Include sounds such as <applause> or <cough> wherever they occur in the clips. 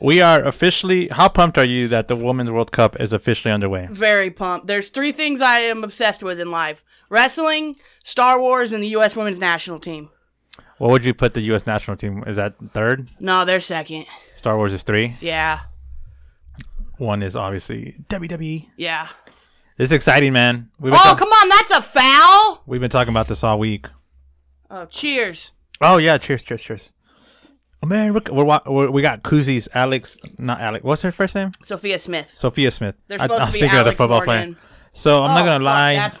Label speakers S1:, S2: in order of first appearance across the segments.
S1: we are officially. How pumped are you that the Women's World Cup is officially underway?
S2: Very pumped. There's three things I am obsessed with in life wrestling, Star Wars, and the U.S. women's national team.
S1: What would you put the U.S. national team? Is that third?
S2: No, they're second.
S1: Star Wars is three.
S2: Yeah.
S1: One is obviously WWE.
S2: Yeah.
S1: This is exciting, man. We've been,
S2: Oh,
S1: talk-
S2: come on. That's a foul.
S1: we've been talking about this all week.
S2: Oh, cheers.
S1: Oh yeah, cheers, cheers, cheers. America, we're, wa- we're, we got koozies. Alex, not Alex. What's her first name?
S2: Sophia Smith.
S1: Sophia Smith.
S2: They're
S1: I,
S2: supposed
S1: I
S2: to
S1: was
S2: be
S1: thinking of the
S2: Alex
S1: football
S2: Morgan.
S1: player. So I'm
S2: Oh,
S1: not gonna
S2: fuck,
S1: lie.
S2: that's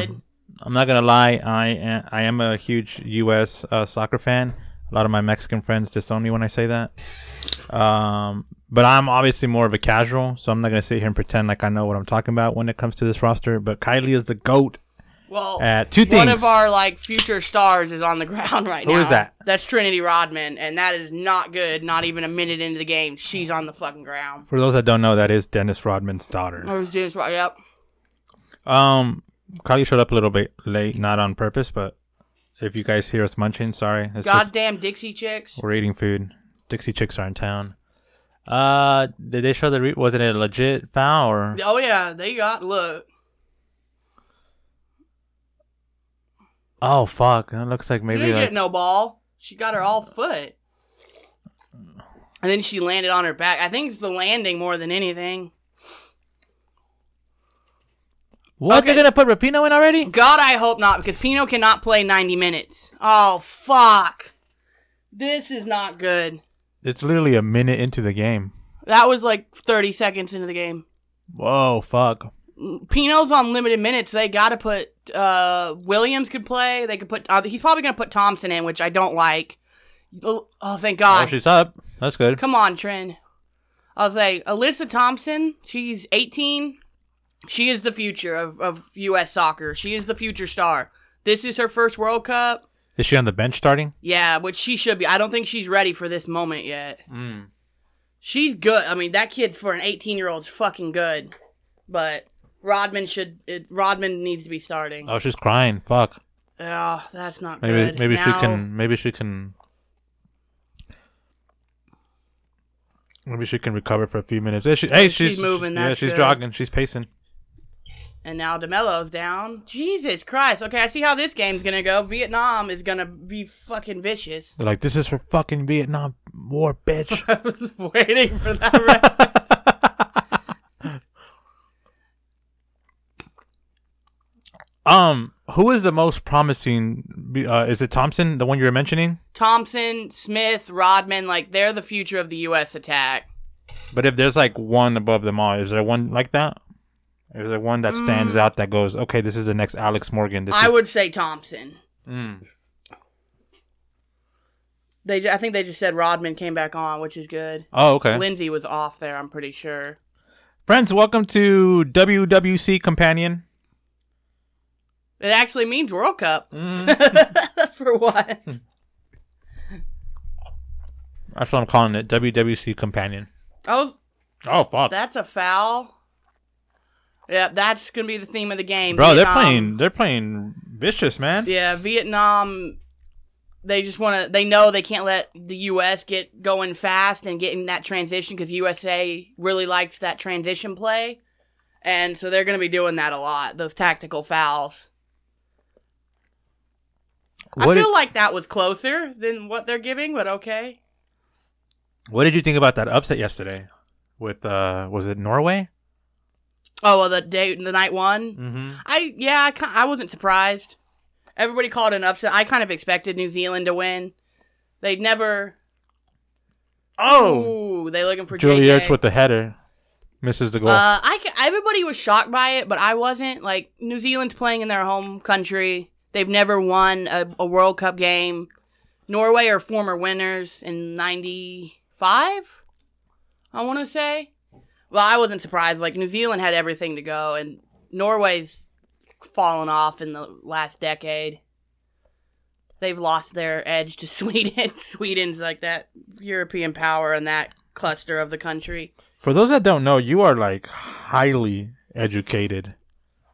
S1: um,
S2: good.
S1: I'm not gonna lie. I am, I am a huge U.S. Uh, soccer fan. A lot of my Mexican friends disown me when I say that. Um, but I'm obviously more of a casual, so I'm not gonna sit here and pretend like I know what I'm talking about when it comes to this roster. But Kylie is the goat.
S2: Well,
S1: Uh, two
S2: one
S1: things.
S2: of our like future stars is on the <laughs> ground right
S1: Who
S2: now.
S1: is that?
S2: That's Trinity Rodman, and that is not good. Not even a minute into the game, she's on the fucking ground.
S1: For those that don't know, that is Dennis Rodman's daughter.
S2: I was just right. Yep.
S1: Um, Kylie showed up a little bit late, not on purpose, but if you guys hear us munching, sorry. It's just-
S2: Goddamn Dixie chicks.
S1: we're eating food. Dixie Chicks are in town. Uh, did they show the? Re- was it a legit foul or?
S2: Oh yeah, they got look.
S1: Oh fuck! That looks like
S2: She
S1: maybe
S2: didn't
S1: like
S2: get no ball. She got her all foot, and then she landed on her back. I think it's the landing more than anything.
S1: what
S2: Okay.
S1: they're gonna put Rapino in already?
S2: God, I hope not, because Pino cannot play ninety minutes. Oh fuck, this is not good.
S1: It's literally a minute into the game.
S2: That was like 30 seconds into the game.
S1: Whoa, fuck!
S2: Pino's on limited minutes. They got to put uh, Williams could play. They could put. Uh, he's probably going to put Thompson in, which I don't like. Oh,
S1: Oh,
S2: thank God!
S1: she's up. That's good.
S2: Come on, Trin. I'll say Alyssa Thompson. She's 18. She is the future of, of U.S. soccer. She is the future star. This is her first World Cup.
S1: Is she on the bench starting?
S2: Yeah, which she should be. I don't think she's ready for this moment yet.
S1: Mm.
S2: She's good. I mean, that kid's for an 18 year old's fucking good. But Rodman should. It, Rodman needs to be starting.
S1: Oh, she's crying. Fuck.
S2: Oh, that's not
S1: Maybe
S2: good.
S1: maybe she
S2: Now-
S1: can maybe she can maybe she can recover for a few minutes. Hey, she- hey,
S2: She's
S1: she's,
S2: moving,
S1: Yeah,
S2: that's
S1: she's
S2: good.
S1: jogging. She's pacing.
S2: And now Demelo's down. Jesus Christ. Okay, I see how this game's gonna go. Vietnam is gonna be fucking vicious.
S1: They're like, this is for fucking Vietnam War, bitch.
S2: <laughs> I was waiting for that. <laughs> Re-
S1: um, who is the most promising? Uh, is it Thompson, the one you were mentioning?
S2: Thompson, Smith, Rodman, like they're the future of the U.S. attack.
S1: But if there's like one above them all, is there one like that? Is there one that stands out that goes, okay, this is the next Alex Morgan? This
S2: Mm. I
S1: is-
S2: would say Thompson. Hmm.
S1: Mm.
S2: They, ju- I think they just said Rodman came back on, which is good.
S1: Oh, okay.
S2: Lindsay was off there. I'm pretty sure.
S1: Friends, welcome to WWC Companion.
S2: It actually means World Cup <laughs> for once.
S1: That's what I'm calling it. WWC Companion.
S2: Oh,
S1: Oh fuck,
S2: that's a foul. Yep, that's gonna be the theme of the game,
S1: bro! They're
S2: Vietnam-
S1: playing. They're playing vicious, man.
S2: Yeah, Vietnam. They just want to. They know they can't let the U.S. get going fast and get in that transition because USA really likes that transition play, and so they're gonna be doing that a lot. Those tactical fouls.
S1: What
S2: I
S1: did,
S2: feel like that was closer than what they're giving, but okay.
S1: What did you think about that upset yesterday? With uh, was it Norway?
S2: Oh well, the day, the night one.
S1: Mm-hmm.
S2: I yeah, I, ki- I wasn't surprised. Everybody called an upset. I kind of expected New Zealand to win. They'd never.
S1: Oh,
S2: Ooh, they looking for
S1: Julie
S2: JJ.
S1: Ertz with the header misses the goal.
S2: Uh, I ca- everybody was shocked by it, but I wasn't. Like New Zealand's playing in their home country. They've never won a, a World Cup game. Norway are former winners in '95. I want to say. Well, I wasn't surprised. Like New Zealand had everything to go, and Norway's fallen off in the last decade. They've lost their edge to <laughs> Sweden. Sweden's like that European power in that cluster of the country.
S1: For those that don't know, you are like highly educated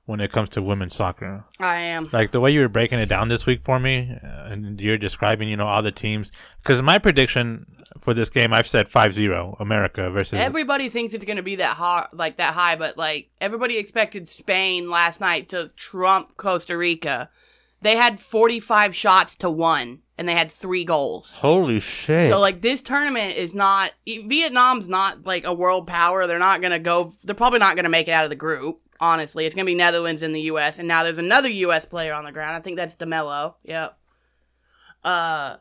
S1: when it comes to women's soccer.
S2: I am.
S1: Like the way you were breaking it down this week for me, uh, and you're describing, you know, all the teams. Because my prediction, for this game, I've said 5-0 America versus
S2: Everybody thinks it's going to be that high, like that high, but like everybody expected Spain last night to trump Costa Rica. They had 45 shots to one, and they had three goals.
S1: Holy shit!
S2: So like this tournament is not e, Vietnam's not like a world power. They're not going to go. They're probably not going to make it out of the group. Honestly, it's going to be Netherlands and the U.S. And now there's another U.S. player on the ground. I think that's Demelo. Yep. Uh,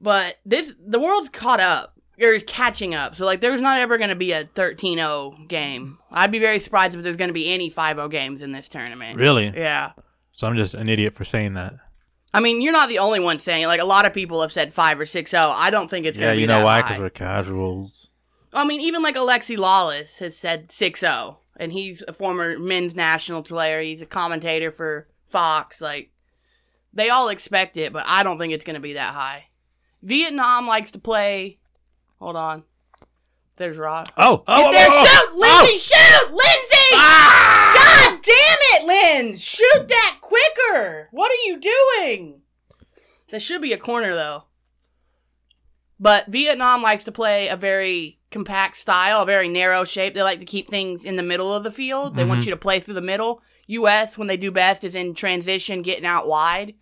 S2: but this the world's caught up or is catching up. So like there's not ever going to be a 13-0 game. I'd be very surprised if there's going to be any 5-0 games in this tournament.
S1: really?
S2: Yeah.
S1: So I'm just an idiot for saying that.
S2: I mean, you're not the only one saying it. Like a lot of people have said 5 or 6-0. I don't think it's
S1: yeah,
S2: going to be
S1: you know
S2: that
S1: why?
S2: high.
S1: Because we're casuals.
S2: I mean, even like Alexi Lawless has said 6 0, and he's a former men's national player. He's a commentator for Fox. Like, they all expect it, but I don't think it's going to be that high. Vietnam likes to play. Hold on. There's Rock.
S1: Oh, oh, oh,
S2: There,
S1: oh, oh,
S2: shoot!
S1: oh. Ah!
S2: Lindsay, shoot! Lindsay! God damn it, Lynn! Shoot that quicker! What are you doing? There should be a corner, though. But Vietnam likes to play a very compact style, a very narrow shape. They like to keep things in the middle of the field. They want
S1: Mhm.
S2: you to play through the middle. U.S., when they do best, is in transition, getting out wide.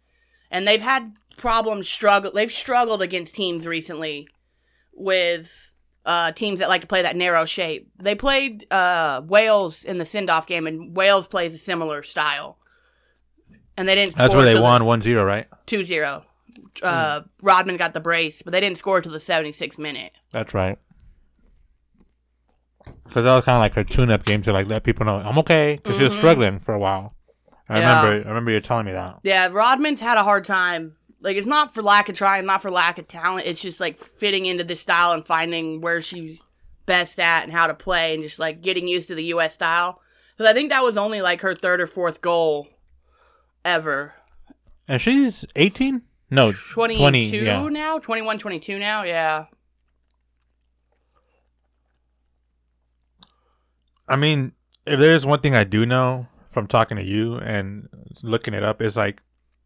S2: And they've had problems, struggle. They've struggled against teams recently with uh, teams that like to play that narrow shape. They played uh, Wales in the send off game, and Wales plays a similar style. And they didn't score
S1: That's where they
S2: till
S1: won
S2: the-
S1: Hmm. 1-0, right?
S2: 2 0. Uh, Rodman got the brace, but they didn't score till the 76th minute.
S1: That's right. Because that was kind of like her tune-up game to like let people know I'm okay because she was struggling for a while. I
S2: Mm-hmm. Yeah.
S1: remember. I remember you telling me that.
S2: Yeah, Rodman's had a hard time. Like, it's not for lack of trying, not for lack of talent. It's just like fitting into this style and finding where she's best at and how to play and just like getting used to the U.S. style. Because I think that was only like her third or fourth goal ever.
S1: And she's 18? No,
S2: 22
S1: 20. Yeah.
S2: now? 21, 22 now? Yeah.
S1: I mean, if there's one thing I do know from talking to you and looking it up, is like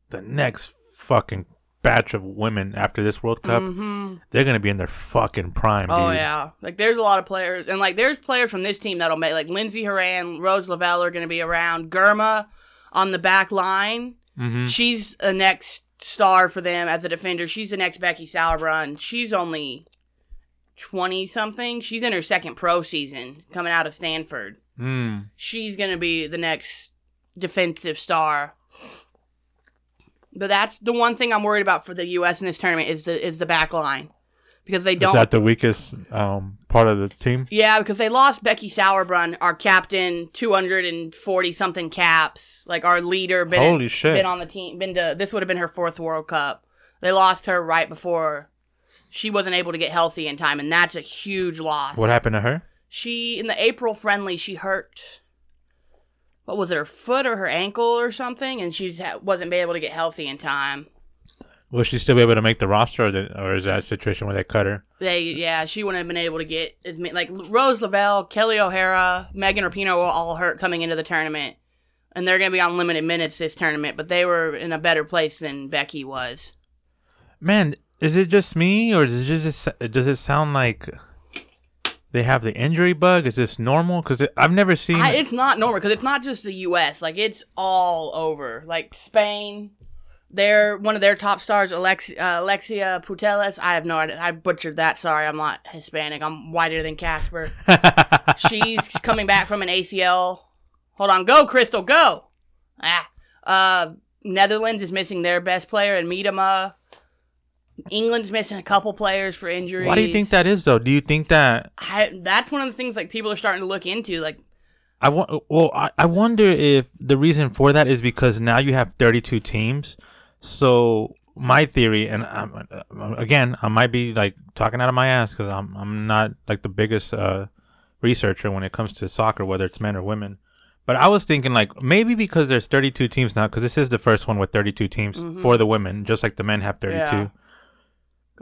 S1: the next fucking batch of women after this World Cup,
S2: hmm
S1: they're gonna be in their fucking prime.
S2: Oh
S1: dude.
S2: yeah, like there's a lot of players, and like there's players from this team that'll make like Lindsey Horan, Rose Lavelle are going to be around. Germa on the back line,
S1: hmm
S2: she's a next star for them as a defender. She's the next Becky Sauerbrunn. She's only twenty something. She's in her second pro season, coming out of Stanford.
S1: Mm.
S2: She's going to be the next defensive star. But that's the one thing I'm worried about for the U.S. in this tournament is the is the back line because they
S1: Is
S2: don't.
S1: that the weakest um, part of the team?
S2: Yeah, because they lost Becky Sauerbrunn, our captain, two hundred and forty something caps, like our leader. Been
S1: Holy shit!
S2: been on the team. Been to this would have been her fourth World Cup. They lost her right before she wasn't able to get healthy in time, and that's a huge loss.
S1: what happened to her?
S2: She in the April friendly, she hurt. What was it, her foot or her ankle or something? And she wasn't able to get healthy in time.
S1: Will she still be able to make the roster, or, the, or is that a situation where they cut her?
S2: They yeah, she wouldn't have been able to get as many like Rose Lavelle, Kelly O'Hara, Megan Rapinoe were all hurt coming into the tournament, and they're gonna be on limited minutes this tournament. But they were in a better place than Becky was.
S1: Man, is it just me, or does it just does it sound like they have the injury bug? Is this normal? Because I've never seen.
S2: I, it's not normal because it's not just the U.S. Like it's all over. Like Spain, they're one of their top stars, Alexi, uh, Alexia Putellas. I have no idea. I butchered that. Sorry, I'm not Hispanic. I'm whiter
S1: <laughs>
S2: than Casper. She's coming back from an ACL. Hold on, go Crystal, go. Ah, uh, Netherlands is missing their best player and Miedema. England's missing a couple players for injuries.
S1: Why do you think that is though? Do you think that
S2: I, that's one of the things like people are starting to look into. Like,
S1: I wa- well I, I wonder if the reason for that is because now you have 32 teams. So my theory and I'm, uh, again, I might be like talking out of my ass cuz I'm I'm not like the biggest uh researcher when it comes to soccer whether it's men or women. But I was thinking like maybe because there's 32 teams now cuz this is the first one with 32 teams for the women just like the men have 32.
S2: Yeah.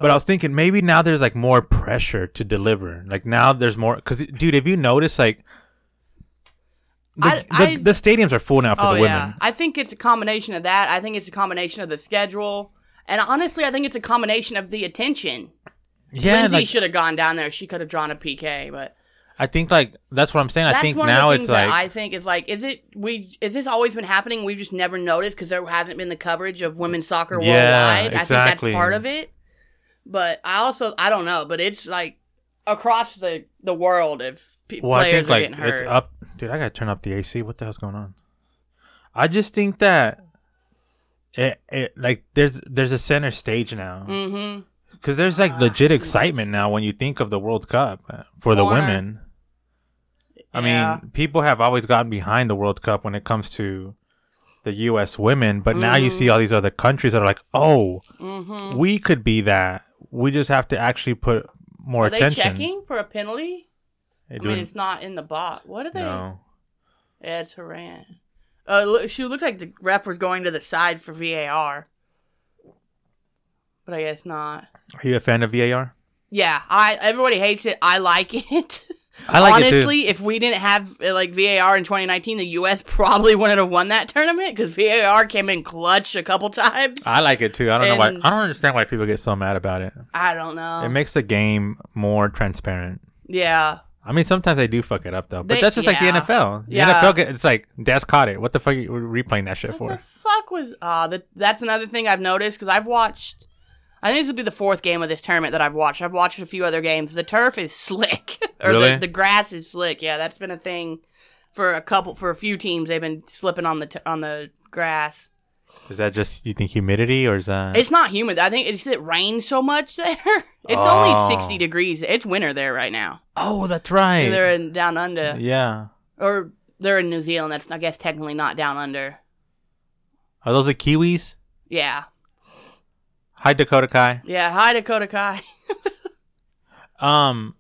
S1: But I was thinking maybe now there's like more pressure to deliver. Like now there's more because dude, if you notice, like the,
S2: I-
S1: the,
S2: I-
S1: the stadiums are full now for
S2: oh
S1: the women.
S2: yeah, I think it's a combination of that. I think it's a combination of the schedule, and honestly, I think it's a combination of the attention.
S1: Yeah,
S2: Lindsay
S1: like,
S2: should have gone down there. She could have drawn a PK, but
S1: I think like that's what I'm saying. I
S2: that's
S1: think
S2: one
S1: now
S2: of the
S1: it's
S2: things
S1: like
S2: that I think is like, is it we? Is this always been happening? We've just never noticed because there hasn't been the coverage of women's soccer
S1: Yeah,
S2: worldwide. I think that's
S1: exactly.
S2: part of it. But I also I don't know, but it's like across the the world if pe-
S1: well, I think
S2: players are
S1: like
S2: getting hurt.
S1: it's up. Dude, I gotta turn up the AC. What the hell's going on? I just think that it, it like there's there's a center stage now
S2: Mm-hmm.
S1: because there's like
S2: Ah,
S1: legit excitement now when you think of the World Cup uh, for the
S2: Or-
S1: women. I
S2: Yeah.
S1: mean, people have always gotten behind the World Cup when it comes to the U.S. women, but now you
S2: Mhm.
S1: see all these other countries that are like, oh,
S2: Mm-hmm.
S1: we could be that. We just have to actually put more
S2: Are they
S1: attention.
S2: checking for a penalty?
S1: They
S2: I mean,
S1: doing-
S2: it's not in the box. What are they?
S1: no.
S2: Yeah, it's Haran. Uh, look, she looked like the ref was going to the side for VAR, but I guess not.
S1: Are you a fan of VAR?
S2: Yeah, I everybody hates it. I like <laughs> it.
S1: I like it too.
S2: Honestly, if we didn't have uh, like VAR in 2019, the U.S. probably wouldn't have won that tournament because VAR came in clutch a couple times. I,
S1: I like it too. I don't know why.
S2: And- Oh.
S1: I don't understand why people get so mad about it.
S2: don't know.
S1: it makes the game more transparent.
S2: yeah,
S1: I mean, sometimes they do fuck it up though, but
S2: They-
S1: that's just
S2: yeah.
S1: like the NFL. The
S2: Yeah.
S1: NFL, get, it's like Des caught it. What the fuck are you replaying that shit
S2: What
S1: for?
S2: the fuck was uh that that's another thing I've noticed because I've watched I think this will be the fourth game of this tournament that I've watched. I've watched a few other games. The turf is <laughs> slick. or
S1: Really?
S2: the, the grass is slick. Yeah, that's been a thing for a couple for a few teams they've been slipping on the t- on the grass.
S1: Is that just you think humidity or is that?
S2: It's not humid. I think it's it rains so much there. <laughs> It's
S1: Oh.
S2: only 60 degrees. It's winter there right now.
S1: oh, that's right.
S2: They're in down under
S1: yeah.
S2: or they're in New Zealand. That's I guess technically not down under.
S1: Are those the Kiwis?
S2: Yeah.
S1: Hi Dakota Kai.
S2: Yeah, hi Dakota Kai.
S1: Um,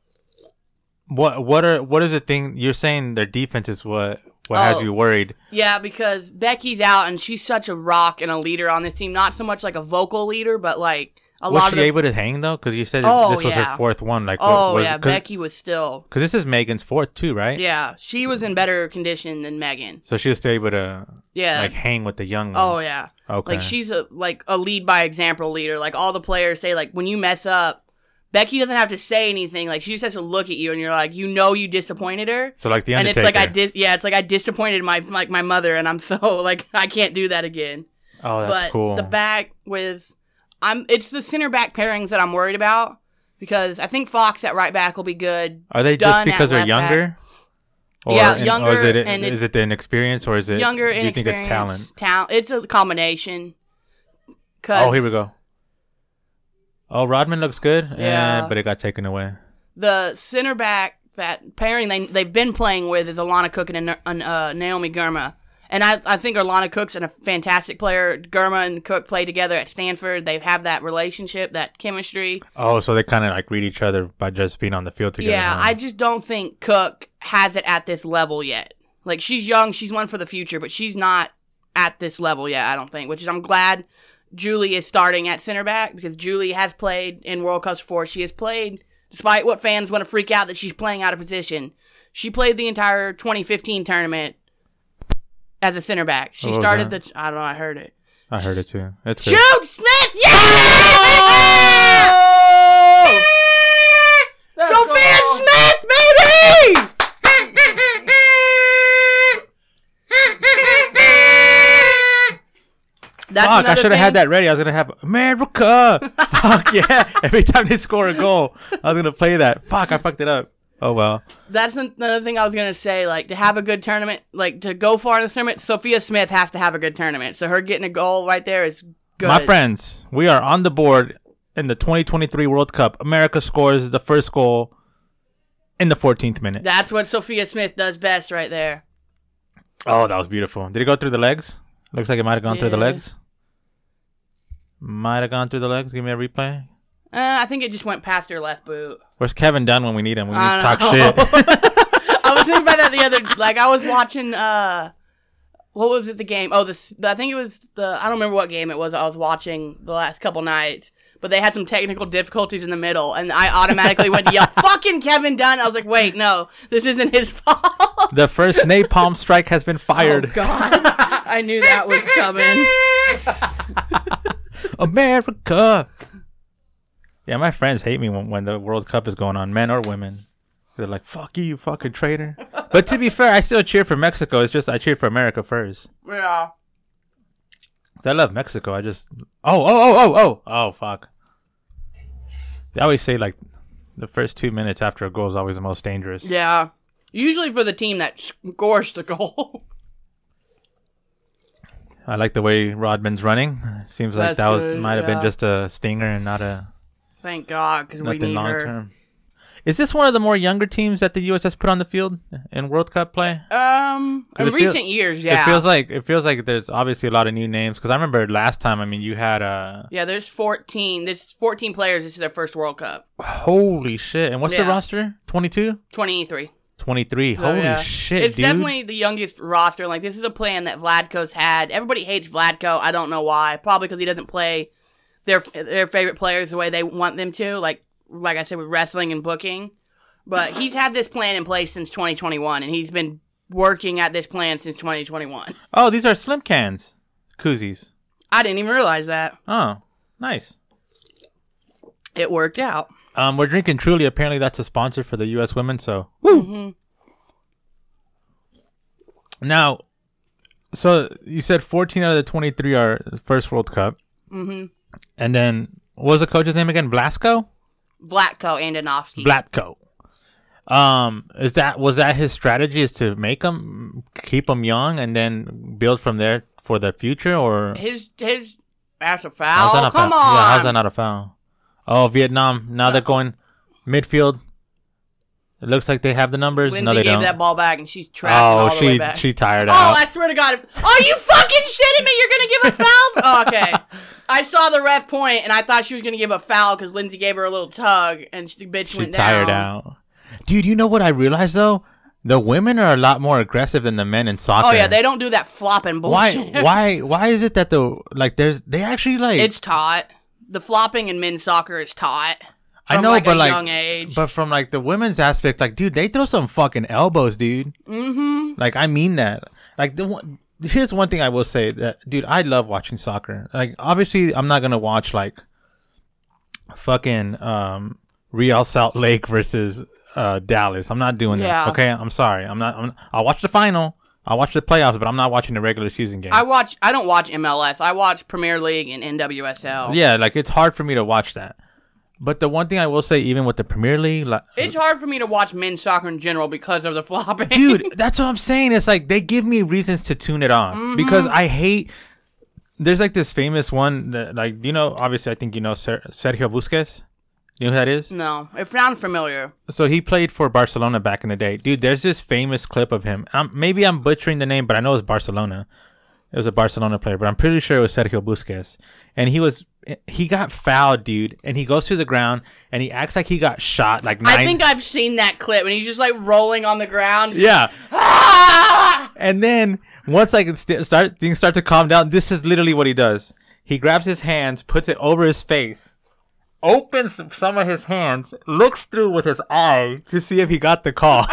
S1: what what are what is the thing you're saying? Their defense is what what
S2: Oh.
S1: has you worried?
S2: Yeah, because Becky's out and she's such a rock and a leader on this team. Not so much like a vocal leader, but like a
S1: was
S2: lot
S1: she
S2: of the.
S1: able to hang though? Because you said
S2: Oh,
S1: this was
S2: yeah.
S1: her fourth one. Like, what
S2: oh
S1: was-
S2: yeah,
S1: cause,
S2: Becky was still.
S1: 'cause this is Megan's fourth too, right?
S2: Yeah, she was in better condition than Megan.
S1: So she was still able to
S2: Yeah.
S1: like hang with the young ones.
S2: oh yeah.
S1: Okay.
S2: Like she's a like a lead by example leader. Like all the players say, like when you mess up, Becky doesn't have to say anything. Like she just has to look at you and you're like, you know, you disappointed her.
S1: so like the
S2: And
S1: Undertaker.
S2: it's like I dis yeah, it's like I disappointed my like my mother and I'm so <laughs> like I can't do that again.
S1: Oh, that's
S2: but
S1: cool.
S2: the back with I'm it's the center back pairings that I'm worried about because I think Fox at right back will be good.
S1: Are they just
S2: done
S1: because they're
S2: at left back.
S1: younger?
S2: Yeah,
S1: and-
S2: younger,
S1: Or is it,
S2: and
S1: is
S2: it's-
S1: it the inexperience or is it
S2: Younger,
S1: Do you think
S2: inexperienced,
S1: it's talent?
S2: Talent. It's a combination. 'Cause
S1: Oh, here we go. Oh, Rodman looks good. eh,
S2: Yeah.
S1: but it got taken away.
S2: The center back that pairing they they've been playing with is Alana Cook and, and uh, Naomi Gurma. And I, I think Alana Cook's a fantastic player. Gurma and Cook play together at Stanford. They have that relationship, that chemistry.
S1: Oh, so they kind of like read each other by just being on the field together.
S2: Yeah,
S1: huh?
S2: I just don't think Cook has it at this level yet. Like she's young, she's one for the future, but she's not at this level yet, I don't think, which is I'm glad Julie is starting at center back because Julie has played in World Cups before. She has played despite what fans want to freak out that she's playing out of position. She played the entire 2015 tournament as a center back. She
S1: What was
S2: started
S1: that?
S2: the I don't know, I heard it.
S1: I heard it too. That's good.
S2: Jude Smith. Yeah!
S1: Oh!
S2: Sophia Smith, baby! That's
S1: Fuck, I
S2: another
S1: should have had
S2: thing.
S1: that ready. I was gonna have
S2: <laughs>
S1: America. Fuck yeah! Every time they score a goal, I was gonna play that. Fuck, I fucked it up. Oh well.
S2: That's an- another thing I was gonna say. Like to have a good tournament, like to go far in the tournament, Sophia Smith has to have a good tournament. So her getting a goal right there is good.
S1: My friends, we are on the board in the 2023 World Cup. America scores the first goal in the 14th minute.
S2: That's what Sophia Smith does best, right there.
S1: oh, that was beautiful. Did it go through the legs? Looks like it might have gone through the
S2: Yeah.
S1: legs. Might have gone through the legs. Give me a replay.
S2: Uh, I think it just went past her left boot.
S1: Where's Kevin Dunn when we need him? We need to
S2: I
S1: talk
S2: know.
S1: shit.
S2: I was thinking about that the other like I was watching uh what was it the game? Oh, this I think it was the I don't remember what game it was I was watching the last couple nights. But they had some technical difficulties in the middle, and I automatically went
S1: <laughs>
S2: to yell, "Fucking Kevin Dunn!" I was like, "Wait, no, this isn't his <laughs> fault."
S1: the first <laughs> napalm strike has been
S2: Oh
S1: fired.
S2: God, I knew that was coming.
S1: America. Yeah, my friends hate me when, when the World Cup is going on, men or women. They're like, "Fuck you, you fucking traitor." but to be fair, I still cheer for Mexico. It's just I cheer for America first.
S2: Yeah.
S1: 'Cause I love Mexico. I just oh oh oh oh oh oh fuck. They always say like the first two minutes after a goal is always the most dangerous.
S2: Yeah. Usually for the team that scores the goal. <laughs>
S1: I like the way Rodman's running. Seems like
S2: That's
S1: that was
S2: good,
S1: might have been
S2: yeah.
S1: just a stinger and not a
S2: Thank God, because we
S1: nothing
S2: need
S1: long
S2: her.
S1: term. Is this one of the more younger teams that the U.S. has put on the field in World Cup play?
S2: Um, in
S1: It feel-
S2: recent years, yeah.
S1: It feels like it feels like there's obviously a lot of new names because I remember last time. I mean, you had uh, a
S2: yeah, there's 14. There's 14 players. This is their first World Cup.
S1: holy shit. And what's the
S2: Yeah.
S1: roster? 22?
S2: 23.
S1: 23.
S2: So,
S1: holy
S2: yeah.
S1: shit,
S2: It's
S1: dude.
S2: definitely the youngest roster. Like, this is a plan that Vladko's had. Everybody hates Vladko. I don't know why. Probably because he doesn't play their their favorite players the way they want them to. Like, like I said, with wrestling and booking. But he's had this plan in place since 2021, and he's been working at this plan since 2021.
S1: oh, these are slim cans, koozies.
S2: I didn't even realize that.
S1: Oh, nice.
S2: It worked out.
S1: Um, we're drinking Truly. Apparently, that's a sponsor for the U.S. women. So, Mm-hmm. now, so you said 14 out of the 23 are first World Cup, mm-hmm. and then what was the coach's name again? Blasco,
S2: Vlatko and Anofsky.
S1: Blatko. Um, is that was that his strategy? Is to make them keep them young and then build from there for the future, or
S2: his his that's a
S1: How's
S2: foul.
S1: that not
S2: Come
S1: foul?
S2: on.
S1: Yeah, how's that not a foul? Oh, Vietnam. Now they're going midfield. It looks like they have the numbers.
S2: Lindsay
S1: no, they
S2: gave
S1: don't.
S2: that ball back and she's trapped
S1: oh,
S2: all the way
S1: she
S2: back.
S1: she tired
S2: oh,
S1: out.
S2: I swear to God! If, are you fucking shitting me? You're gonna give
S1: <laughs>
S2: a foul? Oh, okay. I saw the ref point and I thought she was gonna give a foul because Lindsay gave her a little tug and she, the bitch
S1: she
S2: went
S1: tired
S2: down.
S1: out. Dude, you know what I realized though? The women are a lot more aggressive than the men in soccer.
S2: Oh yeah, they don't do that flopping <laughs>
S1: Why?
S2: bullshit.
S1: Why? Why is it that the like there's they actually like
S2: It's taught. The flopping in men's soccer is taught.
S1: I
S2: from,
S1: know,
S2: like,
S1: but
S2: a
S1: like
S2: young age.
S1: but from like the women's aspect, like dude, they throw some fucking elbows, dude.
S2: Mm-hmm.
S1: Like I mean that. Like the one, here's one thing I will say that dude, I love watching soccer. Like obviously I'm not gonna watch like fucking um Real Salt Lake versus uh Dallas. I'm not doing
S2: Yeah.
S1: that. Okay, I'm sorry. I'm not. I'm, I'll watch the final. I'll watch the playoffs, but I'm not watching the regular season game.
S2: I watch. I don't watch MLS. I watch Premier League and NWSL.
S1: yeah, like it's hard for me to watch that. But the one thing I will say, even with the Premier League, like,
S2: It's hard for me to watch men's soccer in general because of the flopping.
S1: dude that's what i'm saying it's like they give me reasons to tune it off
S2: Mm-hmm.
S1: because i hate there's like this famous one that like you know obviously i think you know Ser- sergio busquets you know who that is
S2: <laughs> no, it sounds familiar.
S1: so he played for barcelona back in the day dude there's this famous clip of him i maybe i'm butchering the name but i know it's barcelona it was a barcelona player but i'm pretty sure it was sergio busquets and he was he got fouled dude and he goes to the ground and he acts like he got shot like nine
S2: I think I've seen that clip, and he's just like rolling on the ground.
S1: yeah
S2: Ah!
S1: And then once I can st- start things start to calm down, this is literally what he does. He grabs his hands, puts it over his face, opens some of his hands, looks through with his eye to see if he got the call. <laughs>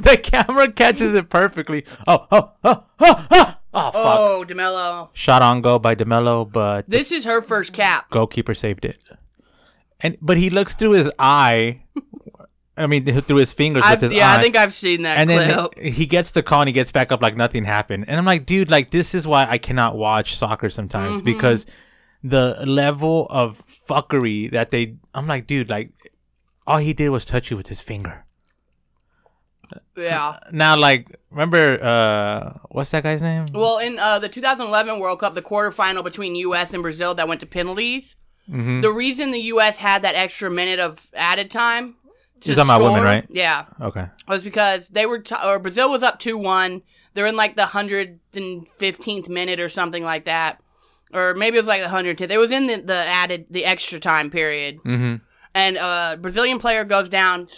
S1: the camera catches it perfectly. Oh, oh, oh, oh, oh, oh fuck.
S2: Oh, Demelo,
S1: Shot on goal by DeMello, but
S2: this is her first cap.
S1: goalkeeper saved it. And but he looks through his eye. I mean, through his fingers
S2: I've,
S1: with his
S2: yeah,
S1: eye
S2: I think I've seen that
S1: and
S2: clip.
S1: then he, he gets the call and he gets back up like nothing happened and i'm like dude like this is why i cannot watch soccer sometimes
S2: Mm-hmm.
S1: because the level of fuckery that they i'm like dude like all he did was touch you with his finger
S2: yeah.
S1: now like remember uh what's that guy's name
S2: Well, in uh, the 2011 World Cup, the quarterfinal between U.S. and Brazil that went to penalties,
S1: Mhm.
S2: the reason the U.S. had that extra minute of added time. to
S1: You're talking about women,
S2: score-
S1: right?
S2: Yeah.
S1: okay
S2: was because they were t- or Brazil was up two one. They're in like the hundred and fifteenth minute or something like that, or maybe it was like the hundred tenth. It was in the, the added the extra time period,
S1: mm-hmm
S2: and uh, Brazilian player goes down,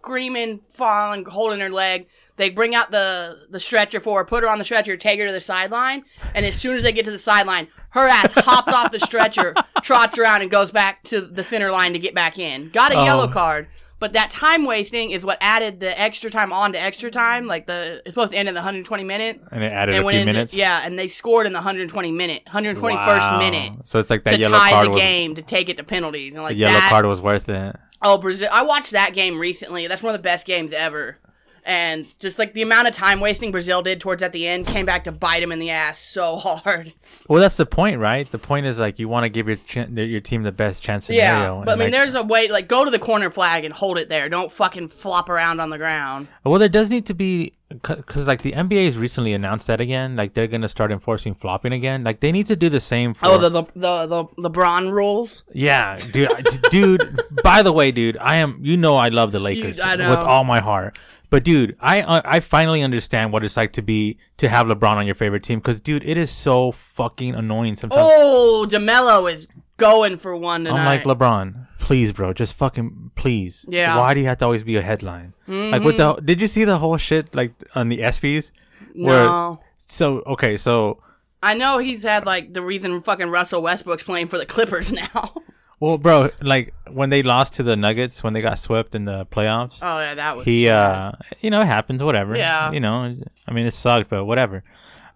S2: screaming, falling, holding her leg. They bring out the the stretcher for her, put her on the stretcher, take her to the sideline, and as soon as they get to the sideline, her ass hops off <laughs> the stretcher, trots around, and goes back to the center line to get back in. Got a
S1: Oh.
S2: yellow card, But that time wasting is what added the extra time on to extra time. Like the it's supposed to end in the 120 minute.
S1: and it added
S2: and
S1: a
S2: went
S1: few
S2: in-
S1: minutes.
S2: Yeah, and they scored in the 120 minute, 121st
S1: Wow.
S2: minute
S1: So it's like that
S2: to
S1: yellow
S2: tie
S1: card
S2: the
S1: was
S2: game to take it to penalties and
S1: the
S2: like
S1: yellow
S2: that.
S1: card was worth it.
S2: Oh, Brazil! I watched that game recently. That's one of the best games ever. And just like the amount of time wasting Brazil did towards at the end came back to bite him in the ass so <laughs> hard.
S1: Well, that's the point, right? The point is like you want to give your ch- your team the best chance scenario.
S2: Yeah,
S1: and,
S2: but I mean,
S1: like-
S2: there's a way. Like, go to the corner flag and hold it there. Don't fucking flop around on the ground.
S1: Well, there does need to be because like the NBA has recently announced that again, like they're gonna start enforcing flopping again. Like they need to do the same. For,
S2: Oh, the the the, the LeBron rules.
S1: yeah, dude, I- dude. <laughs> By the way, dude, I am. You know, I love the Lakers
S2: I know.
S1: with all my heart. But dude, I uh, I finally understand what it's like to be to have LeBron on your favorite team because dude, it is so fucking annoying sometimes.
S2: Oh, Demelo is going for one tonight.
S1: I'm like LeBron, please, bro, just fucking please.
S2: Yeah. Mm-hmm.
S1: Why do you have to always be a headline? Like with the did you see the whole shit like on the E ESPYS? Where-
S2: no.
S1: So okay, so
S2: I know he's had like the reason fucking Russell Westbrook's playing for the Clippers <laughs> now.
S1: well, bro, like when they lost to the Nuggets when they got swept in the playoffs,
S2: oh yeah, that was
S1: he uh, you know, it happens, whatever.
S2: Yeah.
S1: You know, I mean, it sucked, but whatever.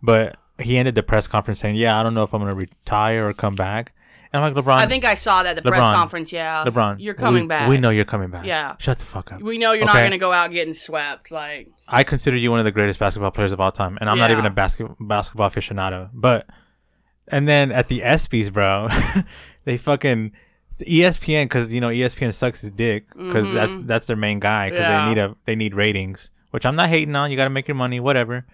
S1: But he ended the press conference saying, "Yeah, I don't know if I'm gonna retire or come back." And I'm like, LeBron,
S2: I think I saw that at the press
S1: LeBron.
S2: conference. Yeah,
S1: LeBron,
S2: you're coming
S1: we,
S2: back.
S1: We know you're coming back.
S2: Yeah.
S1: Shut the fuck up.
S2: We know you're not
S1: Okay.
S2: gonna go out getting swept. Like,
S1: I consider you one of the greatest basketball players of all time, and I'm not
S2: Yeah.
S1: even a basket, basketball aficionado. But and then at the ESPYS, bro, <laughs> they fucking E the ESPN because you know ESPN sucks his dick because that's that's their main guy because they
S2: Mm-hmm. Yeah.
S1: need a they need ratings, which I'm not hating on. You got to make your money, whatever.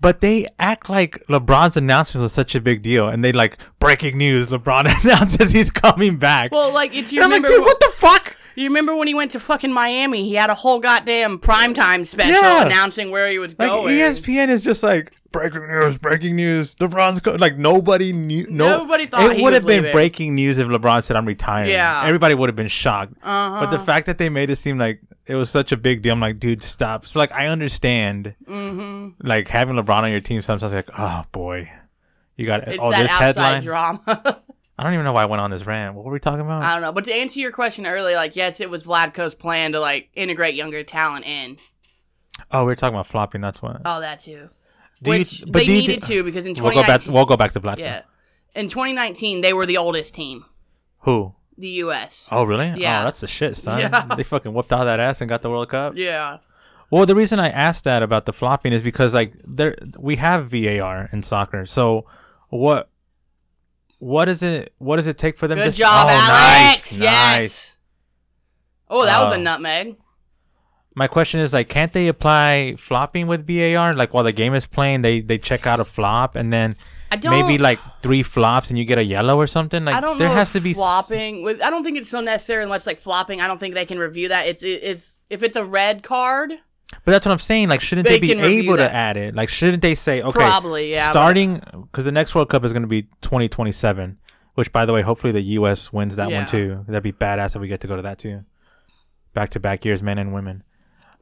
S1: But they act like LeBron's announcement was such a big deal, and they like breaking news: LeBron <laughs> announces he's coming back.
S2: well, like it's you
S1: and I'm like,
S2: remember.
S1: dude, what the fuck?
S2: you remember when he went to fucking Miami? He had a whole goddamn primetime special
S1: Yeah.
S2: announcing where he was
S1: Like E
S2: going.
S1: ESPN is just like breaking news, breaking news. LeBron's co-. like nobody knew. No,
S2: Nobody thought
S1: it
S2: he
S1: would have
S2: was
S1: been
S2: leaving.
S1: breaking news if LeBron said I'm retiring.
S2: Yeah. Uh-huh.
S1: everybody would have been shocked. But the fact that they made it seem like it was such a big deal, I'm like, dude, stop. So like, I understand.
S2: Mm-hmm.
S1: Like having LeBron on your team sometimes, like, oh boy, you got
S2: It's
S1: oh
S2: that
S1: this
S2: outside
S1: headline.
S2: drama. <laughs>
S1: I don't even know why I went on this rant. What were we talking about?
S2: I don't know. But to answer your question earlier, like yes, it was Vladko's plan to like integrate younger talent in.
S1: oh, we were talking about flopping. That's what.
S2: Oh, that too.
S1: Do you-
S2: Which
S1: but
S2: they
S1: do you-
S2: needed to because in
S1: We'll go back.
S2: 2019,
S1: We'll go back to Black.
S2: yeah, in 2019 they were the oldest team,
S1: Who?
S2: the U.S.
S1: Oh, really?
S2: Yeah.
S1: Oh, that's the shit, son.
S2: Yeah.
S1: They fucking whooped all that ass and got the World Cup.
S2: Yeah,
S1: Well, the reason I asked that about the flopping is because like there we have VAR in soccer. So what what is it what does it take for them
S2: good
S1: to
S2: job,
S1: Oh,
S2: Alex.
S1: nice,
S2: yes.
S1: nice.
S2: Oh, that was a
S1: Oh.
S2: nutmeg.
S1: My question is like can't they apply flopping with VAR like while the game is playing they they check out a flop and then
S2: I don't.
S1: maybe like three flops and you get a yellow or something like
S2: I don't
S1: there
S2: know
S1: has
S2: if
S1: to be s-
S2: flopping. Was, I don't think it's so necessary unless like flopping. I don't think they can review that. It's it, it's if it's a red card.
S1: But that's what I'm saying. Like, shouldn't
S2: They
S1: they,
S2: can
S1: be
S2: review
S1: able
S2: that.
S1: to add it? Like, shouldn't they say, okay,
S2: Probably, yeah, but-
S1: starting because the next World Cup is going to be 2027, which, by the way, hopefully the U.S. wins that
S2: Yeah.
S1: one too. That'd be badass if we get to go to that too, back to back years, men and women.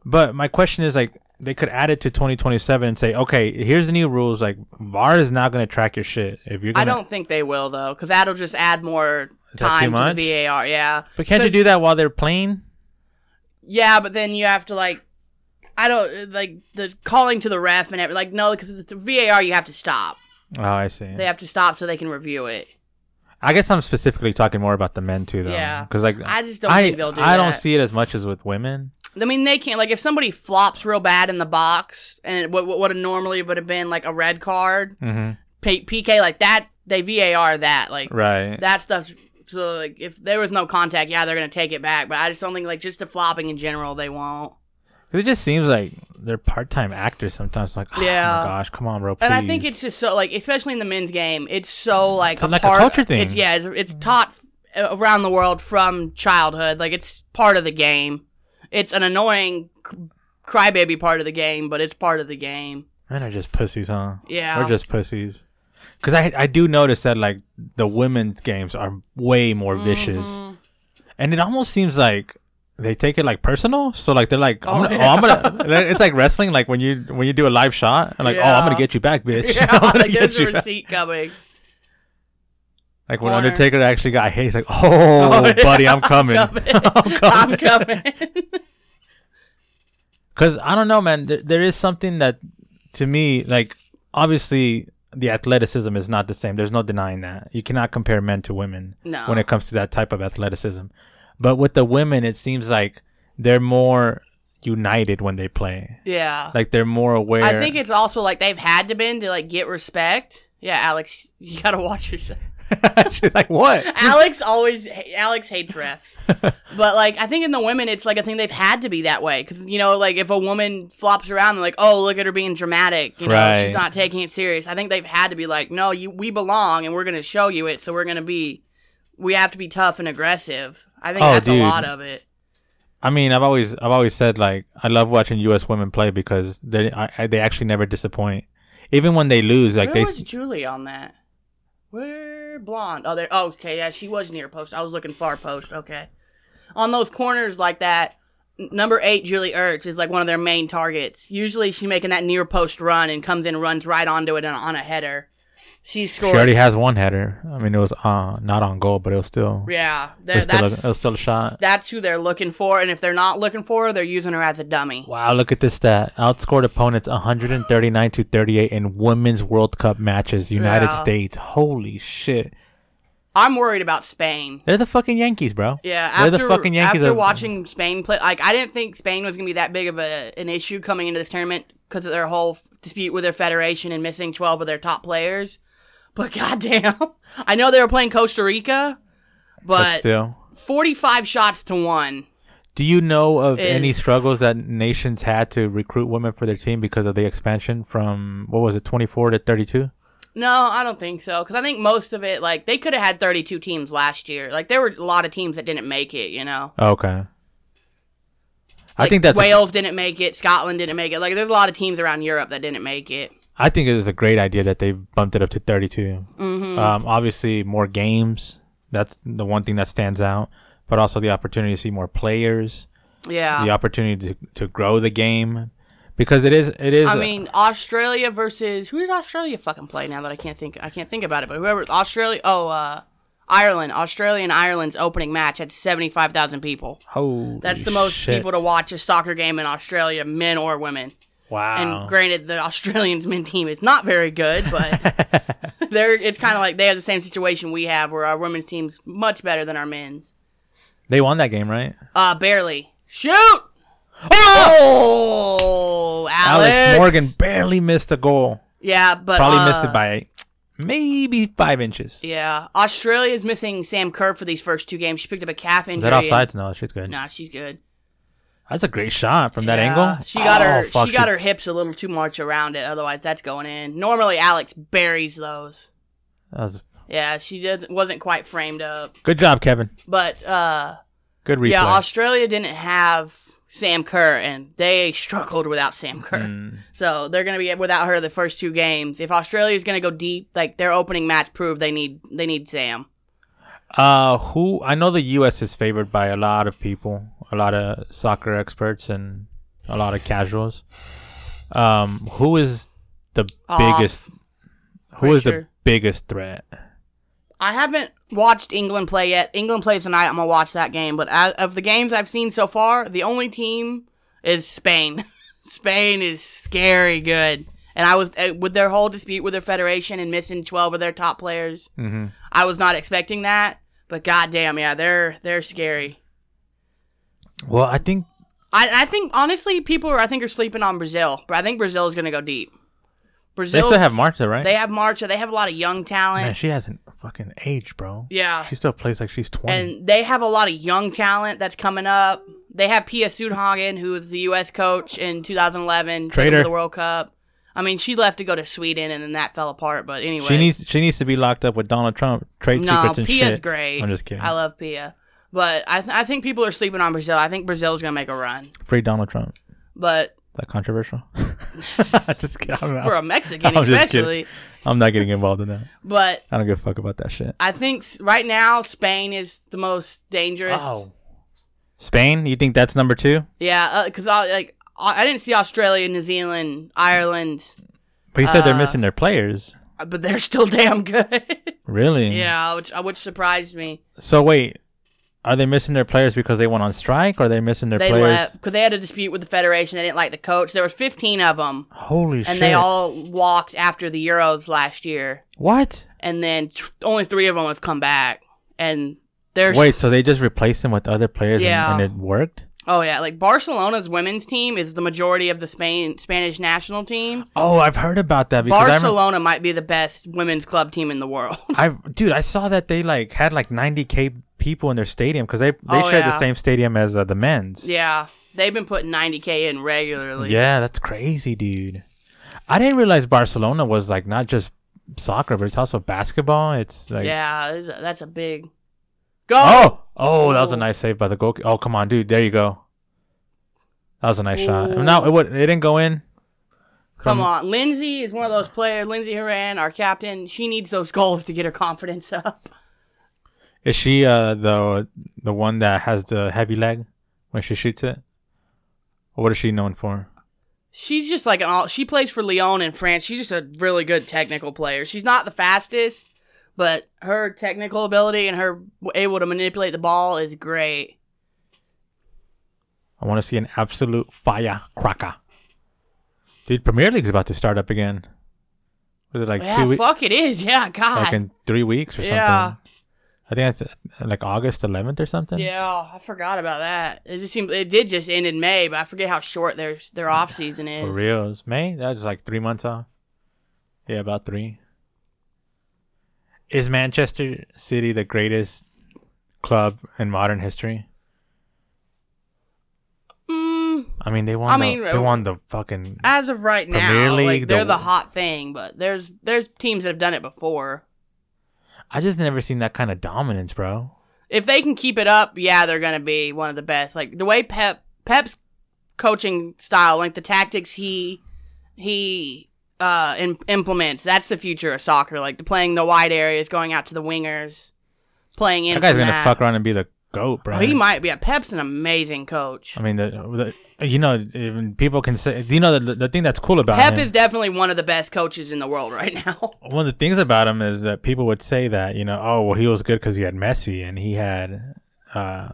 S1: But my question is, like, they could add it to 2027 and say, okay, here's the new rules. Like, VAR is not going to track your shit if you're. Gonna,
S2: I don't think they will though, because that'll just add more
S1: Is that too
S2: time to
S1: much?
S2: the VAR. Yeah,
S1: But can't you
S2: 'Cause-
S1: do that while they're playing?
S2: Yeah, but then you have to like. I don't like the calling to the ref and everything. Like, no, because it's a VAR, you have to stop.
S1: Oh, I see.
S2: They have to stop so they can review it.
S1: I guess I'm specifically talking more about the men too, though.
S2: Yeah.
S1: Because like,
S2: I just don't think they'll do
S1: I don't
S2: that.
S1: see it as much as with women.
S2: I mean, they can't. Like, if somebody flops real bad in the box, and what what would have normally would have been like a red card,
S1: hmm
S2: P- PK, like that, they VAR that, like
S1: Right.
S2: that stuff. So, like, if there was no contact, yeah, they're gonna take it back. But I just don't think like just the flopping in general, they won't.
S1: It just seems like they're part-time actors sometimes. Like, oh
S2: Yeah.
S1: my gosh, come on, bro.
S2: And I think
S1: please."
S2: it's just so like, especially in the men's game, it's so like
S1: Mm. It's like a
S2: part-
S1: culture thing.
S2: It's, yeah, it's, it's taught f- around the world from childhood. Like it's part of the game. It's an annoying c- crybaby part of the game, but it's part of
S1: <laughs>
S2: the game.
S1: men are just pussies, huh?
S2: Yeah,
S1: They're just pussies. Because I I do notice that like the women's games are way more vicious,
S2: Mhm.
S1: and it almost seems like they take it like personal. So like they're like,
S2: Oh,
S1: I'm gonna,
S2: yeah.
S1: oh, I'm gonna. <laughs> like, It's like wrestling. Like when you when you do a live shot, and like, oh,
S2: Yeah.
S1: I'm gonna get you back, bitch.
S2: <laughs> Yeah,
S1: <laughs> I'm gonna
S2: like,
S1: get
S2: there's a
S1: you back. <laughs>
S2: receipt coming.
S1: Like when
S2: corner. <laughs>
S1: Undertaker actually got hit, he's like, oh,
S2: yeah,
S1: buddy, <laughs> I'm coming.
S2: <laughs> I'm coming. <laughs> I'm coming.
S1: Because I don't know, man. There, there is something that, to me, like obviously the athleticism is not the same. There's no denying that. You cannot compare men to women
S2: No.
S1: when it comes to that type of athleticism. But with the women, it seems like they're more united when they play.
S2: Yeah.
S1: Like they're more aware.
S2: I think it's also like they've had to been to like get respect. Yeah, Alex, you gotta watch yourself.
S1: <laughs> She's like, what?
S2: <laughs> Alex always Alex hates refs, but like I think in the women it's like a thing they've had to be that way because you know like if a woman flops around they're like oh look at her being dramatic you know
S1: Right.
S2: she's not taking it serious I think they've had to be like no you we belong and we're gonna show you it so we're gonna be we have to be tough and aggressive I think
S1: Oh,
S2: that's
S1: dude.
S2: a lot of it
S1: I mean, I've always I've always said like I love watching U.S. women play because they I, I, they actually never disappoint. Even when they lose, like they
S2: where was Julie on that where blonde oh there oh, okay yeah she was near post I was looking far post okay on those corners like that n- number eight Julie Ertz is like one of their main targets. Usually she's making that near post run and comes in and runs right onto it and on a header. She
S1: she
S2: scored.
S1: already has one header. I mean, it was uh not on goal, but it was still
S2: yeah,
S1: it was
S2: they're-
S1: still, a,
S2: that's
S1: it was still a shot.
S2: that's who they're looking for. And if they're not looking for her, they're using her as a dummy.
S1: Wow, look at this stat. Outscored opponents 139 to 38 in women's World Cup matches, United
S2: Yeah.
S1: States. Holy shit.
S2: I'm worried about Spain.
S1: They're the fucking Yankees, bro.
S2: Yeah,
S1: They're
S2: after,
S1: the fucking Yankees
S2: after
S1: of-
S2: watching Spain play, like I didn't think Spain was gonna be that big of a an issue coming into this tournament because of their whole dispute with their federation and missing twelve of their top players. But <laughs> goddamn, I know they were playing Costa Rica,
S1: But
S2: but
S1: still.
S2: forty-five shots to one.
S1: Do you know of any
S2: is-
S1: struggles that nations had to recruit women for their team because of the expansion from what was it, 24 to 32?
S2: No, I don't think so because I think most of it, like they could have had thirty-two teams last year. Like there were a lot of teams that didn't make it. You know,
S1: Oh, Okay. I
S2: Like,
S1: think that's a-
S2: Wales didn't make it, Scotland didn't make it. Like there's a lot of teams around Europe that didn't make it.
S1: I think it is a great idea that they bumped it up to 32.
S2: Mm-hmm.
S1: Um, obviously, more games. That's the one thing that stands out. But also the opportunity to see more players,
S2: Ah.
S1: the opportunity to, to grow the game, because it is it is.
S2: I mean, Australia versus who did Australia fucking play? Now that I can't think, I can't think about it. But whoever Australia, oh, uh, Ireland, Australia and Ireland's opening match had seventy five thousand people.
S1: holy
S2: That's the most
S1: shit.
S2: people to watch a soccer game in Australia, men or women.
S1: Wow.
S2: And granted, the Australians <laughs> men team is not very good,
S1: <laughs>
S2: but they're it's kind of like they have the same situation we have, where our women's team's much better than our men's.
S1: they won that game, right?
S2: Uh, barely. Shoot! Oh, Alex,
S1: Alex Morgan barely missed a goal.
S2: Yeah, but
S1: Probably
S2: uh,
S1: missed it by maybe five inches. Is
S2: Yeah, Australia's missing Sam Kerr for these first two games. She picked up a calf injury.
S1: that
S2: and-
S1: offsides? No, she's good.
S2: Nah, she's good.
S1: That's a great shot from that
S2: Yeah,
S1: angle.
S2: she got
S1: Oh,
S2: her
S1: fuck,
S2: she got her hips a little too much around it. Otherwise, that's going in. Normally, Alex buries those.
S1: That was,
S2: Yeah, she doesn't wasn't quite framed up,
S1: good job, Kevin.
S2: but uh,
S1: Good replay.
S2: yeah, Australia didn't have Sam Kerr, and they struggled without Sam Kerr.
S1: Mm.
S2: So they're gonna be without her the first two games. If Australia's gonna go deep, like their opening match proved, they need they need Sam.
S1: Uh, who I know the U.S. is favored by a lot of people, a lot of soccer experts, and a lot of casuals. Um, who is the
S2: Off.
S1: biggest? Who is the
S2: Pretty sure.
S1: biggest threat?
S2: I haven't watched England play yet. England plays tonight. I'm gonna watch that game. But as, of the games I've seen so far, the only team is Spain. <laughs> Spain is scary good. And I was uh, with their whole dispute with their federation and missing 12 of their top players.
S1: Mm-hmm.
S2: I was not expecting that. But goddamn, yeah, they're they're scary.
S1: Well, I think
S2: I, I think honestly, people are I think are sleeping on Brazil. But I think Brazil is gonna go deep.
S1: they
S2: Brazil.
S1: still have Marta, right?
S2: They have Marcha. They have a lot of young talent.
S1: Man, she hasn't fucking aged, bro.
S2: yeah.
S1: She still plays like she's twenty.
S2: and they have a lot of young talent that's coming up. They have Pia Sudhagen, who was the U.S. coach in 2011, took them
S1: Traitor.
S2: to the World Cup. I mean, she left to go to Sweden, and then that fell apart. But anyway,
S1: she needs she needs to be locked up with Donald Trump, trade
S2: no.
S1: secrets and
S2: Pia's
S1: shit.
S2: great.
S1: I'm just kidding.
S2: I love Pia, but I th- I think people are sleeping on Brazil. I think Brazil's gonna make a run,
S1: Free Donald Trump. <laughs>
S2: but
S1: That
S2: <laughs>
S1: controversial. just kidding. I'm,
S2: for a
S1: not, <laughs>
S2: Mexican
S1: I'm just
S2: especially.
S1: I'm not getting involved in that.
S2: But
S1: I don't give a fuck about that shit.
S2: I think s- right now Spain is the most dangerous.
S1: Oh. Spain? You think that's number two?
S2: Yeah, because I like I I didn't see Australia, New Zealand, Ireland.
S1: But you said they're
S2: Uh,
S1: missing their players.
S2: but
S1: Mm.
S2: they're still <laughs> damn good.
S1: Really?
S2: yeah, which which surprised me.
S1: So wait, Are they missing their players because they went on strike? Or are they missing their
S2: They
S1: players?
S2: left because they had a dispute with the federation. They didn't like the coach. There were 15 of them,
S1: Holy Oh, shit!
S2: and they all walked after the Euros last year.
S1: what?
S2: And then t- only three of them have come back, and there's
S1: Wait, so they just replaced them with other players
S2: Yeah.
S1: and, and it worked?
S2: oh yeah, like Barcelona's women's team is the majority of the Spain Spanish national team.
S1: Oh, I've heard about that because I, remember,
S2: Barcelona might be the best women's club team in the world. <laughs>
S1: I dude, I saw that they like had like 90k people in their stadium because they they
S2: Oh,
S1: shared the
S2: yeah.
S1: same stadium as uh, the men's.
S2: yeah, they've been putting 90k in regularly.
S1: Yeah, that's crazy, dude. I didn't realize Barcelona was like not just soccer, but it's also basketball. It's like
S2: yeah, that's a, that's a big go.
S1: oh, oh, that was a
S2: Oh.
S1: nice save by the goalkeeper. Oh, come on, dude, there you go. That was a nice shot.
S2: Ooh.
S1: No, it would, it didn't go in.
S2: Come
S1: From-
S2: on, Lindsay is one of those players. Lindsay Horan, our captain, she needs those goals to get her confidence <laughs> up.
S1: Is she uh the the one that has the heavy leg when she shoots it? Or what is she known for?
S2: She's just like an all. She plays for Lyon in France. She's just a really good technical player. She's not the fastest, but her technical ability and her able to manipulate the ball is great.
S1: I want to see an absolute fire cracker. Dude, Premier League's about to start up again. Was it like two
S2: yeah,
S1: weeks?
S2: fuck it is. Yeah, God.
S1: like in three weeks or something.
S2: Yeah.
S1: I think that's uh, like August 11th or something.
S2: Yeah, I forgot about that. It just seemed it did just end in May, but I forget how short their their off season is.
S1: For reals. May? That was like three months off. Yeah, about three. Is Manchester City the greatest club in modern history?
S2: Mm,
S1: I mean, they won.
S2: I
S1: the,
S2: mean,
S1: they
S2: uh,
S1: won the fucking.
S2: as of right
S1: Premier
S2: now,
S1: League,
S2: like, they're
S1: the-
S2: the hot thing, but there's there's teams that have done it before.
S1: I just never seen that kind of dominance, bro.
S2: If they can keep it up, yeah, they're gonna be one of the best. Like the way Pep Pep's coaching style, like the tactics he he uh im- implements, that's the future of soccer. Like the playing the wide areas, going out to the wingers, playing in.
S1: that guy's
S2: from
S1: gonna
S2: that.
S1: fuck around and be the goat, bro.
S2: Oh, he might be. A Pep's an amazing coach.
S1: I mean, the, the you know, even people can say. Do you know the, the thing that's cool about
S2: Pep
S1: him?
S2: is definitely one of the best coaches in the world right now.
S1: one of the things about him is that people would say that you know oh well he was good because he had Messi and he had uh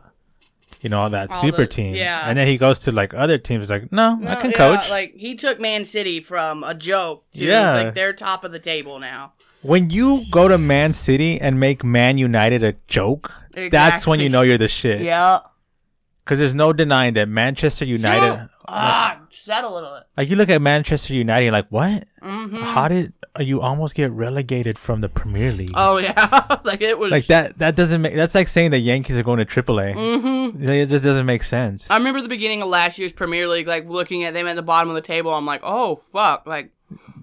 S1: you know all that
S2: All
S1: super
S2: the-
S1: team
S2: yeah.
S1: and then he goes to like other teams like no, <laughs>
S2: <laughs>
S1: I can
S2: yeah,
S1: coach
S2: Like he took Man City from a joke to
S1: Yeah.
S2: like they're top of the table now.
S1: when you go to Man City and make Man United a joke that's when
S2: Exactly.
S1: you know you're the shit
S2: Yeah.
S1: because there's no denying that Manchester United
S2: Ah, settle it a little.
S1: like you look at Manchester United you're like what
S2: Mm-hmm.
S1: how did you almost get relegated from the Premier League
S2: Oh yeah, <laughs> like it was.
S1: like that that doesn't make that's like saying the Yankees are going to AAA
S2: Mm-hmm.
S1: it just doesn't make sense.
S2: I remember the beginning of last year's Premier League, like looking at them at the bottom of the table. I'm like, oh fuck, like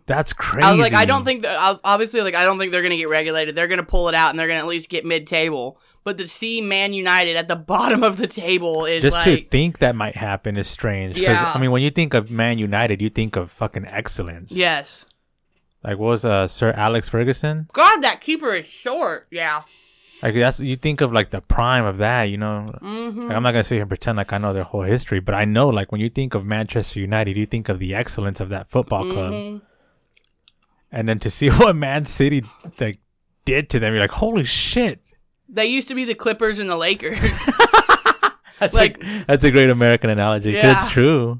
S1: That's crazy.
S2: I was like, I don't think that I was- obviously like I don't think they're gonna get regulated. They're gonna pull it out and they're gonna at least get mid table. But to see Man United at the <laughs> bottom of the table is
S1: just to
S2: like
S1: think that might happen is strange. 'cause,
S2: Yeah.
S1: I mean, when you think of Man United, you think of fucking excellence.
S2: yes.
S1: Like what was uh, Sir Alex Ferguson?
S2: God, that keeper is short. Yeah.
S1: Like that's you think of like the prime of that. You know,
S2: Mm-hmm.
S1: like, I'm not gonna sit here and pretend like I know their whole history, but I know like when you think of Manchester United, you think of the excellence of that football club.
S2: Mhm.
S1: And then to see <laughs> what Man City like did to them, you're like, holy shit.
S2: They used to be the Clippers and the Lakers. <laughs>
S1: That's
S2: Like-
S1: a, that's a great American analogy. 'cause It's
S2: Yeah.
S1: true.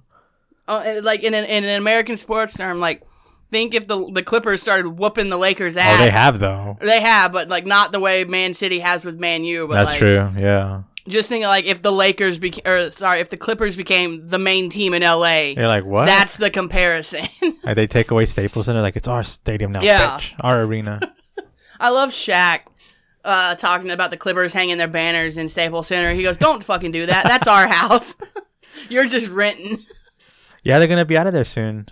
S2: uh, and, like in an, in an American sports term, like think if the the Clippers started whooping the Lakers'
S1: Oh,
S2: ass.
S1: they have though.
S2: They have, but like not the way Man City has with Man U. But
S1: That's
S2: like,
S1: true. Yeah.
S2: Just thinking, like if the Lakers became, or sorry, if the Clippers became the main team in LA,
S1: You're like, what?
S2: that's the comparison. <laughs>
S1: Like, they take away Staples Center. Like, it's our stadium now,
S2: Yeah.
S1: bitch. Our
S2: <laughs>
S1: arena.
S2: I love Shaq uh, talking about the Clippers hanging their banners in Staples Center. He goes, "Don't fucking do that. That's our house. <laughs> You're just renting."
S1: yeah, they're going to be out of there soon.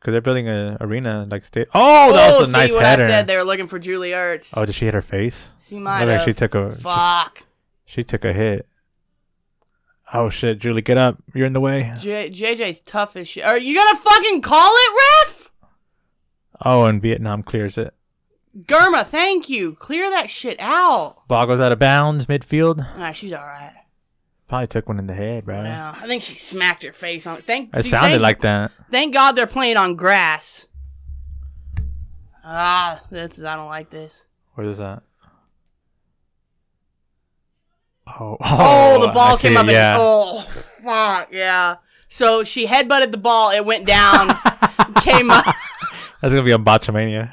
S1: Because they're building an arena, like, state. Oh, that was a
S2: see
S1: nice
S2: what I said.
S1: header.
S2: They were looking for Julie Ertz.
S1: Oh, did she hit her face?
S2: she
S1: Looked
S2: might
S1: like she
S2: have.
S1: took a
S2: Fuck.
S1: she took a hit. Oh shit, Julie, get up! You're in the way.
S2: J- JJ's tough as shit. Are you gonna fucking call it, ref?
S1: Oh, and Vietnam clears it.
S2: Germa, thank you. Clear that shit out.
S1: Ball goes out of bounds midfield.
S2: Ah, she's all right.
S1: Probably took one in the head, bro.
S2: Yeah, I think she smacked her face on. Thank.
S1: It
S2: see,
S1: sounded
S2: thank,
S1: like that.
S2: Thank God they're playing on grass. Ah, this is, I don't like this.
S1: Where is that? Oh, <laughs>
S2: Oh, the ball
S1: I
S2: came
S1: see,
S2: up
S1: Yeah.
S2: and oh fuck yeah. So she headbutted the ball. It went
S1: <laughs>
S2: down. came up. <laughs>
S1: That's gonna be a botchamania.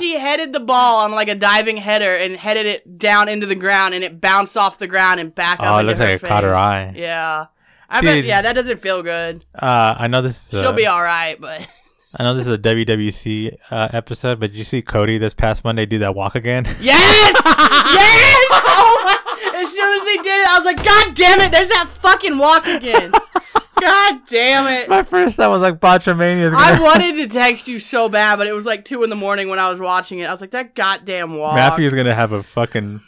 S2: She headed the ball on like a diving header and headed it down into the ground and it bounced off the ground and back up.
S1: oh, it
S2: into
S1: looks like
S2: her
S1: it caught her
S2: face.
S1: eye.
S2: Yeah. I bet,
S1: Dude.
S2: yeah, that doesn't feel good.
S1: Uh, I know this. Is a,
S2: She'll be all right, but
S1: I know this is a WWC uh, episode, but did you see Cody this past Monday do that walk again? <laughs>
S2: yes, yes. Oh my! As soon as he did it, I was like, God damn it! There's that fucking walk again. God damn it!
S1: My first thought was like botchamania. is
S2: I
S1: gonna-
S2: wanted to text you so bad, but it was like two in the morning when I was watching it. I was like, that goddamn walk.
S1: Matthew's gonna have a fucking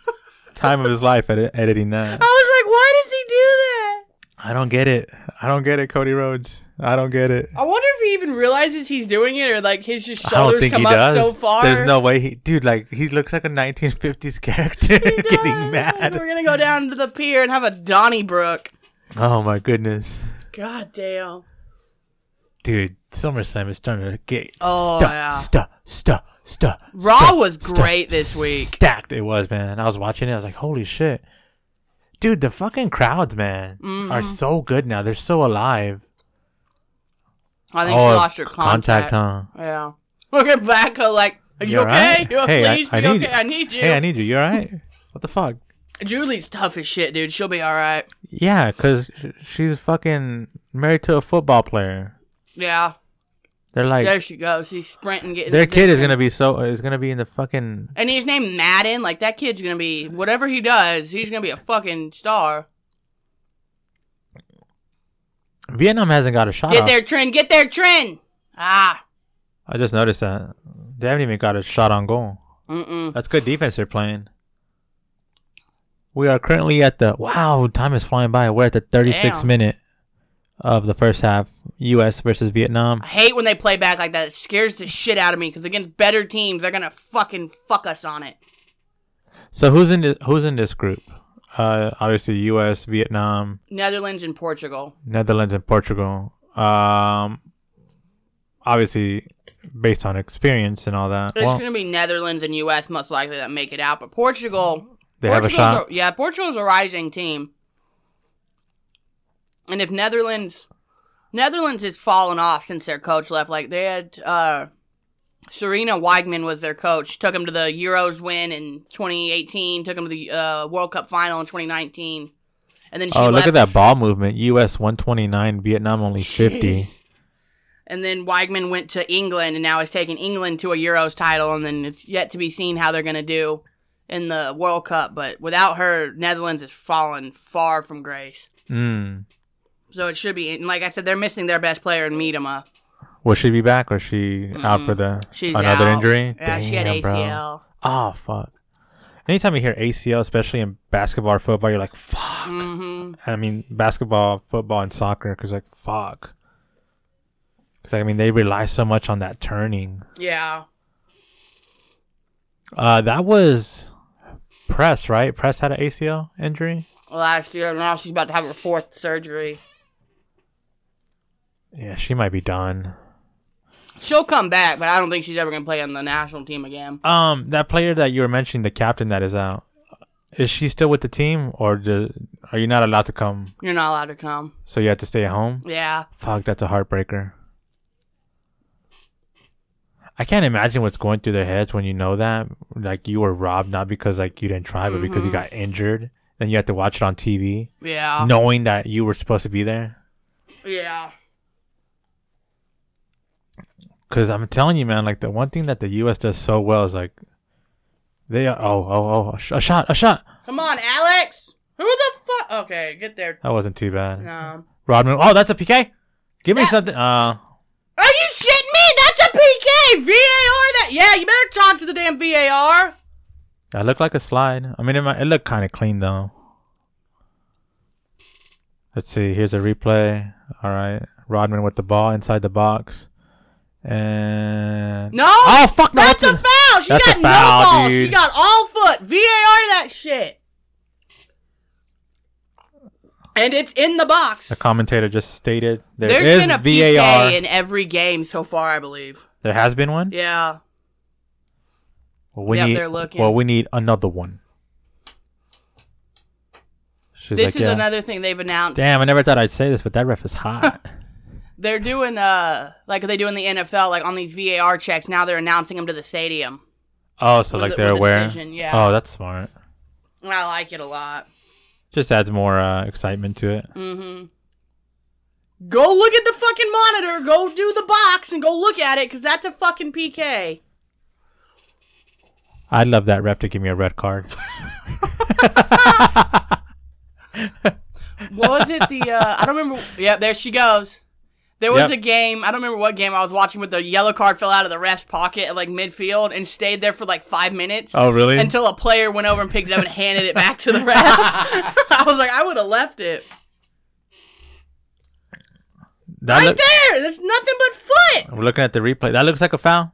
S1: time of his life edit- editing that.
S2: I was like, why does he do that?
S1: I don't get it. I don't get it, Cody Rhodes. I don't get it.
S2: I wonder if he even realizes he's doing it or like his just
S1: I don't
S2: shoulders
S1: think
S2: come
S1: he
S2: up
S1: does.
S2: so far.
S1: There's no way he, dude. Like he looks like a 1950s character
S2: He
S1: <laughs>
S2: does.
S1: getting mad.
S2: We're gonna go down to the pier and have a Donnybrook.
S1: Oh my goodness,
S2: God damn.
S1: dude. SummerSlam is starting to get
S2: Oh,
S1: stuck,
S2: yeah.
S1: stuck, stuck, stuck.
S2: Raw
S1: stuck,
S2: was
S1: stuck,
S2: great this week.
S1: Stacked it was, man. I was watching it. I was like, holy shit, dude. The fucking crowds, man,
S2: Mm-hmm.
S1: are so good now. They're so alive.
S2: I
S1: Oh,
S2: think she lost her contact.
S1: huh?
S2: Yeah. Look at Vacca like, are you
S1: You're
S2: okay?
S1: right.
S2: You
S1: Hey, I-
S2: please
S1: I
S2: be
S1: need-
S2: okay. I need you.
S1: Hey, I need you. You all
S2: <laughs>
S1: right? What the fuck?
S2: Julie's tough as shit, dude. She'll be all right.
S1: Yeah, because she's fucking married to a football player.
S2: Yeah.
S1: They're like,
S2: There she goes. She's sprinting, getting
S1: their kid is
S2: position.
S1: gonna be so is gonna be in the fucking
S2: And he's named Madden. Like that kid's gonna be whatever he does. He's gonna be a fucking star.
S1: Vietnam hasn't got a shot.
S2: Get
S1: off.
S2: their trend. Get their trend. Ah.
S1: I just noticed that they haven't even got a shot on goal.
S2: Mm-mm.
S1: That's good defense they're playing. We are currently at the wow, time is flying by. We're at the 36
S2: Damn.
S1: minute of the first half. U.S. versus Vietnam.
S2: I hate when they play back like that. It scares the shit out of me because against better teams, they're gonna fucking fuck us on it.
S1: So who's in thi- who's in this group? Uh, obviously U.S., Vietnam,
S2: Netherlands and Portugal.
S1: Netherlands, and Portugal. Um, obviously based on experience and all that.
S2: It's
S1: well,
S2: gonna be Netherlands and U.S. most likely that make it out, but Portugal.
S1: they have a
S2: Portugal's
S1: shot.
S2: a- yeah, Portugal's a rising team. And if Netherlands Netherlands has fallen off since their coach left, like they had uh Serena Weigman was their coach, took them to the Euros win in 2018, took them to the uh, World Cup final in 2019. And then she
S1: oh,
S2: left.
S1: look at that ball movement. U.S. 129, Vietnam only 50.
S2: Jeez. And then Weigman went to England and now is taking England to a Euros title and then it's yet to be seen how they're going to do in the World Cup, but without her Netherlands has fallen far from grace.
S1: Mm.
S2: So it should be and like I said they're missing their best player in Miedema.
S1: Will she be back or is she out for the
S2: She's
S1: another
S2: out.
S1: injury?
S2: Yeah, she had
S1: Damn, bro.
S2: ACL.
S1: Oh fuck. Anytime you hear ACL, especially in basketball or football, you're like, fuck.
S2: hmm
S1: I mean, basketball, football, and soccer, because like, fuck. Because I mean, they rely so much on that turning.
S2: Yeah.
S1: Uh, that was Press, right? Press had an ACL injury.
S2: Last year now she's about to have her fourth surgery.
S1: Yeah, she might be done.
S2: She'll come back, but I don't think she's ever going to play on the national team again.
S1: Um, that player that you were mentioning, the captain that is out, is she still with the team, or do, are you not allowed to come?
S2: You're not allowed to come.
S1: So you have to stay at home.
S2: Yeah.
S1: Fuck, that's a heartbreaker. I can't imagine what's going through their heads when you know that. Like you were robbed not because like you didn't try, but because you got injured. Then you have to watch it on TV,
S2: Yeah.
S1: knowing that you were supposed to be there.
S2: Yeah.
S1: Because I'm telling you, man, like the one thing that the U.S. does so well is like they are. Oh, oh, oh, a sh- a shot, a shot.
S2: Come on, Alex. Who the fuck? Okay, get there. Um,
S1: That wasn't too bad.
S2: No.
S1: Rodman. Oh, that's a PK. Give me
S2: That-
S1: something. Uh,
S2: Are you shitting me? That's a PK. VAR. That. Yeah, you better talk to the damn VAR.
S1: that looked like a slide. I mean, it, might, it looked kind of clean though. Let's see. Here's a replay. All right, Rodman with the ball inside the box, and
S2: No.
S1: Oh fuck! No,
S2: that's, a foul. She
S1: that's a foul,
S2: got no balls. She
S1: dude.
S2: got all foot. VAR that shit. And it's in the box.
S1: the commentator just stated there
S2: There's
S1: is
S2: been a
S1: VAR.
S2: PK in every game so far, I believe.
S1: there has been one.
S2: Yeah.
S1: Well, we
S2: Yep,
S1: need.
S2: they're looking.
S1: Well, we need another one. She's
S2: This
S1: like,
S2: is
S1: yeah.
S2: another thing they've announced.
S1: Damn, I never thought I'd say this, but that ref is
S2: <laughs>
S1: hot.
S2: They're doing uh like they do in the NFL, like on these VAR checks. Now they're announcing them to the stadium.
S1: oh, so
S2: With
S1: like
S2: the-
S1: they're
S2: with the
S1: aware.
S2: decision, yeah.
S1: Oh, that's smart.
S2: And I like it a lot.
S1: Just adds more uh, excitement to it.
S2: Go look at the fucking monitor. Go do the box and go look at it because that's a fucking PK.
S1: I'd love that ref to give me a red card.
S2: What was it? The uh, I don't remember. Yeah, there she goes. There was
S1: Yep.
S2: a game. I don't remember what game I was watching, but the yellow card fell out of the ref's pocket at like midfield and stayed there for like five minutes.
S1: Oh, really?
S2: Until a player went over and picked it up and handed it back to
S1: <laughs>
S2: the ref. I was like, I would have left it
S1: That
S2: right
S1: look-
S2: there. That's nothing but foot.
S1: We're looking at the replay. That looks like a foul.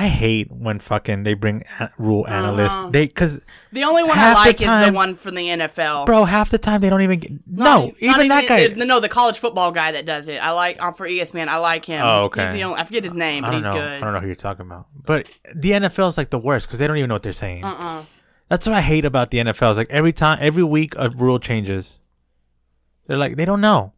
S1: I hate when fucking they bring a- rule analysts.
S2: Uh-huh.
S1: They because
S2: The only one
S1: Half the
S2: I like is
S1: time-
S2: the one from the NFL.
S1: bro, half the time they don't even. Get,
S2: Not-
S1: no,
S2: not
S1: even that guy.
S2: it- no, the college football guy that does it. I like. I'm for E ESPN. I like him.
S1: Oh, okay.
S2: He's the only, I forget his name,
S1: I
S2: but
S1: don't
S2: he's
S1: know. I
S2: good.
S1: don't know who you're talking about. But the NFL is like the worst because they don't even know what they're saying.
S2: Uh-uh.
S1: That's what I hate about the NFL. Is like every time, every week, a rule changes. They're like they don't know.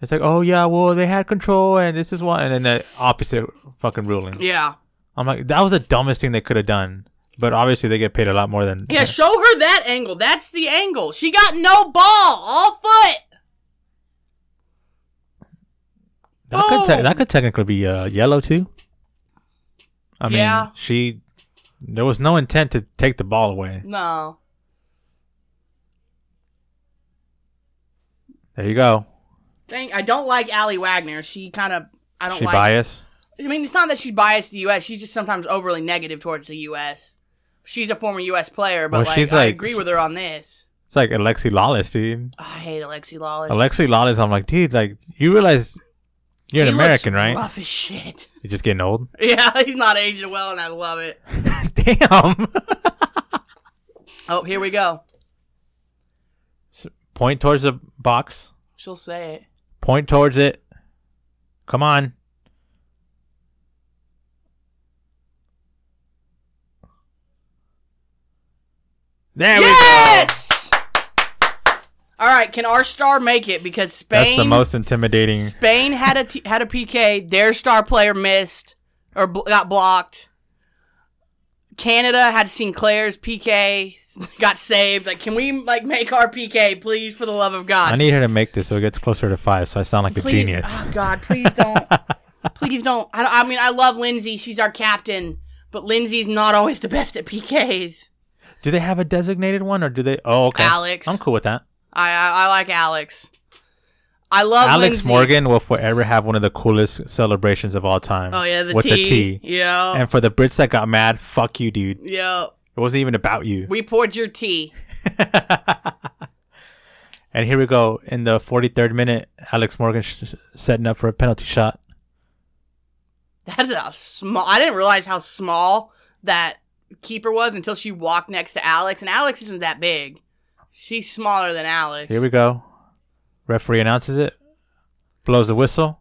S1: It's like, oh yeah, well they had control, and this is why, and then the opposite fucking ruling.
S2: Yeah.
S1: I'm like, that was the dumbest thing they could have done. But obviously, they get paid a lot more than.
S2: Yeah, show her that angle. That's the angle. She got no ball, all foot.
S1: that, could te-
S2: Oh.
S1: that could technically be uh, yellow too. I mean,
S2: Yeah.
S1: she. There was no intent to take the ball away.
S2: No.
S1: There you go.
S2: Thank, I don't like Allie Wagner. She kind of I don't
S1: She
S2: like
S1: biased.
S2: I mean, it's not that she's biased to the US. She's just sometimes overly negative towards the US. She's a former US player, but
S1: Well,
S2: like,
S1: she's
S2: I
S1: like-
S2: agree with her on this.
S1: It's like Alexi Lawless, dude.
S2: I hate Alexi Lawless.
S1: Alexi Lawless. I'm like, dude, like you realize you're
S2: He
S1: an
S2: looks
S1: American, right?
S2: Rough as shit. <laughs>
S1: You're just getting old. <laughs>
S2: Yeah, he's not aging well, and I love it.
S1: Damn.
S2: Oh, here we go.
S1: Point towards the box.
S2: She'll say it.
S1: Point towards it. Come on. There we go.
S2: Yes. All right, can our star make it? Because Spain,
S1: That's the most intimidating.
S2: Spain had a t- had a PK. Their star player missed or bl- got blocked. Canada had Sinclair's PK, <laughs> got saved. Like, can we like make our PK, please, for the love of God?
S1: I need her to make this so it gets closer to five, so I sound like a
S2: please,
S1: genius.
S2: oh, God, please
S1: <laughs>
S2: don't, please don't. I, don't- I mean, I love Lindsay. She's our captain, but Lindsay's not always the best at PKs.
S1: Do they have a designated one, or do they? Oh, okay.
S2: Alex.
S1: I'm cool with that.
S2: I I, I like Alex. I love
S1: Alex
S2: Lindsay.
S1: Morgan will forever have one of the coolest celebrations of all time.
S2: Oh yeah, the
S1: with
S2: T. Oh.
S1: the T.
S2: Yeah,
S1: And for the Brits that got mad, fuck you, dude.
S2: yeah.
S1: It wasn't even about you.
S2: We poured your tea.
S1: <laughs> And here we go in the 43rd minute. Alex Morgan sh- setting up for a penalty shot.
S2: That's a small. I didn't realize how small that keeper was until she walked next to Alex, and Alex isn't that big. She's smaller than Alex.
S1: Here we go. Referee announces it, blows the whistle.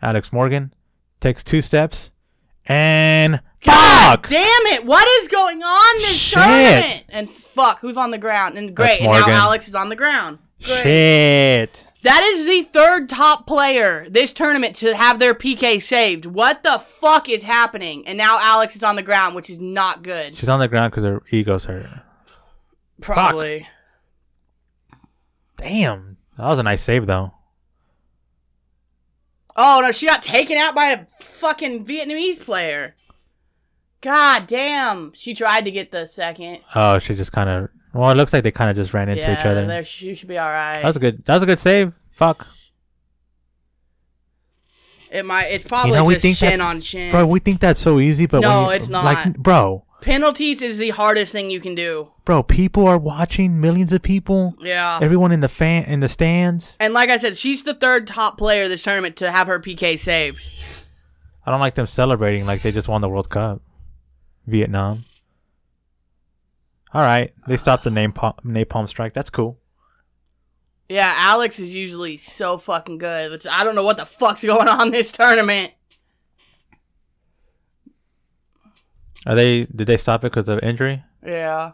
S1: Alex Morgan takes two steps and
S2: God
S1: fuck.
S2: damn it! What is going on this
S1: Shit.
S2: tournament? And fuck, who's on the ground? And
S1: That's
S2: great, and now
S1: Morgan.
S2: Alex is on the ground. Great.
S1: Shit.
S2: That is the third top player this tournament to have their PK saved. What the fuck is happening? And now Alex is on the ground, which is not good.
S1: She's on the ground because her ego's hurt.
S2: Probably.
S1: Damn. That was a nice save though.
S2: Oh no, she got taken out by a fucking Vietnamese player. God damn. She tried to get the second.
S1: Oh, she just kind of. Well, it looks like they kind of just ran into
S2: yeah,
S1: each other.
S2: There, she should be all right.
S1: That was a good. That was a good save. Fuck.
S2: it might. It's probably
S1: you know, we
S2: just
S1: think
S2: chin
S1: that's-
S2: on chin.
S1: Bro, we think that's so easy, but
S2: No,
S1: when you-
S2: it's not.
S1: Like, bro,
S2: Penalties is the hardest thing you can do.
S1: bro, people are watching. Millions of people.
S2: Yeah.
S1: Everyone in the fan in the stands.
S2: and like I said, she's the third top player this tournament to have her PK saved.
S1: I don't like them celebrating like they just won the World Cup. Vietnam. All right, they stopped the napalm, napalm strike. That's cool.
S2: Yeah, Alex is usually so fucking good, which I don't know what <laughs> the fuck's going on this tournament.
S1: Are they? Did they stop it because of injury?
S2: Yeah.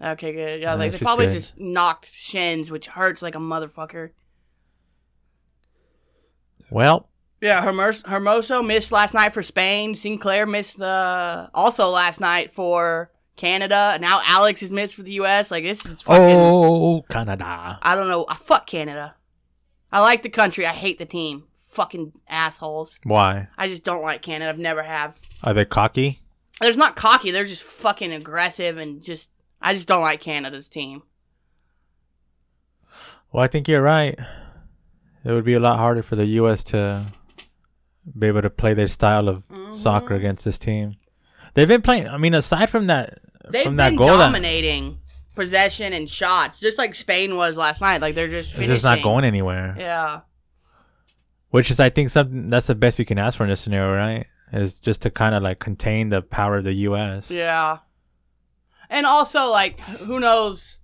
S2: Okay, good. Yeah,
S1: Uh,
S2: like they
S1: she's
S2: probably
S1: good.
S2: just knocked shins, which hurts like a motherfucker.
S1: Well,
S2: Yeah, Hermos- Hermoso missed last night for Spain. Sinclair missed uh, also last night for Canada. And now Alex is missed for the U.S. Like this is fucking.
S1: oh Canada.
S2: I don't know. I fuck Canada. I like the country. I hate the team. Fucking assholes.
S1: Why
S2: I just don't like Canada. I've never have.
S1: are they cocky?
S2: They're not cocky. They're just fucking aggressive and just. I just don't like Canada's team.
S1: Well, I think you're right. It would be a lot harder for the U.S. to be able to play their style of
S2: Mm-hmm.
S1: soccer against this team. They've been playing. I mean, aside from that,
S2: They've
S1: from that
S2: been
S1: goal, that,
S2: dominating possession and shots, just like Spain was last night. Like they're just
S1: it's
S2: finishing.
S1: just not going anywhere.
S2: Yeah.
S1: Which is, I think, something that's the best you can ask for in this scenario, right? Is just to kind of like contain the power of the U.S.
S2: Yeah. And also, like, who knows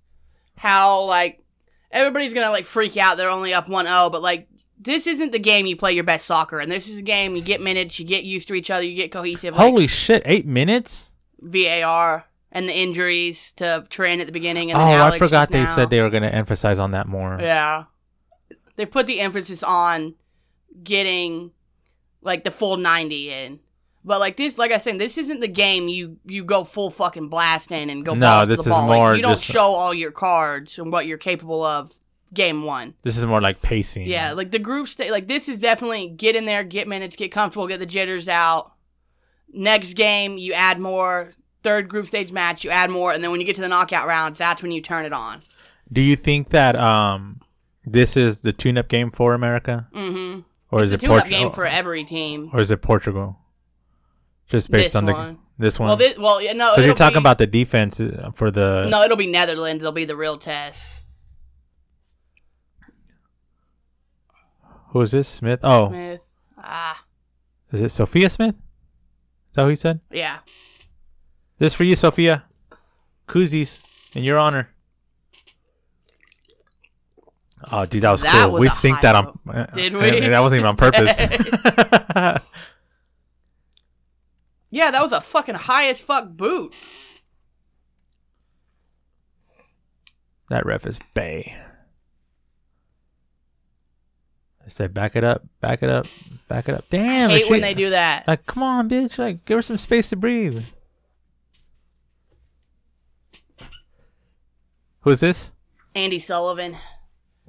S2: how, like, everybody's going to, like, freak out. They're only up 1 0, but, like, this isn't the game you play your best soccer. And this is a game you get minutes, you get used to each other, you get cohesive. Like,
S1: Holy shit! Eight minutes.
S2: VAR and the injuries to Trent at the beginning. And
S1: oh,
S2: then Alex
S1: I forgot
S2: just
S1: they
S2: now.
S1: said they were going to emphasize on that more.
S2: Yeah. They put the emphasis on getting like the full 90 in. But like this, like I said, this isn't the game you you go full fucking blasting and go
S1: No,
S2: balls to
S1: this
S2: the
S1: is
S2: ball.
S1: more
S2: like, you don't
S1: just-
S2: show all your cards and what you're capable of game one.
S1: This is more like pacing.
S2: Yeah, like the group state, like this is definitely get in there, get minutes, get comfortable, get the jitters out. Next game, you add more. Third group stage match, you add more, and then when you get to the knockout rounds, that's when you turn it on.
S1: Do you think that um this is the tune-up game for America,
S2: Mm-hmm.
S1: or is
S2: it's a
S1: it
S2: tune-up
S1: Portugal?
S2: game for every team.
S1: or is it Portugal? Just based
S2: This
S1: on the
S2: one.
S1: this one.
S2: Well, this, well, yeah, no.
S1: because you're
S2: it'll
S1: talking
S2: be-
S1: about the defense uh, for the.
S2: No, it'll be Netherlands. It'll be the real test.
S1: Who is this? Smith. Oh,
S2: Smith. Ah,
S1: is it Sophia Smith? Is that who he said?
S2: yeah.
S1: This for you, Sophia. Koozies in your honor. Oh, dude, that was
S2: That
S1: cool.
S2: was
S1: we
S2: a
S1: synced
S2: high
S1: that on.
S2: Did
S1: uh,
S2: we?
S1: That wasn't even on
S2: <laughs>
S1: purpose. <laughs>
S2: Yeah, that was a fucking high as fuck boot.
S1: that ref is Bay. I said, back it up, back it up, back it up. Damn.
S2: Hate when
S1: shit.
S2: they do that.
S1: Like, come on, bitch. Like, give her some space to breathe. Who's this?
S2: Andy Sullivan.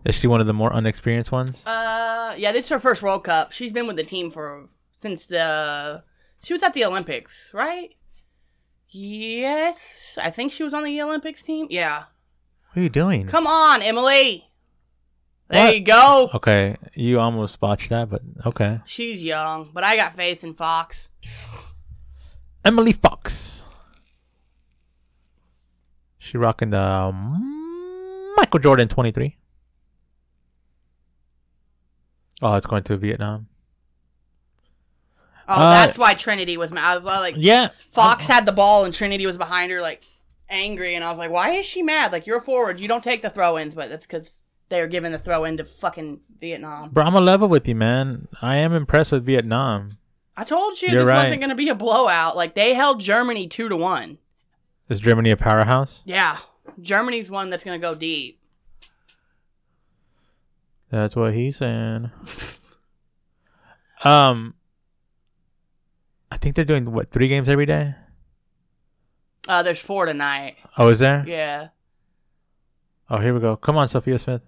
S1: Is she one of the more unexperienced ones?
S2: Uh, yeah, this is her first World Cup. She's been with the team for since the she was at the Olympics, right? Yes, I think she was on the Olympics team. Yeah.
S1: What are you doing?
S2: Come on, Emily. There
S1: Hmm. What? Oh.
S2: you go.
S1: Okay, you almost botched that, but okay.
S2: She's young, but I got faith in Fox.
S1: Emily Fox. She rocking the um, Michael Jordan 23. Oh, it's going to Vietnam.
S2: Oh,
S1: Uh,
S2: that's why Trinity was mad. I was like,
S1: Yeah.
S2: Fox had the ball and Trinity was behind her, like angry, and I was like, "Why is she mad? Like you're a forward, you don't take the throw-ins, but that's because they're giving the throw-in to fucking Vietnam."
S1: Bro, I'm a level with you, man. I am impressed with Vietnam.
S2: I told you
S1: You're
S2: this
S1: right.
S2: wasn't going to be a blowout. Like they held Germany two to one.
S1: Is Germany a powerhouse?
S2: Yeah, Germany's one that's going to go deep.
S1: That's what he said. um, I think they're doing what three games every day.
S2: Uh, there's four tonight.
S1: Oh, is there?
S2: Yeah,
S1: Oh, here we go. Come on, Sophia Smith.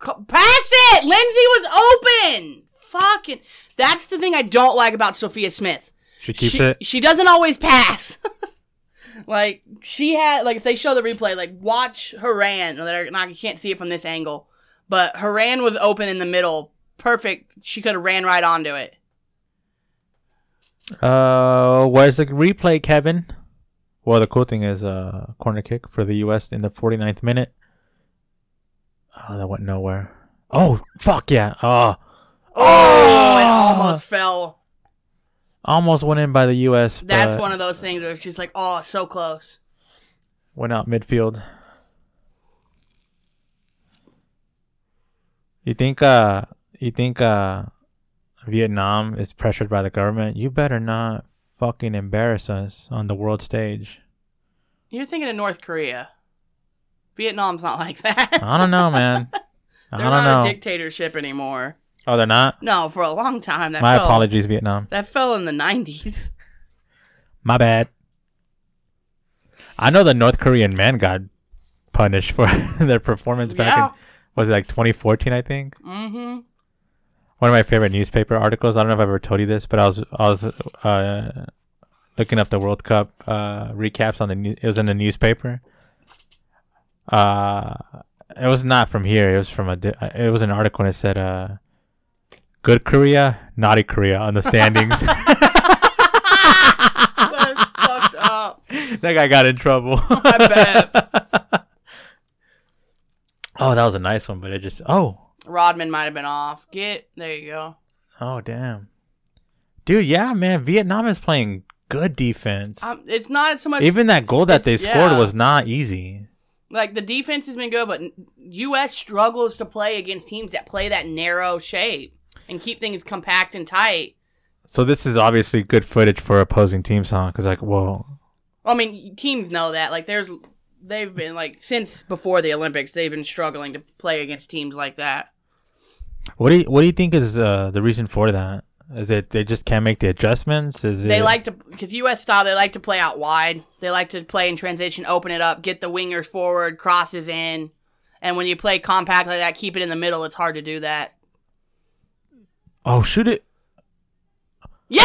S2: Co- pass it. Lindsay was open. Fucking. That's the thing I don't like about Sophia Smith.
S1: She keeps
S2: she, <laughs>
S1: it.
S2: She doesn't always pass. <laughs> like she had like if they show the replay, like watch Haran. They're not you can't see it from this angle. But Haran was open in the middle. Perfect. She could have ran right onto it.
S1: Uh, where's the replay, Kevin? Well, the cool thing is uh, corner kick for the U.S. in the 49th minute. Oh, that went nowhere. Oh, fuck yeah. Oh,
S2: Oh, it
S1: Ah.
S2: almost fell.
S1: almost went in by the U.S.
S2: That's
S1: but
S2: one of those things where she's like, "Oh, so close."
S1: Went out midfield. You think, uh, you think, uh, Vietnam is pressured by the government? You better not fucking embarrass us on the world stage.
S2: You're thinking of North Korea. Vietnam's not <laughs> like that.
S1: I don't know,
S2: <laughs>
S1: man. I
S2: They're
S1: don't
S2: not
S1: know.
S2: a dictatorship anymore.
S1: oh, they're not.
S2: No, for a long time that
S1: My
S2: fell,
S1: apologies, Vietnam.
S2: That fell in the 90s.
S1: My bad. I know the North Korean man got punished for <laughs> their performance back
S2: Yeah.
S1: in was it like 2014, I think. <laughs>
S2: <laughs> Mm-hmm.
S1: One of my favorite newspaper articles. I don't know if I've ever told you this, but I was I was uh, looking up the World Cup uh, recaps on the new- it was in the newspaper. Uh, it was not from here. It was from a di- it was an article and it said uh, "Good Korea, Naughty Korea" on the
S2: <laughs>
S1: standings. <laughs> that
S2: That's fucked up.
S1: guy got in
S2: <laughs>
S1: trouble. <laughs>
S2: I bet.
S1: Oh, that was a nice one, but it just oh
S2: Rodman might have been off. Get there you go.
S1: oh damn, dude, yeah, man, Vietnam is playing good defense.
S2: Um, it's not so much
S1: Even that goal that they
S2: it's-
S1: scored
S2: yeah.
S1: was not easy.
S2: like the defense has been good, but U.S. struggles to play against teams that play that narrow shape and keep things compact and tight.
S1: So this is obviously good footage for opposing teams, huh? Because like, whoa,
S2: I mean, teams know that. Like, there's they've been like since before the Olympics, they've been struggling to play against teams like that.
S1: what do you what do you think is uh, the reason for that? Is it they just can't make the adjustments? Is
S2: They
S1: it
S2: like to because U.S. style, they like to play out wide. They like to play in transition, open it up, get the wingers forward, crosses in, and when you play compact like that, keep it in the middle. It's hard to do that.
S1: oh shoot it
S2: Yeah!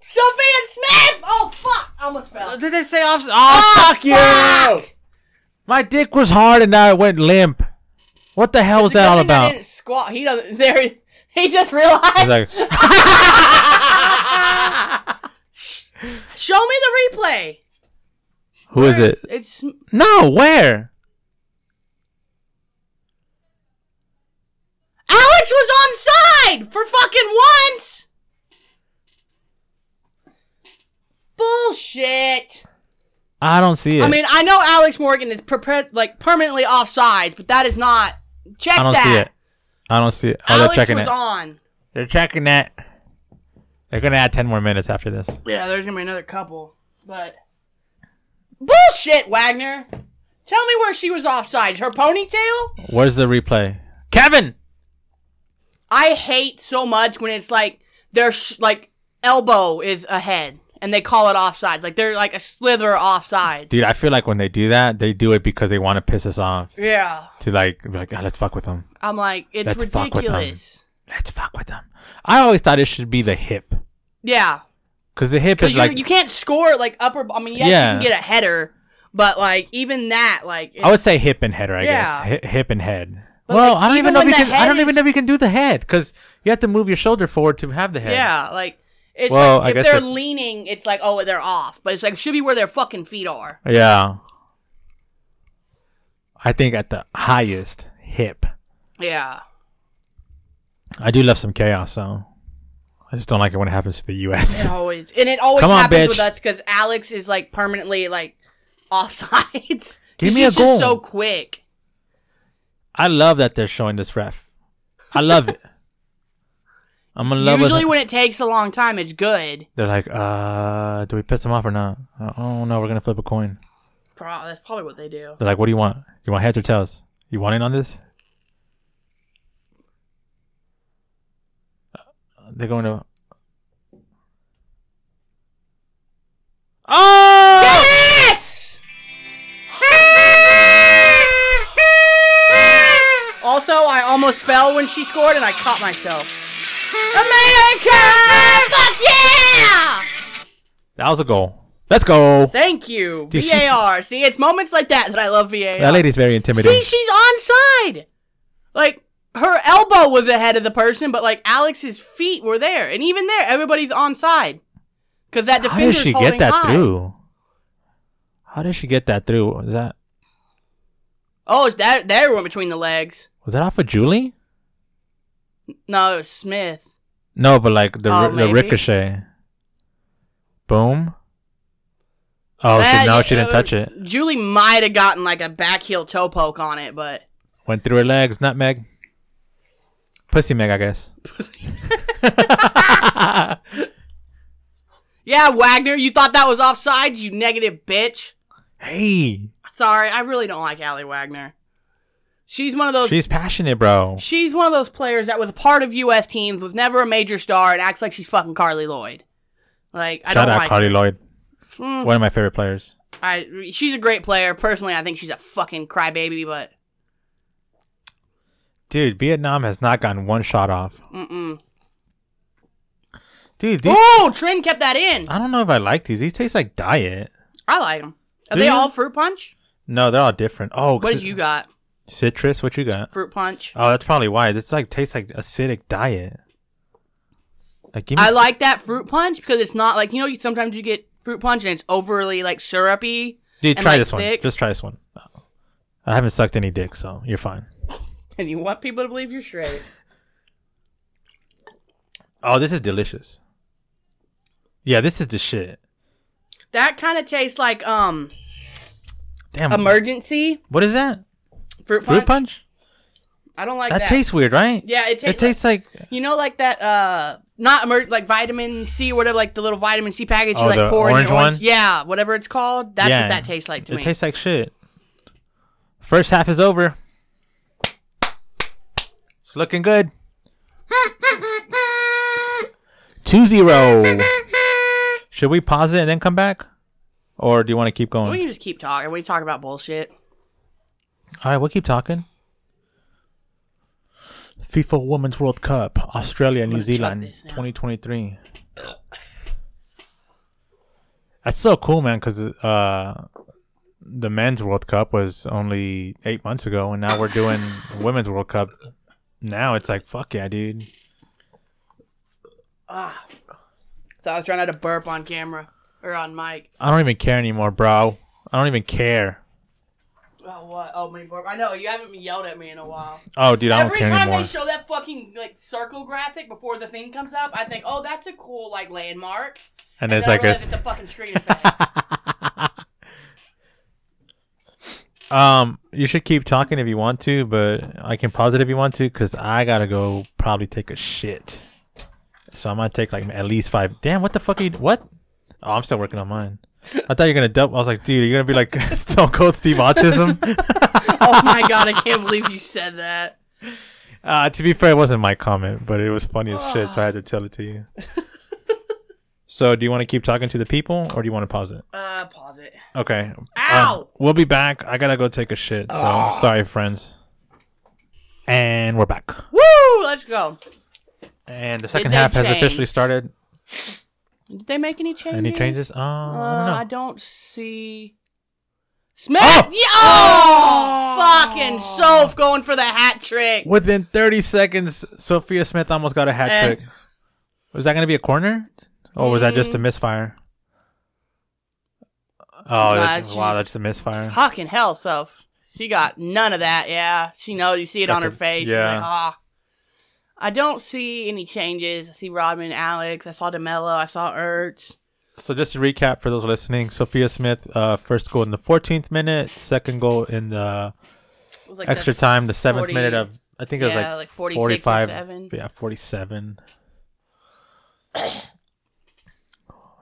S2: Sophia Smith! Oh fuck! I almost fell.
S1: did they say off? Oh, fuck you! My dick was hard and now it went limp. What the hell was that all about?
S2: He didn't squat. He doesn't. There. He just
S1: I was
S2: realized.
S1: like,
S2: <laughs> Show me the replay.
S1: who is it?
S2: It's
S1: No, where?
S2: Alex was on side for fucking once. Bullshit.
S1: I don't see it.
S2: I mean, I know Alex Morgan is prepared, like permanently off sides, but that is not. Check
S1: I don't
S2: that.
S1: see it. I don't see it. Oh,
S2: Alex
S1: they're checking
S2: was
S1: it.
S2: on.
S1: They're checking that. They're gonna add ten more minutes after this.
S2: Yeah, there's gonna be another couple, but bullshit, Wagner. Tell me where she was offside. Her ponytail.
S1: Where's the replay? Kevin.
S2: I hate so much when it's like their sh- like elbow is ahead and they call it offsides. Like they're like a slither offside.
S1: Dude, I feel like when they do that, they do it because they want to piss us off.
S2: Yeah,
S1: To like, be like, "Ah, let's fuck with them.
S2: I'm like it's
S1: Let's fuck with them.
S2: ridiculous.
S1: Let's fuck with them. I always thought it should be the hip,
S2: Yeah,
S1: because the hip
S2: because
S1: is like.
S2: you can't score like upper. I mean, yes,
S1: Yeah.
S2: you can get a header, but like even that, like
S1: I would say hip and header. I
S2: Yeah.
S1: guess Hi- hip and head.
S2: But,
S1: well,
S2: like,
S1: I don't
S2: even
S1: even know. If
S2: when
S1: you
S2: the
S1: can, I
S2: head
S1: don't even
S2: is-
S1: know if you can do the head because you have to move your shoulder forward to have the head.
S2: Yeah, like it's
S1: Well, I
S2: like if
S1: guess
S2: they're
S1: that-
S2: leaning, it's like oh they're off, but it's like should be where their fucking feet are.
S1: Yeah. I think at the highest hip.
S2: Yeah,
S1: I do love some chaos, though. I just don't like it when it happens to the U.S.
S2: it always and it always
S1: Come on,
S2: happens
S1: bitch.
S2: with us because Alex is like permanently like <laughs> offsides. 'Cause
S1: Give me
S2: she's
S1: a goal.
S2: Just so quick.
S1: I love that they're showing this ref. I love it. I'm in love
S2: Usually
S1: with.
S2: when it takes a long time, it's good.
S1: They're like, uh, do we piss him off or not? Uh, Oh no, we're gonna flip a coin.
S2: Pro- That's probably what they do.
S1: They're like, what do you want? You want heads or tails? You want in on this? Uh, They're going to. Oh!
S2: Yes. Also, I almost fell when she scored, and I caught myself. America! Fuck yeah!
S1: That was a goal. Let's go.
S2: Thank you.
S1: Dude, she-
S2: VAR. See, it's moments like that that I love VAR.
S1: That lady's very intimidating.
S2: See, she's onside. Like her elbow was ahead of the person, but like Alex's feet were there, and even there, everybody's onside because
S1: How
S2: that
S1: did
S2: defender's
S1: she
S2: holding
S1: get that
S2: high.
S1: through? How did she get that through? Was that
S2: Oh, it's that there one between the legs.
S1: was that off of Julie?
S2: No, it was Smith.
S1: No, but like the
S2: Oh,
S1: ri- the
S2: maybe.
S1: ricochet. Boom. Oh,
S2: That-
S1: she, no, she didn't
S2: uh,
S1: touch it.
S2: Julie might have gotten like a back heel toe poke on it, but
S1: Went through her legs, nutmeg. Pussy Meg, I guess.
S2: Yeah, Wagner, you thought that was offside, you negative bitch.
S1: hey,
S2: Sorry, I really don't like Allie Wagner. She's one of those
S1: she's passionate, bro.
S2: She's one of those players that was a part of U.S. teams, was never a major star, and acts like she's fucking Carly Lloyd. Like I
S1: Shout
S2: don't
S1: out
S2: like.
S1: Carly Lloyd,
S2: Mm,
S1: one of my favorite players.
S2: I she's a great player. Personally, I think she's a fucking crybaby, but
S1: Dude, Vietnam has not gotten one shot off.
S2: mm-mm.
S1: Dude, these,
S2: Oh, Trin kept that in.
S1: I don't know if I like these. These taste like diet.
S2: I like them. Are
S1: Do
S2: they
S1: you?
S2: all fruit punch?
S1: No, they're all different. Oh,
S2: What did you got?
S1: citrus? What you got?
S2: Fruit punch.
S1: Oh, that's probably why. It's like tastes like acidic diet. Like, give me
S2: I
S1: s-
S2: like that fruit punch because it's not like you know. You sometimes you get fruit punch and it's overly like syrupy,
S1: Dude,
S2: and,
S1: try
S2: like,
S1: this one.
S2: thick.
S1: Just try this one. Oh. I haven't sucked any dick, so you're fine.
S2: and you want people to believe you're straight.
S1: Oh, this is delicious. Yeah, this is the shit.
S2: that kind of tastes like um
S1: Damn.
S2: emergency
S1: what is that?
S2: fruit punch.
S1: Fruit punch?
S2: I don't like
S1: That,
S2: that.
S1: tastes weird, right?
S2: Yeah, it tastes.
S1: It tastes like
S2: You know, like that, uh, not emerg- like vitamin C or whatever, like the little vitamin C package
S1: Oh,
S2: you like
S1: the
S2: pour in
S1: orange
S2: your
S1: one?
S2: Yeah, whatever it's called. That's
S1: Yeah.
S2: what that tastes like to
S1: it
S2: me.
S1: tastes like shit. First half is over. It's looking good. 2-0. Should we pause it and then come back? Or do you want to keep
S2: we
S1: going?
S2: can just keep talking. We talk about bullshit.
S1: All right, we'll keep talking. FIFA Women's World Cup, Australia, New
S2: gonna chug
S1: Zealand,
S2: this now.
S1: 2023. That's so cool, man, because uh, the men's World Cup was only eight months ago, and now we're doing Women's World Cup. Now it's like, fuck yeah, dude.
S2: So I was trying not to burp on camera or on mic.
S1: I don't even care anymore, bro. I don't even care.
S2: Oh, what? Oh, me burp. I know, you haven't yelled at me in a while.
S1: Oh, dude, I don't
S2: Every
S1: care
S2: time
S1: anymore.
S2: they show that fucking, like, circle graphic before the thing comes up, I think, oh, that's a cool, like, landmark.
S1: and
S2: And
S1: it's
S2: then
S1: like
S2: I realize
S1: this.
S2: it's a fucking screen effect.
S1: Um, you should keep talking if you want to, but I can pause it if you want to because I gotta go probably take a shit. So I'm gonna take like at least five. Damn, what the fuck are you? What? Oh, I'm still working on mine. I thought you were gonna double. I was like, dude, you're gonna be like <laughs> Stone Cold Steve Autism.
S2: <laughs> oh, my God, I can't believe you said that.
S1: Uh, to be fair, it wasn't my comment, but it was funny as shit, so I had to tell it to you. so, do you want to keep talking to the people, or do you want to pause it?
S2: Uh, pause it.
S1: Okay.
S2: Ow!
S1: Um, we'll be back. I gotta go take a shit. So sorry, friends. And we're back.
S2: Woo! Let's go.
S1: And the second
S2: they
S1: half has
S2: change?
S1: officially started.
S2: Did they make any changes?
S1: Any changes? Oh,
S2: Uh,
S1: I
S2: I
S1: don't know.
S2: don't see. Smith!
S1: Oh!
S2: Oh! Yeah! oh! Fucking Soph going for the hat trick.
S1: Within 30 seconds, Sophia Smith almost got a hat
S2: Eh.
S1: trick. Was that gonna be a corner, or was that just
S2: Mm.
S1: a misfire? Oh,
S2: Nah,
S1: that-
S2: it's
S1: wow,
S2: just-
S1: that's a
S2: <laughs>
S1: misfire.
S2: Fucking hell, Soph. She got none of that. Yeah, she knows. You see it
S1: Got
S2: on her
S1: the-
S2: face.
S1: yeah.
S2: She's like, ah. I don't see any changes. I see Rodman, Alex. I saw Demelo. I saw Ertz.
S1: So just to recap for those listening, Sophia Smith, uh, first goal in the 14th minute, second goal in the
S2: It was like
S1: extra
S2: the-
S1: time, the seventh
S2: 40
S1: minute of I think it was
S2: yeah,
S1: like,
S2: like 46 or
S1: 45,
S2: seven.
S1: yeah, forty-seven. <coughs>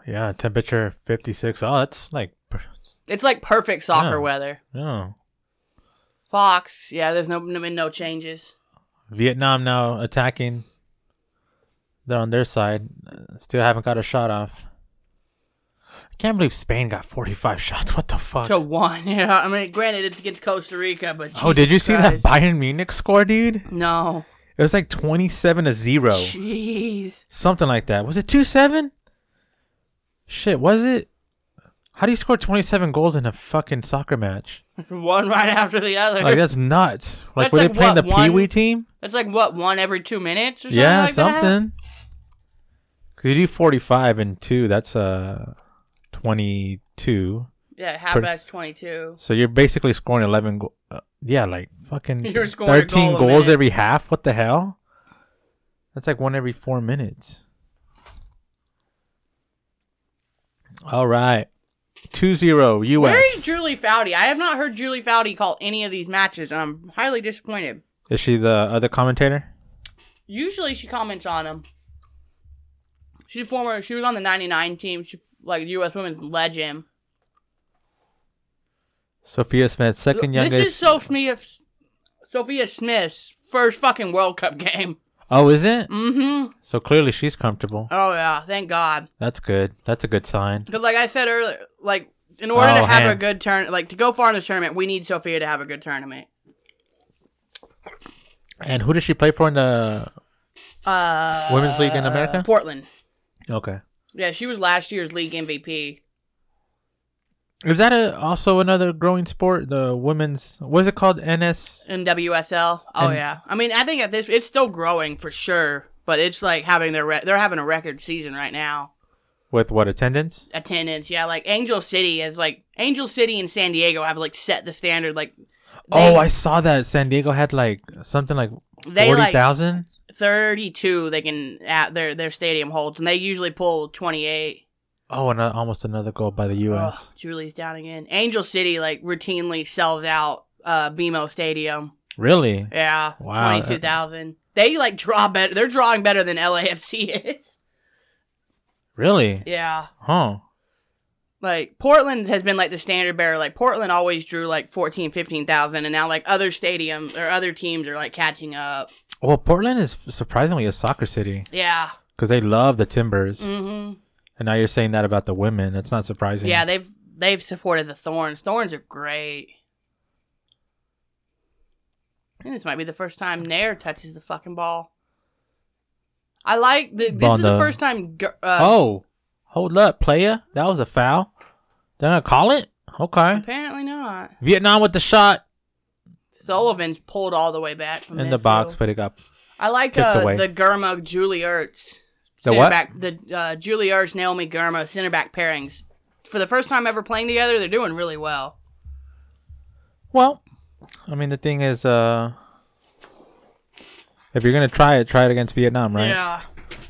S1: yeah, temperature fifty-six. Oh, that's like pr-
S2: It's like perfect soccer
S1: Yeah.
S2: weather.
S1: no.
S2: Fox. Yeah, there's no been no changes.
S1: Vietnam now attacking. They're on their side. Still haven't got a shot off. I can't believe Spain got forty-five <laughs> shots. What the fuck?
S2: to one. <laughs> Yeah, I mean, granted, it's against Costa Rica, but
S1: oh, did you
S2: Jesus
S1: see
S2: Christ.
S1: that Bayern Munich score, dude?
S2: No,
S1: It was like twenty-seven to zero.
S2: jeez, <laughs>
S1: something like that. Was it two seven? Shit, was it? How do you score twenty seven goals in a fucking soccer
S2: <laughs>
S1: match?
S2: one right after the other.
S1: Like that's nuts. Like
S2: That's
S1: were
S2: like,
S1: they playing
S2: what,
S1: the Pee Wee
S2: one-
S1: team?
S2: That's like what one every two minutes or something.
S1: Yeah,
S2: like that?
S1: something. 'Cause you do forty five and two. That's uh twenty two.
S2: Yeah, half
S1: Per-
S2: past twenty-two.
S1: So you're basically scoring eleven. Go- uh, yeah, like fucking
S2: <laughs> You're scoring a
S1: thirteen
S2: goal a
S1: goals
S2: minute.
S1: every half. What the hell? That's like one every four minutes. All right, 2-0 U.S.
S2: Where is Julie Foudy? I have not heard Julie Foudy call any of these matches, and I'm highly disappointed.
S1: Is she the other commentator?
S2: Usually she comments on them. She's former. She was on the '99 team. She like U.S. Women's Legend.
S1: Sophia Smith, second
S2: This
S1: youngest.
S2: is Sophia Sophia Smith's first fucking World Cup game.
S1: oh, is it?
S2: Mm-hmm.
S1: So clearly she's comfortable.
S2: Oh yeah, thank God.
S1: That's good. That's a good sign.
S2: Because like I said earlier, like in order
S1: Oh,
S2: to have
S1: hand.
S2: a good turn, like to go far in this tournament, we need Sophia to have a good tournament.
S1: And who does she play for in the
S2: Uh,
S1: Women's League in America?
S2: Portland. Uh,
S1: Okay.
S2: Yeah, she was last year's league MVP.
S1: Is that a, also another growing sport? The women's what's it called? NS.
S2: in WSL. Oh
S1: And-
S2: yeah, I mean, I think at this it's still growing for sure, but it's like having their re- they're having a record season right now.
S1: With what attendance?
S2: Attendance, yeah, like Angel City is like Angel City and San Diego have like set the standard. Like
S1: Oh, I saw that San Diego had like something like
S2: They, like-
S1: forty thousand.
S2: thirty two, they can at their their stadium holds, and they usually pull twenty eight.
S1: Oh, and uh, almost another goal by the U.S.
S2: Oh, Julie's down again. Angel City like routinely sells out uh BMO Stadium.
S1: Really?
S2: Yeah,
S1: Wow.
S2: twenty two thousand. They like draw better. They're drawing better than LAFC is. <laughs>
S1: Really?
S2: Yeah.
S1: Huh?
S2: like Portland has been like the standard bearer. Like Portland always drew like 14, 15,000 and now like other stadiums or other teams are like catching up.
S1: Well, Portland is surprisingly a soccer city
S2: Yeah.
S1: because they love the Timbers,
S2: Mhm.
S1: and now you're saying that about the women. It's not surprising.
S2: Yeah, they've they've supported the Thorns. Thorns are great. I think this might be the first time Nair touches the fucking ball. I like the, this is the
S1: Bondo.
S2: first time gir- uh,
S1: oh, hold up, player. That was a foul. They're gonna call it. Okay.
S2: apparently not.
S1: Vietnam with the shot
S2: Sullivan's pulled all the way back from
S1: in the
S2: midfield.
S1: box, but it got
S2: I like
S1: Kicked
S2: uh,
S1: away.
S2: the Gurma Julie Ertz.
S1: The
S2: center
S1: what?
S2: Back, the uh, Julie Ertz Naomi Gurma center back pairings. For the first time ever playing together, they're doing really well.
S1: well. I mean, the thing is, uh, if you're gonna try it, try it against Vietnam, right?
S2: Yeah.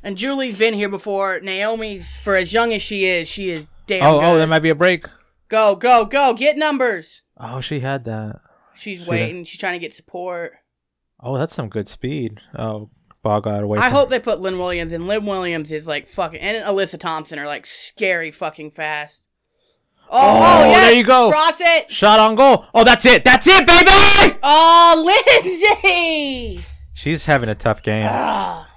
S2: And Julie's been here before. Naomi's for as young as she is, she is damn
S1: Oh, oh,
S2: good.
S1: there might be a break.
S2: go, go, go! Get numbers.
S1: Oh, she had that.
S2: She's waiting. She's trying to get support.
S1: Oh, that's some good speed. Oh, ball got away.
S2: I
S1: from-
S2: hope they put Lynn Williams in. Lynn Williams is like fucking, and Alyssa Thompson are like scary fucking fast. Oh,
S1: Oh,
S2: oh,
S1: there
S2: yes!
S1: you go.
S2: Cross it.
S1: Shot on goal. Oh, that's it. That's it, baby.
S2: Oh, <laughs> Lindsay.
S1: She's having a tough game.
S2: Ah,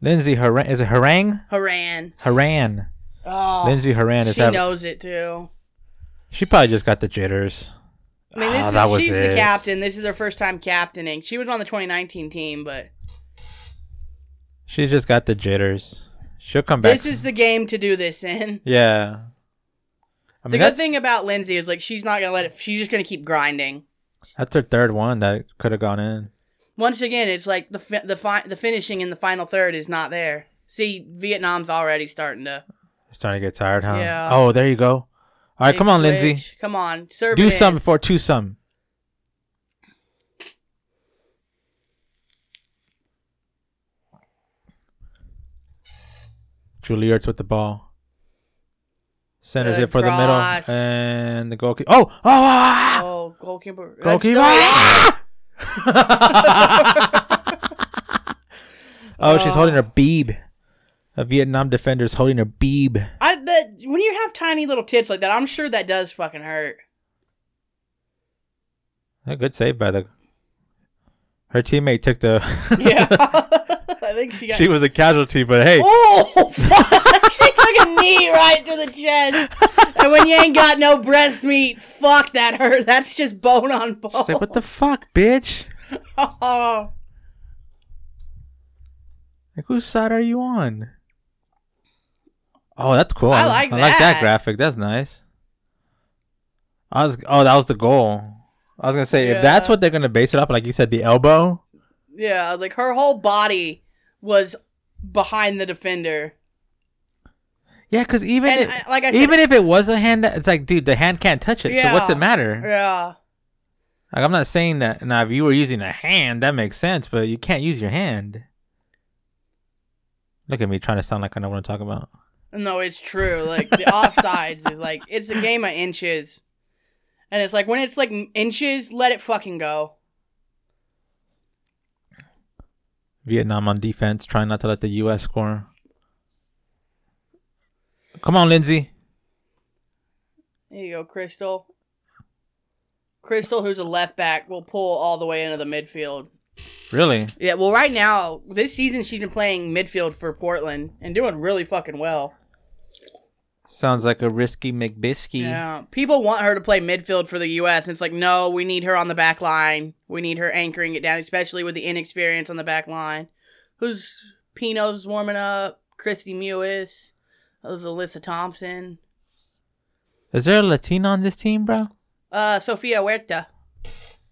S1: Lindsay Haran is it Harang?
S2: Haran.
S1: Haran.
S2: Oh,
S1: Lindsay Haran is
S2: she
S1: having.
S2: knows it too.
S1: She probably just got the jitters.
S2: I mean, this
S1: Ah, that
S2: is,
S1: was
S2: she's the
S1: it.
S2: captain. This is her first time captaining. She was on the 2019 team, but
S1: She just got the jitters. She'll come back.
S2: this is the game to do this in.
S1: yeah. I
S2: The
S1: mean,
S2: good
S1: that's,
S2: thing about Lindsay is like she's not gonna let it. She's just gonna keep grinding.
S1: that's her third one that could have gone in.
S2: Once again, it's like the fi- the fi- the finishing in the final third is not there. See, Vietnam's already starting to.
S1: Starting to get tired, huh?
S2: Yeah.
S1: Oh, there you go. All right,
S2: big
S1: come on,
S2: switch.
S1: Lindsay.
S2: Come on, serve.
S1: Do
S2: it in.
S1: some before two some. Julie Ertz with the ball. Centers
S2: Good
S1: it for the
S2: cross.
S1: middle. And the goalkeeper. Oh! Oh! ah!
S2: Oh, goalkeeper. That's
S1: goalkeeper!
S2: still in. <laughs>
S1: Ah! <laughs> oh, she's
S2: Oh.
S1: holding her beeb. A Vietnam defender's holding her beeb.
S2: I but when you have tiny little tits like that, I'm sure that does fucking hurt.
S1: A good save by the. Her teammate took the. <laughs>
S2: <laughs> Yeah, I think she got.
S1: she was a casualty, but hey. <laughs>
S2: oh, fuck. <laughs> she took a knee right to the chest. And when you ain't got no breast meat, fuck that hurt. That's just bone on bone.
S1: It's like, what the fuck, bitch?
S2: <laughs> Oh.
S1: Like, whose side are you on? Oh, that's cool.
S2: I like
S1: I like that
S2: that.
S1: graphic. That's nice. I was. Oh, that was the goal. I was gonna say if that's
S2: Yeah.
S1: what they're gonna base it off, like you said, the elbow.
S2: Yeah, like her whole body was behind the defender.
S1: Yeah, because even
S2: And
S1: if-
S2: I- like I said-
S1: even if it was a hand, that, it's like, dude, the hand can't touch it. So what's
S2: Yeah.
S1: it matter?
S2: Yeah.
S1: Like, I'm not saying that. Now, if you were using a hand, that makes sense, but you can't use your hand. Look at me trying to sound like I know what I'm talking about.
S2: No, it's true. Like the offsides is like it's a game of inches, and it's like when it's like inches, let it fucking go.
S1: Vietnam on defense, trying not to let the U.S. score. Come on, Lindsay.
S2: There you go, Crystal. Crystal, who's a left back, will pull all the way into the midfield.
S1: Really?
S2: Yeah, well, right now, this season, she's been playing midfield for Portland and doing really fucking well.
S1: Sounds like a risky McBisky.
S2: Yeah. People want her to play midfield for the U.S., and it's like, no, we need her on the back line. We need her anchoring it down, especially with the inexperience on the back line. Who's Pino's warming up? Christy Mewis. There's Alyssa Thompson.
S1: Is there a Latina on this team, bro?
S2: Uh, Sofia Huerta.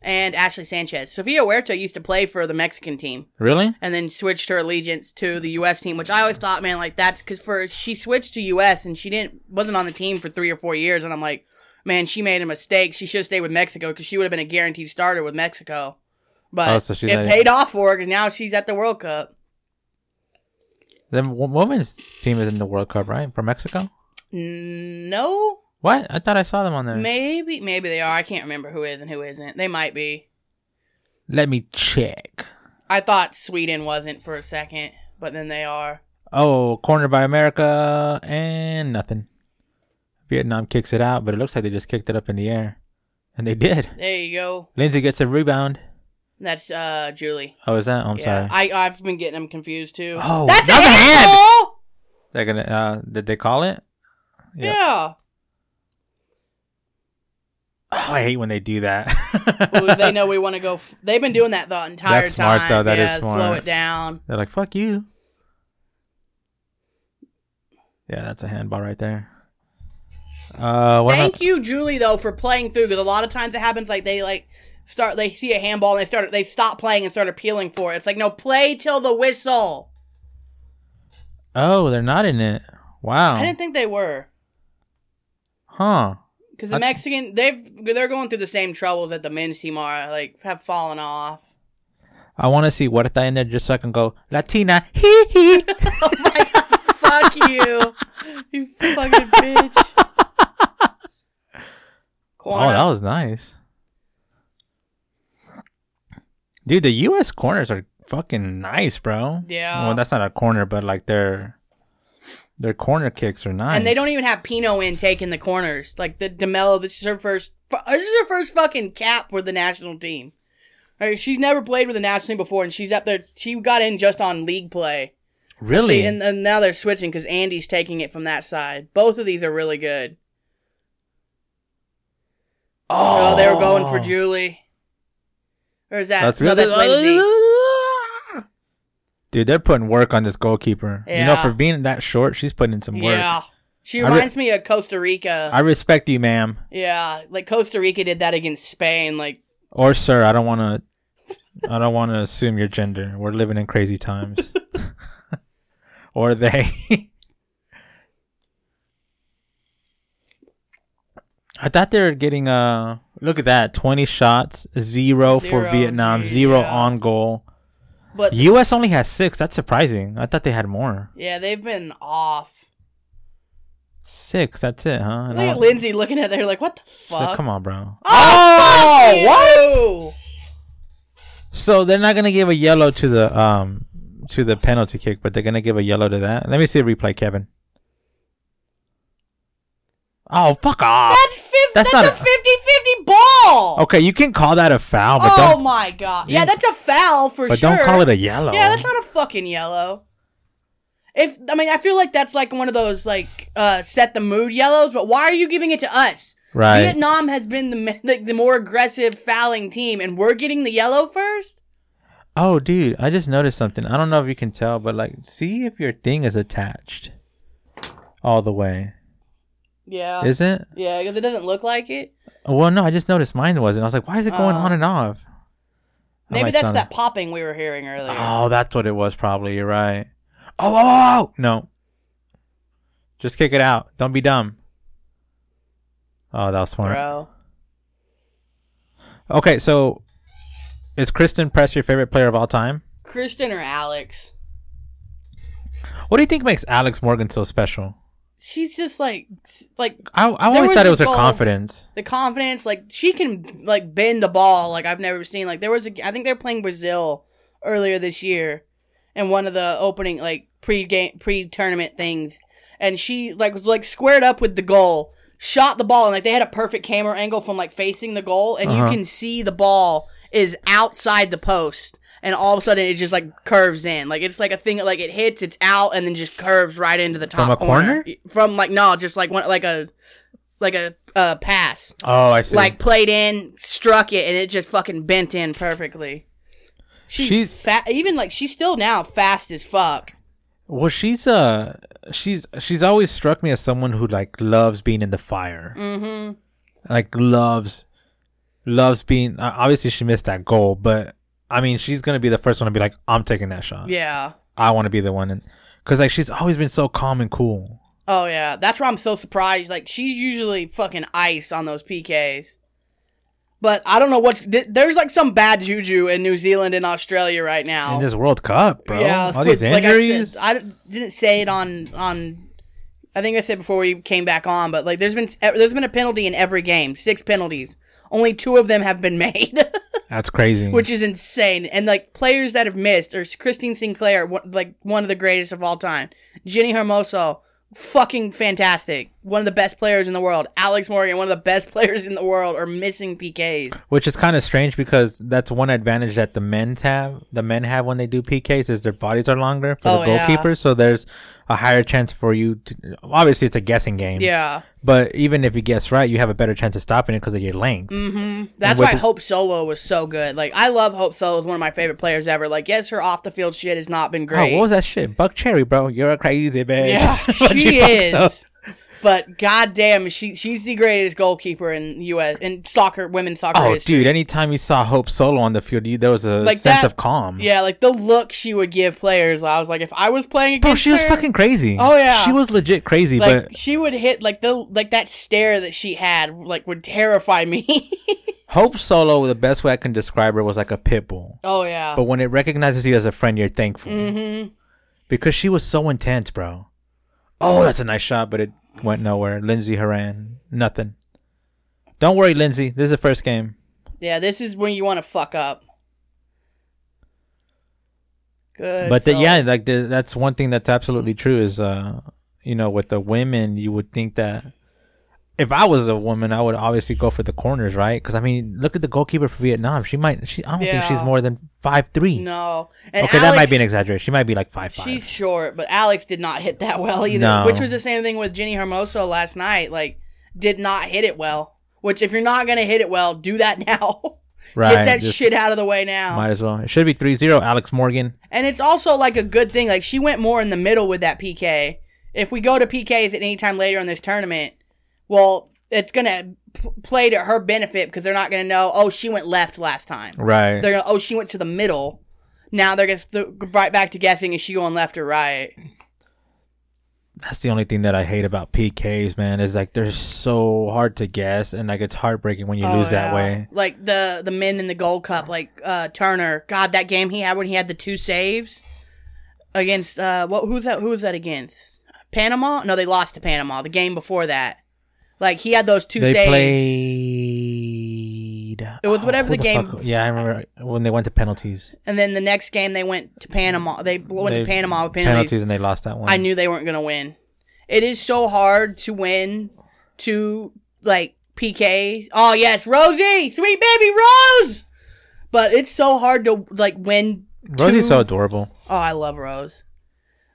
S2: And Ashley Sanchez. Sofia Huerta used to play for the Mexican team.
S1: Really?
S2: and then switched her allegiance to the U.S. team, which I always thought, man, like that's because for she switched to U.S. and she didn't wasn't on the team for three or four years, and I'm like, man, she made a mistake. She should have stayed with Mexico because she would have been a guaranteed starter with Mexico. But
S1: Oh, so she's
S2: it
S1: not-
S2: paid off for her because now she's at the World Cup.
S1: The w- women's team is in the World Cup, right? For Mexico?
S2: No,
S1: What? I thought I saw them on there.
S2: maybe maybe they are. I can't remember who is and who isn't. They might be.
S1: Let me check.
S2: I thought Sweden wasn't for a second, but then they are.
S1: Oh, corner by America and nothing. Vietnam kicks it out, but it looks like they just kicked it up in the air. And they did.
S2: There you go.
S1: Lindsay gets a rebound.
S2: That's uh Julie.
S1: Oh, is that? Oh, I'm sorry.
S2: I I've been getting them confused too.
S1: Oh,
S2: that's a
S1: another hand!
S2: handball.
S1: They're gonna. Uh, did they call it? Yep.
S2: Yeah.
S1: Oh, I hate when they do that. <laughs>
S2: Well, they know we want to go. F- They've been doing that the entire
S1: That's
S2: time.
S1: smart, though. That is
S2: yeah, Slow
S1: smart.
S2: it down.
S1: They're like, "Fuck you." Yeah, that's a handball right there. Uh, what
S2: Thank
S1: about-
S2: you, Julie, though, for playing through. Because a lot of times it happens like they like start. They see a handball and they start. They stop playing and start appealing for it. It's like no, play till the whistle.
S1: Oh, they're not in it.
S2: I
S1: Wow.
S2: didn't think they were
S1: Huh.
S2: because the
S1: I-
S2: Mexican they've they're going through the same troubles that the men's team are like have fallen off.
S1: I want to see Huerta in there just so I can go Latina. Hee
S2: <laughs>
S1: hee.
S2: Oh my god! Fuck you, you fucking bitch.
S1: oh,
S2: Corner.
S1: that was nice. Dude, the U.S. corners are fucking nice, bro.
S2: Yeah.
S1: Well, that's not a corner, but like their their corner kicks are nice.
S2: And they don't even have Pino in taking the corners. Like the Demelo, this is her first. fu- This is her first fucking cap for the national team. Like, she's never played with the national team before, and she's up there. She got in just on league play,
S1: really.
S2: and, and now they're switching because Andy's taking it from that side. Both of these are really good. Oh, they were going for Julie. Or is that
S1: That's
S2: no?
S1: good. <laughs>
S2: That's Lindsay.
S1: Dude, they're putting work on this goalkeeper. You know,
S2: Yeah.
S1: for being that short, she's putting in some work.
S2: Yeah, she
S1: I re-
S2: reminds me of Costa Rica.
S1: I respect you, ma'am.
S2: yeah, like Costa Rica did that against Spain. Like
S1: or sir i don't want to i don't want to assume your gender we're living in crazy times or they i thought they were getting uh look at that 20 shots zero, for
S2: Zero,
S1: vietnam
S2: gee,
S1: zero
S2: yeah.
S1: on goal
S2: But-
S1: us only has six that's surprising i thought they had more
S2: Yeah, they've been off.
S1: six that's it huh And
S2: Look
S1: I
S2: at
S1: don't-
S2: Lindsay looking at there like, what the
S1: like,
S2: fuck?
S1: come on bro
S2: Oh, what?
S1: So they're not gonna give a yellow to the um to the penalty kick, but they're gonna give a yellow to that. Let me see a replay, Kevin. Oh fuck off!
S2: That's, fif-
S1: That's
S2: that's,
S1: not
S2: a
S1: a-
S2: 50 50 ball.
S1: Okay, you can call that a foul, but
S2: oh
S1: don't
S2: my god.
S1: Yeah.
S2: Yeah, that's a foul for
S1: but
S2: sure.
S1: don't call it a yellow.
S2: Yeah, that's not a fucking yellow. If I mean, I feel like that's like one of those like uh set the mood yellows. But why are you giving it to us?
S1: right.
S2: Vietnam has been the me- like the more aggressive fouling team, and we're getting the yellow first.
S1: Oh, dude, I just noticed something. I don't know if you can tell, but like, see if your thing is attached all the way.
S2: Yeah,
S1: Is it?
S2: yeah, because it doesn't look like it.
S1: Well, no, I just noticed mine wasn't. I was like, why is it going
S2: Oh.
S1: on and off? I
S2: Maybe
S1: might
S2: that's
S1: sound-
S2: that popping we were hearing earlier.
S1: Oh, that's what it was. Probably you're right. Oh, oh, oh, no. Just kick it out. Don't be dumb. Oh, that was smart.
S2: bro.
S1: Okay, so is Kristen Press your favorite player of all time?
S2: Kristen or Alex?
S1: What do you think makes Alex Morgan so special?
S2: She's just like, like
S1: I, I always
S2: was
S1: thought it
S2: a
S1: was her
S2: goal.
S1: confidence.
S2: the confidence. Like she can like bend the ball like I've never seen. Like there was a, I think they're playing Brazil earlier this year, in one of the opening like pre game pre tournament things, and she like was like squared up with the goal, shot the ball, and like they had a perfect camera angle from like facing the goal, and
S1: Uh-huh.
S2: you can see the ball is outside the post, and all of a sudden it just like curves in, like it's like a thing like it hits, it's out, and then just curves right into the top
S1: From a corner?
S2: from like no, just like one like a like a uh, pass
S1: Oh, I see.
S2: like played in, struck it, and it just fucking bent in perfectly. She's,
S1: She's-
S2: fat. Even like she's still now fast as fuck.
S1: well, she's uh, she's she's always struck me as someone who like loves being in the fire.
S2: Mm-hmm.
S1: like loves loves being uh, obviously she missed that goal but i mean she's gonna be the first one to be like i'm taking that shot
S2: Yeah.
S1: i want to be the one and because like she's always been so calm and cool
S2: Oh yeah. That's why I'm so surprised. Like she's usually fucking ice on those PKs. But I don't know what's th- there's like some bad juju in New Zealand and Australia right now.
S1: in this world cup bro all these
S2: with- like I
S1: injuries
S2: said- I, d- didn't say it on on. I think I said before we came back on, but like there's been there's been a penalty in every game, six penalties. Only two of them have been <laughs> made,
S1: that's crazy
S2: which is insane. And like players that have missed are Christine Sinclair, one, like one of the greatest of all time. Ginny Hermoso, fucking fantastic, one of the best players in the world. Alex Morgan, one of the best <laughs> players in the world, are missing PKs.
S1: which is kind of strange because that's one advantage that the men's have the men have when they do pks is their bodies are longer for
S2: Oh,
S1: the
S2: yeah.
S1: goalkeeper so there's a higher chance for you to obviously it's a guessing game
S2: Yeah,
S1: but even if you guess right you have a better chance of stopping it because of your length
S2: That's
S1: with
S2: why
S1: the-
S2: Hope Solo was so good. Like I love Hope Solo is one of my favorite players ever. Like yes, her off the field shit has not been
S1: Oh,
S2: great.
S1: what was that shit? Buck Cherry, bro. You're a crazy bitch. <laughs>
S2: yeah,
S1: But
S2: she
S1: you fucked up.
S2: is. But goddamn, she she's the greatest goalkeeper in the U.S. in soccer, women's soccer.
S1: Oh,
S2: history.
S1: dude. Anytime you saw Hope Solo on the field, you, there was a
S2: Like
S1: sense
S2: that-
S1: of calm.
S2: Yeah, like the look she would give players. I was like, if I was playing against
S1: Bro, she was
S2: her,
S1: fucking crazy.
S2: Oh, yeah.
S1: She was legit crazy,
S2: like
S1: but
S2: she would hit like the like that stare that she had like would terrify me. <laughs>
S1: Hope Solo, the best way I can describe her was like a pit bull.
S2: oh yeah,
S1: But when it recognizes you as a friend, you're thankful.
S2: Mhm.
S1: Because she was so intense, bro. Oh, that's a nice shot, but it went nowhere. Lindsay Horan, nothing. Don't worry, Lindsay. This is the first game.
S2: yeah. This is when you want to fuck up. Good.
S1: but the,
S2: so-
S1: yeah, like the, that's one thing that's absolutely true is, uh, you know, with the women, you would think that if I was a woman, I would obviously go for the corners, right? Because I mean, look at the goalkeeper for Vietnam. She might, she I don't think she's
S2: Yeah.
S1: more than five three.
S2: No. And
S1: okay, that might
S2: Alex-
S1: be an exaggeration. She might be like five five.
S2: She's short, but Alex did not hit that well either.
S1: No.
S2: Which was the same thing with Jenny Hermoso last night. Like, did not hit it well. Which, if you're not gonna hit it well, do that <laughs> now.
S1: right.
S2: Get that
S1: just
S2: shit out of the way now.
S1: Might as well. It should be three zero. Alex Morgan.
S2: And it's also like a good thing. Like she went more in the middle with that PK. If we go to PKs at any time later in this tournament, well, it's gonna p- play to her benefit because they're not gonna know. Oh, she went left last time.
S1: Right.
S2: They're gonna. Oh, she went to the middle. Now they're gonna they're right back to guessing. Is she going left or right?
S1: That's the only thing that I hate about PKs, man. Is like they're so hard to guess, and like it's heartbreaking when you
S2: Oh,
S1: lose that
S2: yeah.
S1: way.
S2: Like the the men in the Gold Cup, like uh Turner. God, that game he had when he had the two saves against uh what who's that who was that against? Panama? No, they lost to Panama the game before that. Like he had those two
S1: they
S2: saves.
S1: played.
S2: It was whatever
S1: Oh, who
S2: the game-
S1: fuck- Yeah, I remember when they went to penalties.
S2: And then the next game they went to Panama. They went
S1: They-
S2: to Panama with
S1: Penalties.
S2: penalties.
S1: and they lost that one.
S2: I knew they weren't gonna win. It is so hard to win to like PK. Oh yes, Rosie, sweet baby Rose. But it's so hard to like win
S1: Rosie's
S2: two-
S1: so adorable.
S2: Oh, I love Rose.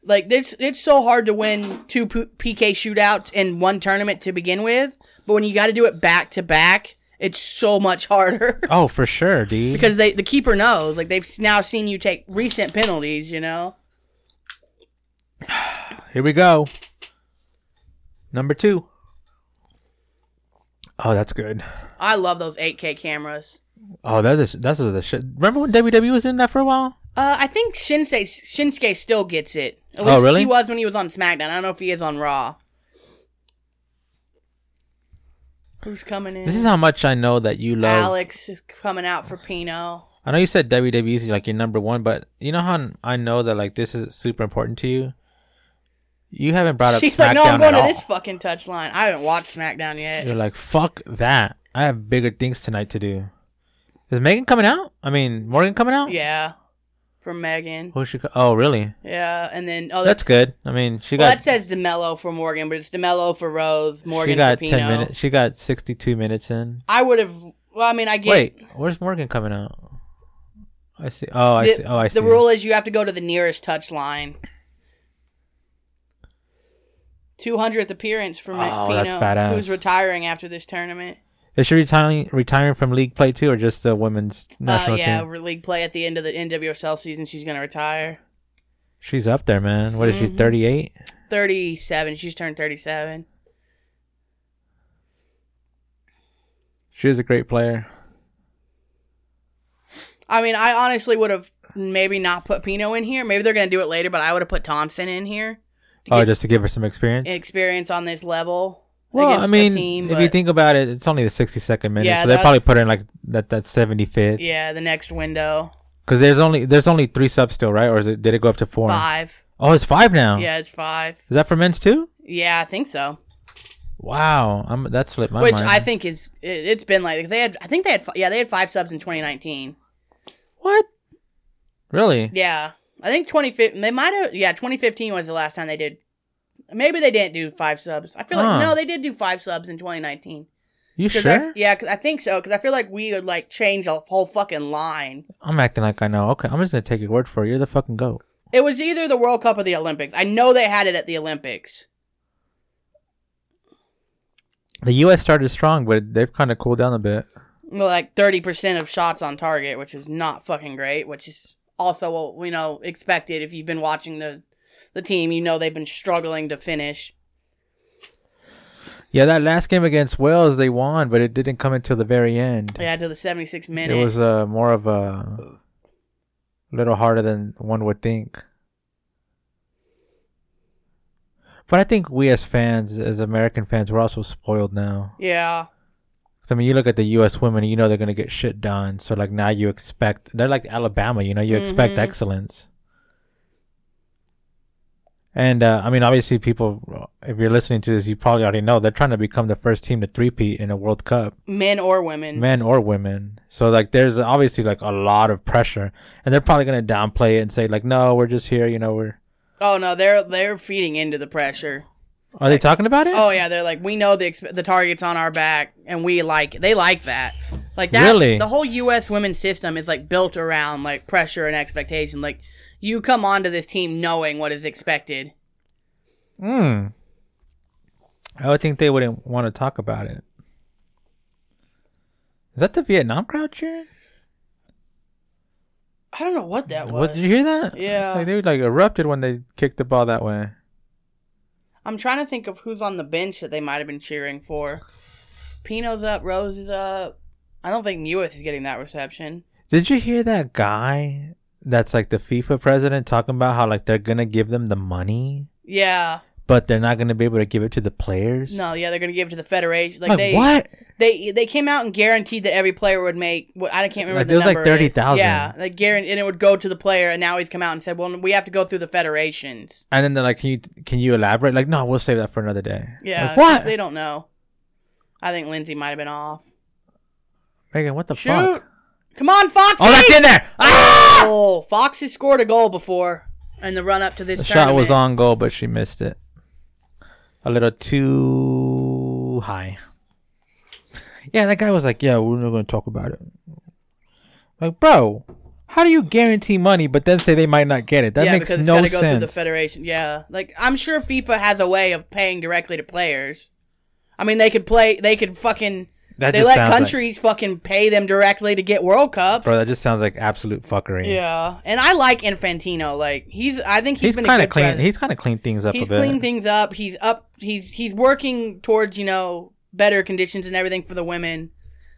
S2: Like it's it's so hard to win two P- PK shootouts in one tournament to begin with, but when you got to do it back to back, it's so much harder <laughs>
S1: Oh, for sure, dude.
S2: because they the keeper knows. Like they've s- now seen you take recent penalties, you know.
S1: Here we go. Number two. Oh, that's good.
S2: I love those 8K cameras.
S1: Oh, that is that's the shit. Remember when WWE was in that for a while?
S2: Uh, I think Shinsuke Shinsuke still gets it. At
S1: Oh,
S2: least
S1: really?
S2: He was when he was on SmackDown. I don't know if he is on Raw. Who's coming in?
S1: This is how much I know that you love.
S2: Alex is coming out for Pino.
S1: I know you said WWE is like your number one, but you know how I know that like this is super important to you. You haven't brought up
S2: She's
S1: SmackDown
S2: like, no, I'm going
S1: at
S2: to
S1: all.
S2: this fucking touchline. I haven't watched SmackDown yet.
S1: You're like, fuck that. I have bigger things tonight to do. Is Megan coming out? I mean, Morgan coming out?
S2: Yeah. from Megan.
S1: Who she? co- Oh, really?
S2: Yeah, and then oh,
S1: That's good. I mean, she
S2: well,
S1: got
S2: that says Demello for Morgan, but it's Demello for Rose. Morgan
S1: she got
S2: for
S1: ten
S2: Pino.
S1: minutes. She got sixty-two minutes in.
S2: I would have. Well, I mean, I get.
S1: Wait, where's Morgan coming out? I see. Oh, I
S2: the,
S1: see. Oh, I see.
S2: The rule is you have to go to the nearest touch line. 200th appearance for
S1: Oh,
S2: Pino,
S1: that's badass.
S2: who's retiring after this tournament.
S1: Is she retiring retiring from league play too, or just the women's
S2: Uh,
S1: national
S2: yeah,
S1: team?
S2: league play at the end of the NWSL season. She's going to retire.
S1: She's up there, man. What is
S2: Mm-hmm.
S1: she? Thirty-eight.
S2: 37. She's turned 37.
S1: She was a great player.
S2: I mean, I honestly would have maybe not put Pino in here. Maybe they're going to do it later, but I would have put Thompson in here. To
S1: Oh,
S2: get
S1: just to give her some experience.
S2: experience on this level.
S1: well,
S2: against
S1: I
S2: the
S1: mean,
S2: team,
S1: if you
S2: but-
S1: think about it, it's only the sixty-second minute,
S2: Yeah,
S1: so they
S2: that's-
S1: probably put her in like that that seventy-fifth.
S2: yeah, the next window
S1: Because there's only there's only three subs still, right? Or is it did it go up to four?
S2: five.
S1: Oh, it's five now.
S2: Yeah, it's five.
S1: Is that for men's too?
S2: Yeah, I think so.
S1: Wow, I'm that slipped my
S2: Which
S1: mind.
S2: I think is it, it's been like they had. I think they had. fi- Yeah, they had five subs in 2019.
S1: what? Really?
S2: Yeah, I think 2015. They might have. Yeah, 2015 was the last time they did. Maybe they didn't do five subs. I feel
S1: Huh.
S2: like no, they did do five subs in 2019.
S1: You
S2: 'Cause
S1: sure?
S2: I, yeah, 'cause I think so. Because I feel like we would like change a whole fucking line.
S1: I'm acting like I know. Okay, I'm just gonna take your word for it. You're the fucking goat.
S2: It was either the World Cup or the Olympics. I know they had it at the Olympics.
S1: The U.S. started strong, but they've kind of cooled down a bit.
S2: like 30% of shots on target, which is not fucking great, which is also well, you know expected if you've been watching the the team, you know they've been struggling to finish.
S1: Yeah, that last game against Wales, they won, but it didn't come until the very end.
S2: Yeah, to the 76 minute.
S1: It was uh, more of a little harder than one would think. But I think we as fans, as American fans, we're also spoiled now.
S2: yeah.
S1: 'Cause, I mean, you look at the U.S. women, you know they're gonna get shit done. So like now you expect they're like Alabama, you know you expect
S2: Mhm.
S1: excellence. And uh, I mean, obviously, people, if you're listening to this, you probably already know they're trying to become the first team to threepeat in a World Cup
S2: Men or women.
S1: men or women. So like there's obviously like a lot of pressure and they're probably going to downplay it and say like no, we're just here, you know, we're
S2: Oh no, they're they're feeding into the pressure.
S1: Are they talking about it?
S2: Oh yeah, they're like we know the exp- the targets on our back and we like it. They like that. Like that
S1: Really?
S2: the whole US women's system is like built around like pressure and expectation. Like you come onto this team knowing what is expected.
S1: Hmm. I would think they wouldn't want to talk about it. Is that the Vietnam crowd cheering?
S2: I don't know what that was.
S1: What, did you hear that?
S2: Yeah.
S1: Like, they like erupted when they kicked the ball that way.
S2: I'm trying to think of who's on the bench that they might have been cheering for. Pino's up, Rose is up. I don't think Mewis is getting that reception.
S1: Did you hear that guy that's like the FIFA president talking about how like they're going to give them the money,
S2: Yeah.
S1: but they're not going to be able to give it to the players?
S2: No, yeah, they're gonna give it to the Federation. Like,
S1: Like,
S2: they
S1: what?
S2: they they came out and guaranteed that every player would make what I can't remember
S1: Like,
S2: the
S1: it was like
S2: number.
S1: 30,000.
S2: Yeah, like guaranteed and it would go to the player and now he's come out and said, Well we have to go through the federations.
S1: And then they're like, "Can you can you elaborate?" Like, no, we'll save that for another day.
S2: Yeah.
S1: Like,
S2: 'cause
S1: what?
S2: They don't know. I think Lindsay might have been off.
S1: Megan, what the
S2: Shoot.
S1: fuck?
S2: Come on, Foxy!
S1: Oh, that's in there. Ah!
S2: Oh, Fox has scored a goal before in the run up to this
S1: The
S2: tournament.
S1: shot was on goal, but she missed it. A little too high. Yeah, that guy was like, "Yeah, we're not going to talk about it." Like, bro, how do you guarantee money but then say they might not get it? That
S2: yeah,
S1: makes
S2: because it's
S1: no
S2: gotta go through the
S1: sense.
S2: federation. Yeah, like I'm sure FIFA has a way of paying directly to players. I mean, they could play. They could fucking.
S1: That
S2: they
S1: just
S2: let
S1: sounds like-
S2: countries fucking pay them directly to get World Cups.
S1: bro, that just sounds like absolute fuckery.
S2: Yeah, and I like Infantino. Like he's. I think
S1: he's,
S2: he's been a
S1: kind of
S2: good
S1: clean.
S2: president.
S1: He's kind of cleaned things up
S2: he's
S1: a bit.
S2: cleaned things up. He's up. He's he's working towards you know better conditions and everything for the women.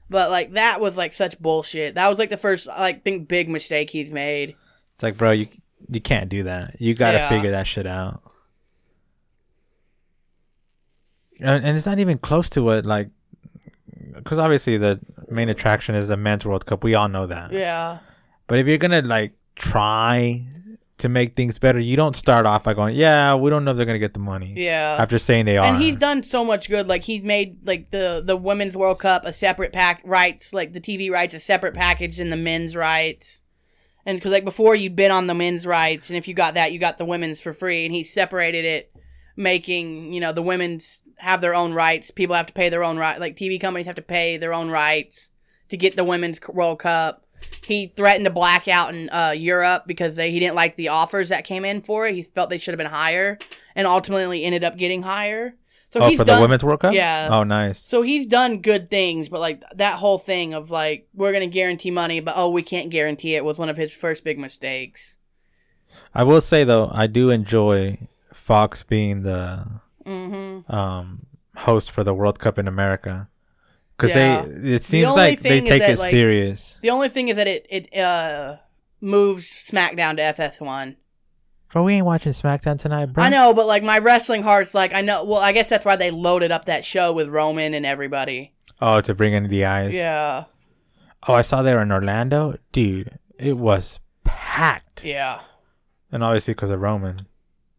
S2: But like that was like such bullshit. That was like the first like think big mistake he's made.
S1: It's like, bro, you you can't do that. You gotta
S2: Yeah.
S1: figure that shit out. And, and it's not even close to what like, because obviously the main attraction is the men's World Cup. We all know that.
S2: Yeah.
S1: But if you're gonna like try to make things better, you don't start off by going, "Yeah, we don't know if they're gonna get the money."
S2: Yeah.
S1: After saying they are,
S2: and he's done so much good. Like he's made like the the women's World Cup a separate pack rights, like the TV rights a separate package than the men's rights, And because like before, you'd bid on the men's rights, and if you got that, you got the women's for free. And he separated it, making you know the women's have their own rights. People have to pay their own right. Like TV companies have to pay their own rights to get the women's World Cup. He threatened to black out in uh, Europe because they, he didn't like the offers that came in for it. He felt they should have been higher, and ultimately ended up getting higher. So
S1: oh,
S2: he's
S1: for
S2: done,
S1: the Women's World Cup?
S2: Yeah.
S1: Oh, nice.
S2: so he's done good things, but like that whole thing of like we're gonna guarantee money, but oh we can't guarantee it was one of his first big mistakes.
S1: I will say, though, I do enjoy Fox being the
S2: Mm-hmm.
S1: um, host for the World Cup in America. Because
S2: Yeah.
S1: they, it seems
S2: only
S1: like they
S2: thing is
S1: take
S2: that,
S1: it
S2: like-
S1: serious.
S2: The only thing is that it it uh moves SmackDown to FS1.
S1: Bro, we ain't watching SmackDown tonight, bro.
S2: I know, but like my wrestling heart's like I know. Well, I guess that's why they loaded up that show with Roman and everybody.
S1: Oh, to bring in the eyes.
S2: Yeah,
S1: Oh, I saw they were in Orlando, dude. It was packed,
S2: yeah,
S1: and obviously because of Roman.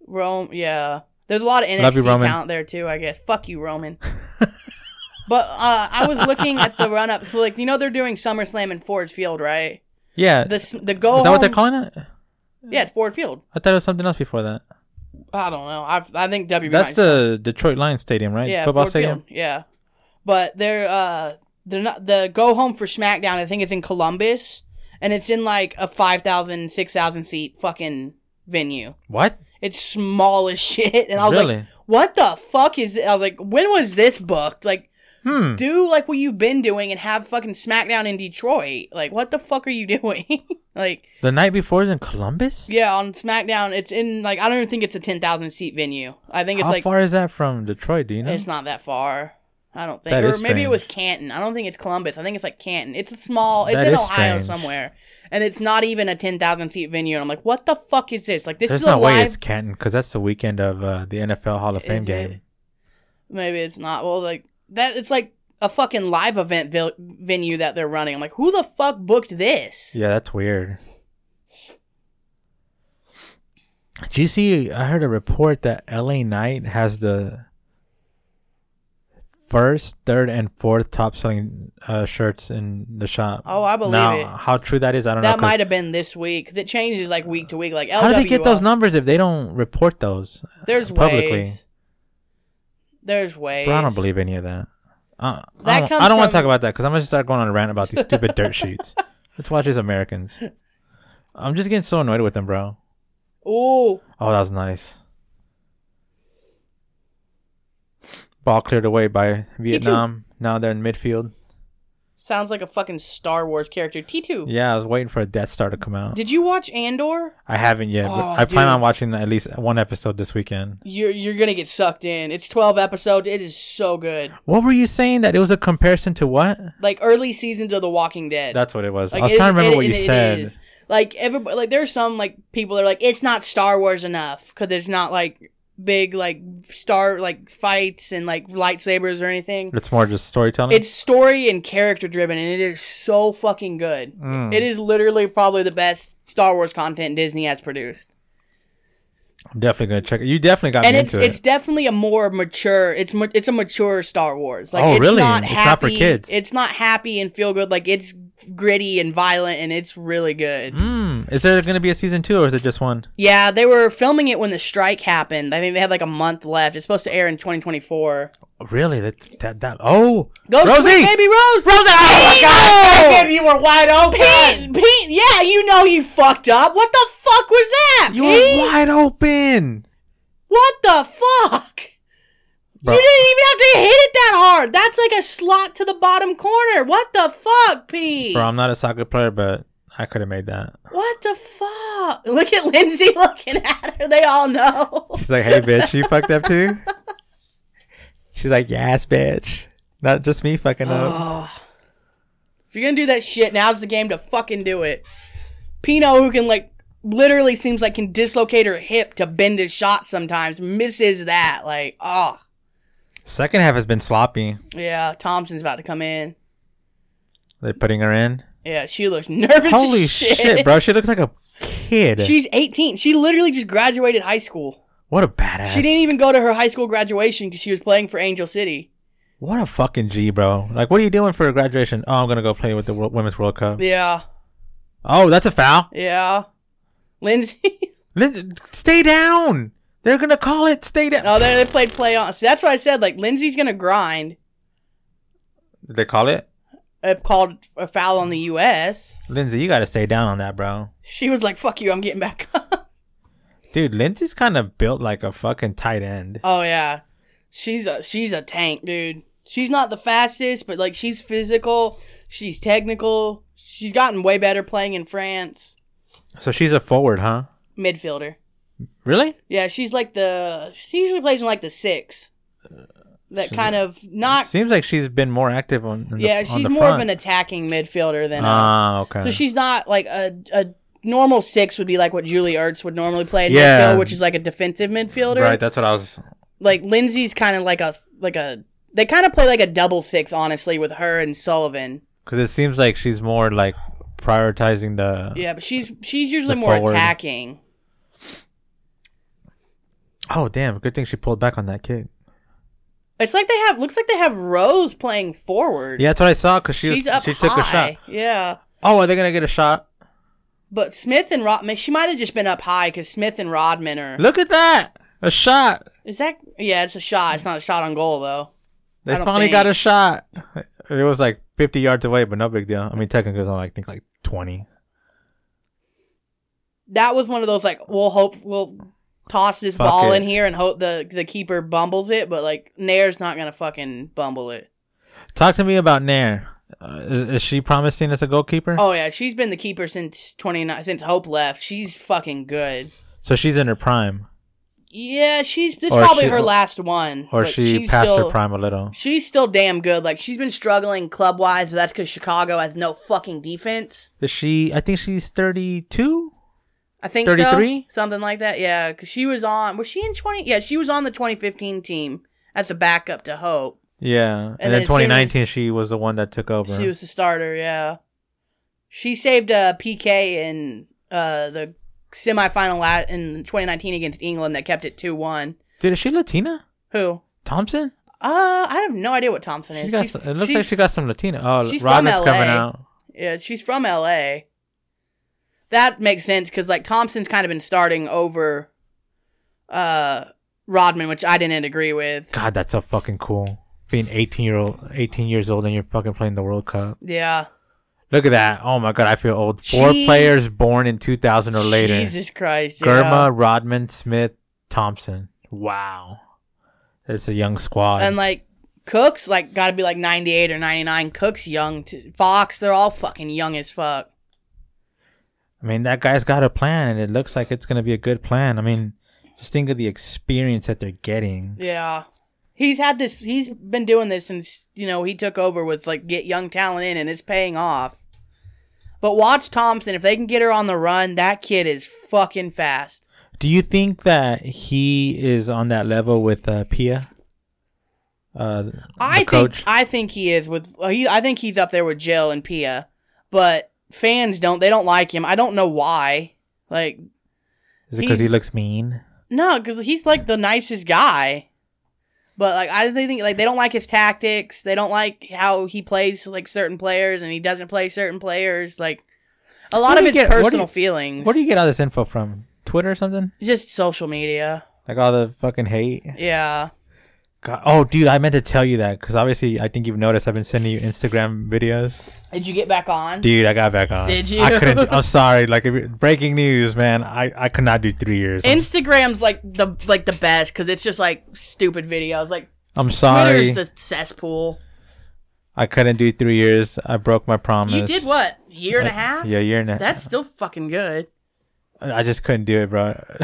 S2: Rome. Yeah, there's a lot of
S1: Love you,
S2: NXT
S1: Roman.
S2: talent there too. I guess. Fuck you, Roman. <laughs> but uh, I was looking at the run up to like you know they're doing SummerSlam in Ford Field, right?
S1: Yeah,
S2: The s- the go
S1: is that what they're
S2: home-
S1: calling it?
S2: Yeah, it's Ford Field.
S1: I thought it was something else before that.
S2: I don't know. I I think WB.
S1: That's
S2: might-
S1: the Detroit Lions Stadium, right?
S2: yeah
S1: Football
S2: Ford
S1: stadium.
S2: Field. Yeah, but they're uh they're not the go home for SmackDown. I think it's in Columbus, and it's in like a 5,000, 6,000 seat fucking venue.
S1: What?
S2: It's small as <laughs> shit, and I was like,
S1: Really?
S2: "What the fuck is?" It? I was like, "When was this booked?" Like,
S1: Hmm.
S2: do like what you've been doing and have fucking SmackDown in Detroit. Like, what the fuck are you <laughs> doing? like,
S1: The night before is in Columbus.
S2: yeah, on SmackDown, it's in like I don't even think it's a ten thousand seat venue. I think it's
S1: How
S2: like
S1: far is that from Detroit? Do you know?
S2: It's not that far. I don't think.
S1: That
S2: or
S1: is
S2: maybe it
S1: strange.
S2: was Canton. I don't think it's Columbus. I think it's like Canton. It's a small. It's
S1: That
S2: in
S1: is
S2: Ohio
S1: strange.
S2: somewhere, and it's not even a ten thousand seat venue. And I'm like, what the fuck is this? Like this
S1: There's
S2: is a
S1: no way
S2: live.
S1: it's Canton because that's the weekend of uh, the NFL Hall of Fame
S2: Is
S1: game.
S2: it? Maybe it's not. Well, like that. It's like a fucking live event vil- venue that they're running. I'm like, who the fuck booked this?
S1: Yeah, that's weird. Did you see? I heard a report that LA Knight has the first, third, and fourth top selling uh, shirts in the shop.
S2: Oh, I believe
S1: now,
S2: it.
S1: How true that is, I don't
S2: That
S1: know. 'cause
S2: might have been this week. That changes like week to week. Like LWO.
S1: How do they get those numbers if they don't report those?
S2: There's
S1: publicly?
S2: ways. There's ways.
S1: Bro, I don't believe any of that. Uh, I
S2: That
S1: don't,
S2: comes
S1: I don't want
S2: from-
S1: to talk about that because I'm gonna start going on a rant about these stupid dirt
S2: <laughs>
S1: sheets. Let's watch these Americans. I'm just getting so annoyed with them, bro.
S2: Ooh,
S1: Oh, that was nice. Ball cleared away by Vietnam. Now they're in midfield.
S2: sounds like a fucking Star Wars character. T two.
S1: Yeah, I was waiting for a Death Star to come out.
S2: Did you watch Andor?
S1: I haven't yet, but
S2: Oh,
S1: I plan
S2: dude.
S1: on watching at least one episode this weekend.
S2: You're you're gonna get sucked in. It's twelve episodes. It is so good.
S1: What were you saying that it was a comparison to what?
S2: Like early seasons of The Walking Dead.
S1: That's what it was.
S2: like,
S1: I was
S2: it
S1: trying to
S2: is-
S1: remember
S2: it-
S1: what you
S2: it- it
S1: said.
S2: is. Like everybody, like there's some like people that are like it's not Star Wars enough because there's not like big like star like fights and like lightsabers or anything.
S1: It's more just storytelling.
S2: It's story and character driven, and it is so fucking good.
S1: Mm.
S2: It is literally probably the best Star Wars content Disney has produced.
S1: I'm definitely gonna check it. You definitely got
S2: and
S1: me
S2: it's
S1: into
S2: it's
S1: it.
S2: definitely a more mature. It's ma- it's a mature Star Wars. Like
S1: Oh,
S2: it's
S1: really?
S2: not
S1: It's
S2: happy.
S1: not for kids.
S2: It's not happy and feel good. Like it's gritty and violent, and it's really good.
S1: Mm. Is there gonna be a season two or is it just one?
S2: Yeah, they were filming it when the strike happened. I think they had like a month left. It's supposed to air in 2024.
S1: Really? That's that that oh
S2: Go
S1: Rosie! oh
S2: Sweet baby Rose. Rose,
S1: you were wide open.
S2: Pete, Pete, yeah, you know you fucked up. What the fuck was that?
S1: You
S2: Pete?
S1: were wide open.
S2: What the fuck?
S1: Bro,
S2: You didn't even have to hit it that hard. That's like a slot to the bottom corner. What the fuck, Pete?
S1: bro, I'm not a soccer player, but I could have made that.
S2: What the fuck? Look at Lindsay <laughs> looking at her. They all know.
S1: She's like, hey, bitch, you fucked up too. <laughs> She's like, yes, bitch. Not just me fucking
S2: Oh.
S1: up.
S2: If you're gonna do that shit, now's the game to fucking do it. Pino, who can like literally seems like can dislocate her hip to bend his shot sometimes, misses that. Like, oh
S1: Second half has been sloppy.
S2: yeah, Thompson's about to come in.
S1: They're putting her in.
S2: Yeah, she looks <laughs> nervous. as
S1: Holy
S2: shit.
S1: shit. bro. She looks like a kid.
S2: She's 18. She literally just graduated high school.
S1: what a badass.
S2: She didn't even go to her high school graduation because she was playing for Angel City.
S1: What a fucking G, bro. Like, what are you doing for a graduation? Oh, I'm going to go play with the World, Women's World Cup.
S2: Yeah.
S1: Oh, that's a foul.
S2: Yeah. Lindsay. <laughs>
S1: Lin- Stay down. They're gonna call it. Stay down.
S2: no, oh, they, they played play on. See, that's why I said, like, Lindsay's going to grind.
S1: Did they call it?
S2: It uh, called a foul on the U.S.
S1: Lindsay, you gotta stay down on that, bro.
S2: She was like, fuck you, I'm getting back up. <laughs>
S1: Dude, Lindsay's kind of built like a fucking tight end.
S2: oh, yeah. She's a, she's a tank, dude. She's not the fastest, but, like, she's physical. She's technical. She's gotten way better playing in France.
S1: So she's a forward, huh?
S2: Midfielder.
S1: Really?
S2: Yeah, she's like the. She usually plays in like the six.
S1: Uh,
S2: That kind of not.
S1: Seems like she's been more active on. in the-
S2: Yeah,
S1: on
S2: she's
S1: the
S2: more of
S1: front.
S2: an attacking midfielder than. Uh,
S1: Ah, okay.
S2: so she's not like a a normal six would be like what Julie Ertz would normally play in
S1: Yeah.
S2: midfield, which is like a defensive midfielder.
S1: right. That's what I was.
S2: Like Lindsay's kind of like a like a. They kind of play like a double six, honestly, with her and Sullivan.
S1: Because it seems like she's more like prioritizing the.
S2: Yeah, but she's she's usually
S1: The
S2: more
S1: forward.
S2: attacking.
S1: Oh damn! Good thing she pulled back on that kick.
S2: It's like they have looks like they have Rose playing forward.
S1: Yeah, that's what I saw. Because she was-
S2: she's up
S1: she took
S2: high.
S1: a shot.
S2: Yeah.
S1: Oh, are they gonna get a shot?
S2: But Smith and Rodman, she might have just been up high because Smith and Rodman are.
S1: Look at that! A shot.
S2: Is that? Yeah, it's a shot. It's not a shot on goal though.
S1: They
S2: I don't
S1: finally got
S2: think-
S1: a shot. It was like 50 yards away, but no big deal. I mean, technically, it was only, I think like 20.
S2: That was one of those like we'll hope we'll toss this
S1: Fuck
S2: ball
S1: it.
S2: in here and hope the the keeper bumbles it, but like Nair's not gonna fucking bumble it.
S1: Talk to me about Nair. Uh, is, is she promising as a <laughs> goalkeeper?
S2: Oh yeah, she's been the keeper since twenty nine since Hope left. She's fucking good.
S1: So she's in her prime,
S2: Yeah, she's this is
S1: Or
S2: probably
S1: she-
S2: her last one.
S1: or
S2: but
S1: she
S2: she's
S1: passed
S2: still,
S1: her prime a little.
S2: She's still damn good. Like she's been struggling club wise, but that's because Chicago has no fucking defense.
S1: Is she? I think she's 32.
S2: I think
S1: 33?
S2: so. Something like that. Yeah, cuz she was on was she in 20 Yeah, she was on the 2015 team as a backup to Hope.
S1: Yeah, and,
S2: then
S1: then
S2: as soon
S1: 2019,
S2: as-
S1: she was the one that took over.
S2: She was the starter, yeah. She saved a PK in uh the semifinal la- in 2019 against England that kept it 2-1.
S1: Dude, is she Latina?
S2: Who?
S1: Thompson?
S2: Uh, I have no idea what Thompson is.
S1: She's got
S2: She's-
S1: some, it looks
S2: she's-
S1: like she got some Latina. Oh,
S2: she's from
S1: Rodman's coming
S2: LA.
S1: out.
S2: Yeah, she's from LA. That makes sense because like Thompson's kind of been starting over uh Rodman, which I didn't agree with.
S1: God, that's so fucking cool. Being 18 year old, 18 years old, and you're fucking playing the World Cup.
S2: Yeah.
S1: Look at that. Oh my God, I feel old. Four
S2: She-
S1: players born in 2000 or later.
S2: Jesus Christ. Yeah.
S1: Germa, Rodman, Smith, Thompson. Wow, that's a young squad.
S2: And like Cooks, like got to be like 98 or 99. Cooks young. T- Fox, they're all fucking young as fuck.
S1: I mean, that guy's got a plan, and it looks like it's gonna be a good plan. I mean, just think of the experience that they're getting.
S2: Yeah. He's had this, he's been doing this since, you know, he took over with like get young talent in and it's paying off. But watch Thompson. If they can get her on the run, that kid is fucking fast.
S1: Do you think that he is on that level with uh, Pia? Uh, the
S2: I
S1: coach?
S2: think I think he is with well, he, I think he's up there with Jill and Pia, but fans don't they don't like him. I don't know why. Like
S1: is it because he
S2: he's-
S1: looks mean?
S2: No, because he's like the nicest guy. But like I think think, like they don't like his tactics. They don't like how he plays like certain players, and he doesn't play certain players. Like a lot
S1: Where do
S2: of
S1: you get-
S2: his
S1: where do
S2: personal
S1: you-
S2: feelings.
S1: Where do you get all this info from? Twitter or something?
S2: Just social media.
S1: Like all the fucking hate?
S2: Yeah.
S1: God. Oh, dude, I meant to tell you that because obviously I think you've noticed I've been sending you Instagram videos.
S2: Did you get back on?
S1: Dude, I got back on.
S2: Did you?
S1: I couldn't. I'm sorry. Like if you- breaking news, man. I I could not do three years. I'm,
S2: Instagram's like the like the best because it's just like stupid videos. Like
S1: I'm sorry.
S2: Twitter's the cesspool.
S1: I couldn't do three years. I broke my promise.
S2: You did what year and a
S1: Like,
S2: half?
S1: Yeah, year and a half.
S2: That's still fucking good.
S1: I just couldn't do it, bro. <laughs>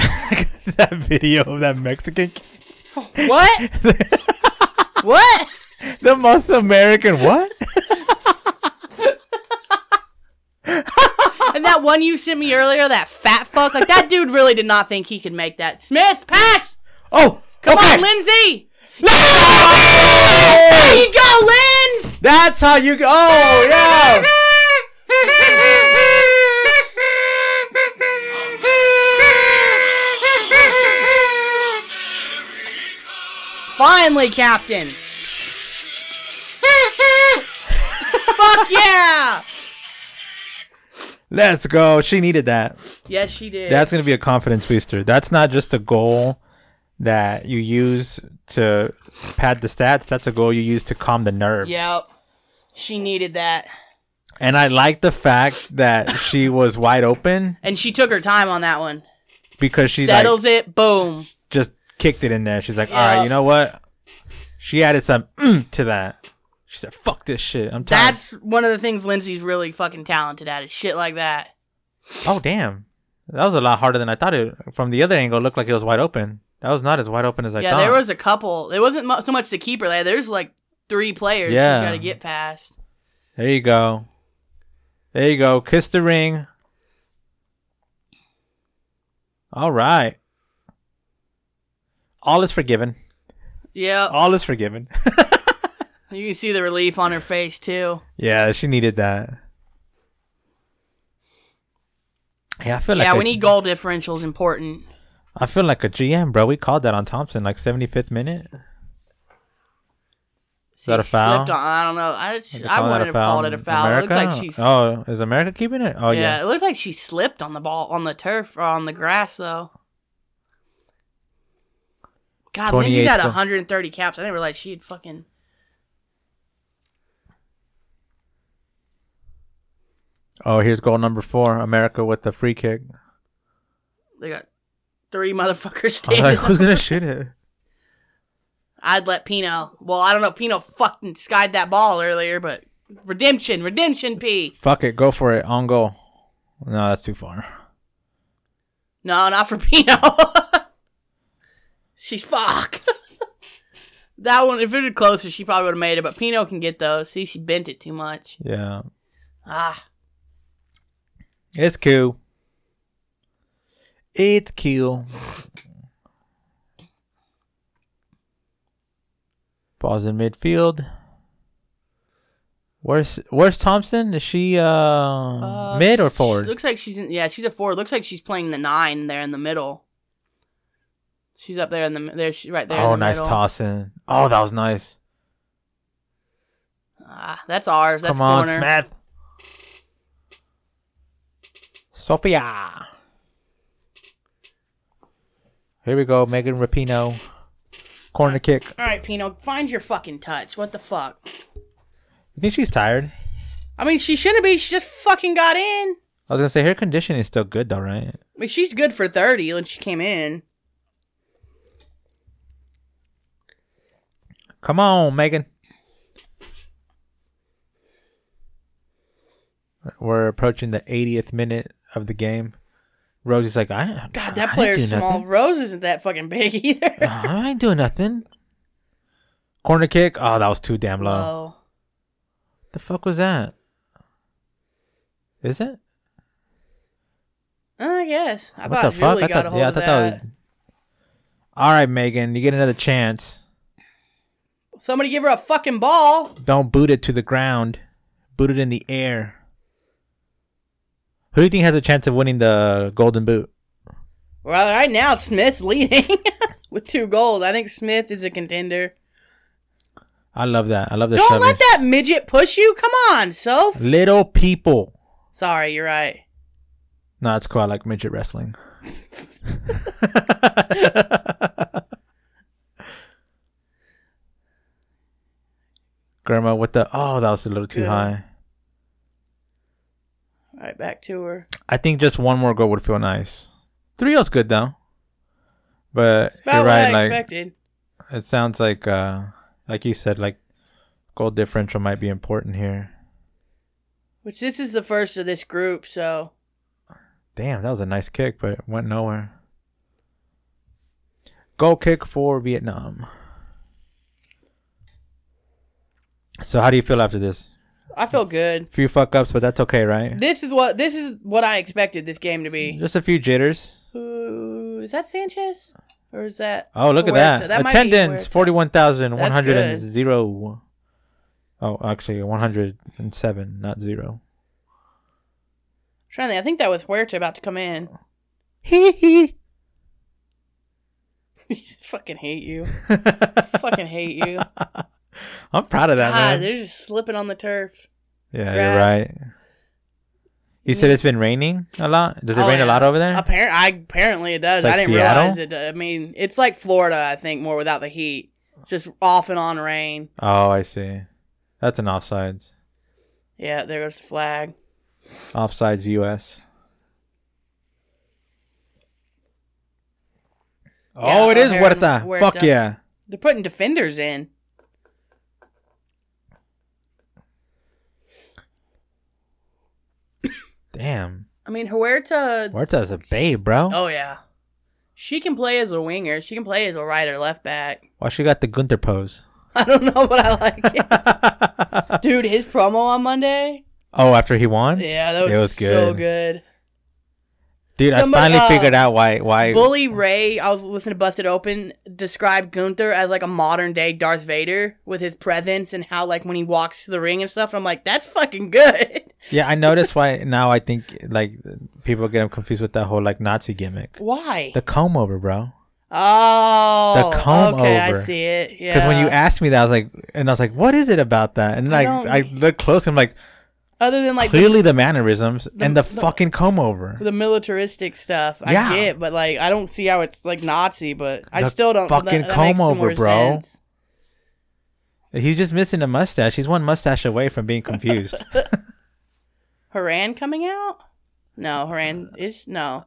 S1: that video of that Mexican, kid- <laughs>
S2: What? what?
S1: the most American.
S2: <laughs>
S1: What?
S2: And that one you sent me earlier, that fat fuck, like that dude really did not think he could make that. Smith, pass!
S1: Oh,
S2: Come
S1: okay.
S2: on, Lindsay! There
S1: Hey!
S2: you go, Linz!
S1: That's how you go. Oh,
S2: <laughs>
S1: yeah.
S2: Finally, Captain!
S1: <laughs>
S2: fuck yeah!
S1: Let's go. She needed that.
S2: Yes, she did.
S1: That's going to be a confidence booster. That's not just a goal that you use to pad the stats. That's a goal you use to calm the nerves.
S2: Yep. She needed that.
S1: And I like the fact that she was wide open
S2: And she took her time on that one.
S1: because she like,
S2: Settles it. Boom.
S1: just kicked it in there. She's like, all
S2: Yeah.
S1: right, you know what? She added some <clears throat> mm to that. She said, fuck this shit. I'm tired.
S2: That's one of the things Lindsay's really fucking talented at is shit like that.
S1: Oh, damn. That was a lot harder than I thought it. From the other angle, it looked like it was wide open. That was not as wide open as I
S2: yeah,
S1: thought.
S2: there was a couple. There wasn't mu- so much the keeper there. There's like three players
S1: Yeah.
S2: she's got to get past.
S1: There you go. There you go. Kiss the ring. All right. All is forgiven.
S2: Yeah.
S1: All is forgiven. <laughs>
S2: You can see the relief on her face too.
S1: yeah, she needed that. Yeah, I feel like
S2: yeah,
S1: a-
S2: we need goal differentials important.
S1: I feel like a GM, bro. We called that on Thompson, like seventy fifth minute.
S2: Is
S1: that a foul?
S2: Slipped on. I don't know. I,
S1: Did
S2: just,
S1: they
S2: I
S1: call that
S2: wanted
S1: a
S2: to call it a
S1: in
S2: foul.
S1: America?
S2: It looks like she's.
S1: Oh, is America keeping it? Oh
S2: yeah.
S1: yeah.
S2: It looks like she slipped on the ball on the turf or on the grass though. God, Lindsay's
S1: 28th
S2: had
S1: though.
S2: 130 caps. I didn't realize she had fucking.
S1: Oh, here's goal number four. America with the free kick.
S2: <laughs> They got three <laughs> motherfuckers
S1: I was
S2: standing.
S1: like, who's gonna shoot it?
S2: I'd let Pino. Well, I don't know. Pino fucking skied that ball earlier, but redemption, redemption, P.
S1: Fuck it, go for it. On goal. No, that's too far.
S2: No, not for <laughs> Pino. She's fuck. <laughs> that one, if it had closer, she probably would have made it. But Pino can get those. See, she bent it too much.
S1: Yeah,
S2: Ah,
S1: it's cool. It's cool. Balls in midfield. Where's Where's Thompson? Is she uh,
S2: Uh,
S1: mid or
S2: she-
S1: forward?
S2: Looks like she's in. Yeah, she's a forward. Looks like she's playing the nine there in the middle. She's up there in the there. She right there. in
S1: oh,
S2: the
S1: nice
S2: middle.
S1: tossing. Oh, that was nice.
S2: Ah, that's ours. That's
S1: Come on,
S2: corner.
S1: Smith. Sophia. Here we go, Megan Rapino. Corner kick.
S2: All right, Pino, find your fucking touch. What the fuck?
S1: You think she's tired?
S2: I mean, she shouldn't be. She just fucking got in.
S1: I was gonna say her conditioning is still good though, right?
S2: I mean, she's good for 30 when she came in.
S1: Come on, Megan. We're approaching the 80th minute of the game. Rosie's like, I
S2: God,
S1: I
S2: that
S1: didn't
S2: player's
S1: do
S2: small.
S1: nothing.
S2: Rose isn't that fucking big <laughs> either.
S1: I ain't doing nothing. Corner kick. Oh, that was too damn low.
S2: Low.
S1: The fuck was that? Is it?
S2: I guess. I
S1: What
S2: about
S1: the fuck?
S2: Julie
S1: I
S2: got a
S1: thought,
S2: hold
S1: yeah, I
S2: of
S1: thought
S2: that.
S1: that was. All right, Megan, you get another chance.
S2: Somebody give her a fucking ball.
S1: Don't boot it to the ground. Boot it in the air. Who do you think has a chance of winning the Golden Boot?
S2: Well, right now, Smith's leading <laughs> with two goals. I think Smith is a contender.
S1: I love that. I love the
S2: Don't
S1: shoving.
S2: let that midget push you. Come on, so
S1: Little people.
S2: Sorry, you're right.
S1: No, it's cool. I like midget wrestling. <laughs> Grandma, what the? Oh, that was a little too
S2: Good.
S1: high.
S2: All right, back to her.
S1: I think just one more goal would feel nice. 3 0's good though. But
S2: It's
S1: you're
S2: about
S1: right,
S2: what I
S1: like
S2: expected.
S1: it sounds like uh like you said, like goal differential might be important here.
S2: Which this is the first of this group, so
S1: Damn, that was a nice kick, but it went nowhere. Goal kick for Vietnam. So how do you feel after this?
S2: I feel good.
S1: Few fuck ups, but that's okay, right?
S2: This is what this is what I expected this game to be.
S1: Just a few jitters.
S2: Ooh, is that Sanchez or is that?
S1: Oh, look at
S2: Huerta?
S1: that.
S2: might be
S1: Attendance,
S2: Huerta.
S1: 41,100. Oh, actually, 107, not zero. <laughs>
S2: Trying to, think- I think that was Huerta about to come in. <laughs>
S1: Hee hee. <laughs>
S2: fucking hate you.
S1: I'm
S2: fucking hate you.
S1: proud of <laughs> that,
S2: God,
S1: man.
S2: they're just slipping on the turf.
S1: Yeah,
S2: grass.
S1: you're right. You said it's been raining a lot. Does it
S2: Oh,
S1: rain a
S2: yeah.
S1: lot over there?
S2: Appar- I, apparently it does.
S1: Eh. It's like
S2: I didn't
S1: Seattle?
S2: realize it. do- I mean, it's like Florida, I think, more without the heat. Just off and on rain.
S1: Oh, I see. That's an offsides.
S2: Yeah, there goes the flag.
S1: Offsides U.S. oh, it
S2: I'll
S1: is
S2: hear
S1: Huerta.
S2: him, Huerta.
S1: Fuck yeah.
S2: They're putting defenders in.
S1: Damn.
S2: I mean, Huerta.
S1: Huerta's a babe, bro.
S2: Oh yeah, she can play as a winger. She can play as a right or left back. <laughs>
S1: Why she got the Gunther pose? <laughs>
S2: I don't know, but I like it.
S1: oh,
S2: Dude, his promo on Monday.
S1: after he won?
S2: Yeah, that was,
S1: It was
S2: so
S1: good.
S2: good.
S1: Dude,
S2: Somebody-
S1: I finally
S2: uh,
S1: figured out why why
S2: Bully Ray, I was listening to Busted Open, described Gunther as like a modern day Darth Vader with his presence and how like when he walks to the ring and stuff. And I'm like, that's fucking good.
S1: Yeah, I noticed why now I think like people get him confused with that whole like Nazi gimmick.
S2: Why?
S1: The comb over, bro.
S2: oh,
S1: the comb
S2: okay,
S1: over.
S2: I see it. Yeah,
S1: Because when you asked me that, I was like, and I was like, what is it about that? And then
S2: I
S1: I,
S2: don't- e-
S1: I, looked close and I'm like,
S2: other than like the,
S1: clearly the mannerisms and the, fucking comb over.
S2: the militaristic stuff, I
S1: Yeah.
S2: get, but like I don't see how it's like Nazi, but I
S1: The
S2: still don't
S1: fucking
S2: that, that makes
S1: comb
S2: some
S1: over,
S2: more
S1: bro.
S2: sense.
S1: He's just missing a mustache. He's one mustache away from being
S2: <laughs>
S1: confused.
S2: Haran coming out? No, Haran
S1: Uh,
S2: is no.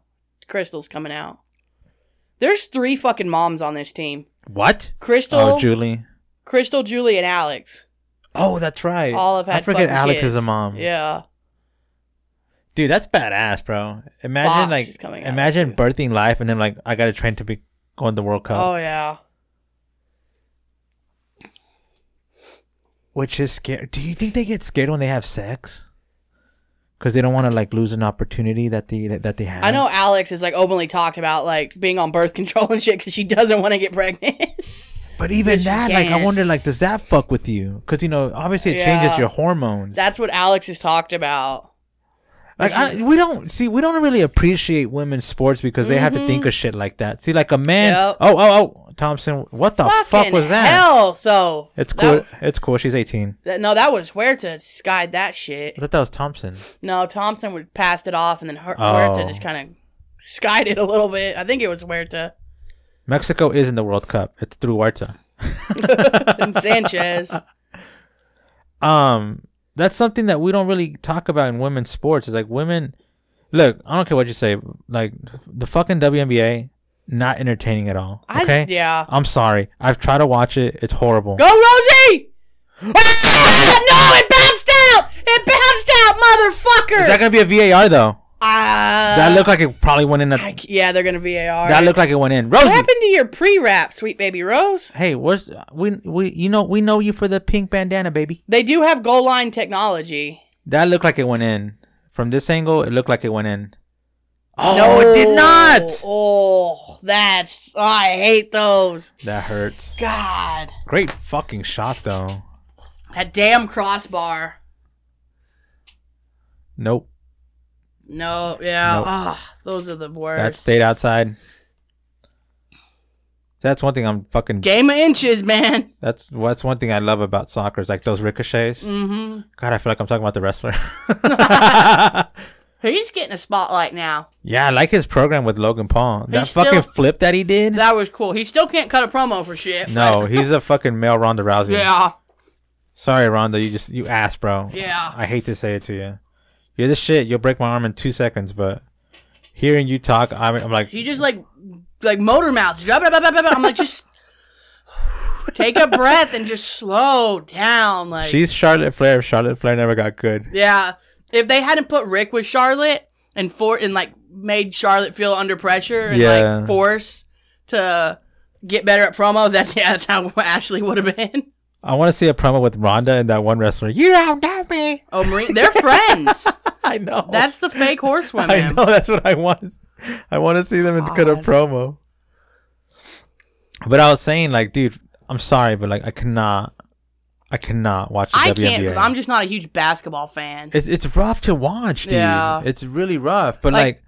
S2: Crystal's coming out. There's three fucking moms on this team.
S1: what?
S2: Crystal,
S1: Oh, Julie.
S2: Crystal, Julie, and Alex.
S1: Oh, that's right.
S2: All have had.
S1: I forget
S2: fucking
S1: Alex
S2: kids.
S1: is a mom.
S2: Yeah,
S1: Dude, that's badass, bro. Imagine
S2: Fox
S1: like
S2: is coming out,
S1: imagine
S2: too.
S1: birthing life and then like I gotta train to be going to the World Cup.
S2: oh yeah.
S1: Which is scary. Do you think they get scared when they have sex? Because they don't want to like lose an opportunity that they that, that they have.
S2: I know Alex is like openly talked about like being on birth <laughs> control and shit because she doesn't want to get pregnant. <laughs>
S1: but even
S2: Bitch, you
S1: that, like, I
S2: can't.
S1: wonder, like, does that fuck with you? Because you know, obviously, it changes
S2: Yeah.
S1: your hormones.
S2: That's what Alex has talked about.
S1: like, I, we don't see, we don't really appreciate women's sports because they have to
S2: Mm-hmm.
S1: think of shit like that. See, like a man.
S2: Yep.
S1: Oh, oh, oh, Thompson, what the fuck
S2: Fucking
S1: was that?
S2: Hell, so
S1: It's
S2: that-
S1: cool. it's cool. She's eighteen.
S2: that- no, that was Huerta skied that shit.
S1: I thought that was Thompson.
S2: No, Thompson would passed it off, and then Her-
S1: Oh.
S2: Huerta just kind of skied it a little bit. I think it was Huerta
S1: Mexico is in the World Cup. It's through Huerta. <laughs>
S2: and Sanchez.
S1: um that's something that we don't really talk about in women's sports. Is like women look, I don't care what you say, like the fucking WNBA not entertaining at all.
S2: I
S1: Okay?
S2: yeah.
S1: I'm sorry. I've tried to watch it. It's horrible.
S2: Go Rosie! Ah, no, it bounced out! It bounced out, motherfucker!
S1: Is that going to be a VAR though?
S2: Ah,
S1: That looked like it probably went in
S2: I
S1: a,
S2: c- yeah, they're gonna VAR.
S1: That looked like it went in.
S2: What
S1: Rosie.
S2: happened to your pre-rap, sweet baby Rose?
S1: Hey, where's we we you know we know you for the pink bandana, baby.
S2: They do have goal line technology.
S1: That looked like it went in. From this angle, it looked like it went in.
S2: No,
S1: Oh, it did not.
S2: Oh, that's oh, I hate those.
S1: That hurts.
S2: God,
S1: Great fucking shot though.
S2: that damn crossbar.
S1: Nope.
S2: No, yeah,
S1: Nope.
S2: ah, those are the worst.
S1: That stayed outside. That's one thing I'm fucking.
S2: Game of inches, man.
S1: That's that's one thing I love about soccer is like those ricochets.
S2: Mm-hmm.
S1: God, I feel like I'm talking about the
S2: <laughs>
S1: wrestler.
S2: He's getting a spotlight now.
S1: yeah, I like his program with Logan Paul. That
S2: He's still-
S1: fucking flip that he did.
S2: That was cool. He still can't cut a promo for shit.
S1: no, he's a fucking male Ronda Rousey.
S2: Yeah.
S1: Sorry, Ronda, you just you ass, bro.
S2: Yeah.
S1: I hate to say it to you. You're the shit. You'll break my arm in two seconds, but hearing you talk, I'm, I'm like,
S2: He just like like motor mouth. I'm like just <sighs> take a breath and just slow down. Like
S1: she's Charlotte Flair. if Charlotte Flair never got good.
S2: yeah. If they hadn't put Rick with Charlotte and for and like made Charlotte feel under pressure and
S1: Yeah.
S2: like force to get better at promos, that yeah, that's how <laughs> Ashley would have been.
S1: I want to see a promo with Ronda and that one wrestler. You don't know me.
S2: Oh, Marie, they're
S1: <laughs>
S2: friends.
S1: I know.
S2: That's the fake horsewoman.
S1: I know. That's what I want. I want to see them and cut a promo. But I was saying, like, dude, I'm sorry, but like, I cannot, I cannot watch the
S2: I
S1: WNBA.
S2: can't. 'cause I'm just not a huge basketball fan.
S1: it's it's rough to watch, dude.
S2: Yeah.
S1: It's really rough. But like,
S2: Like-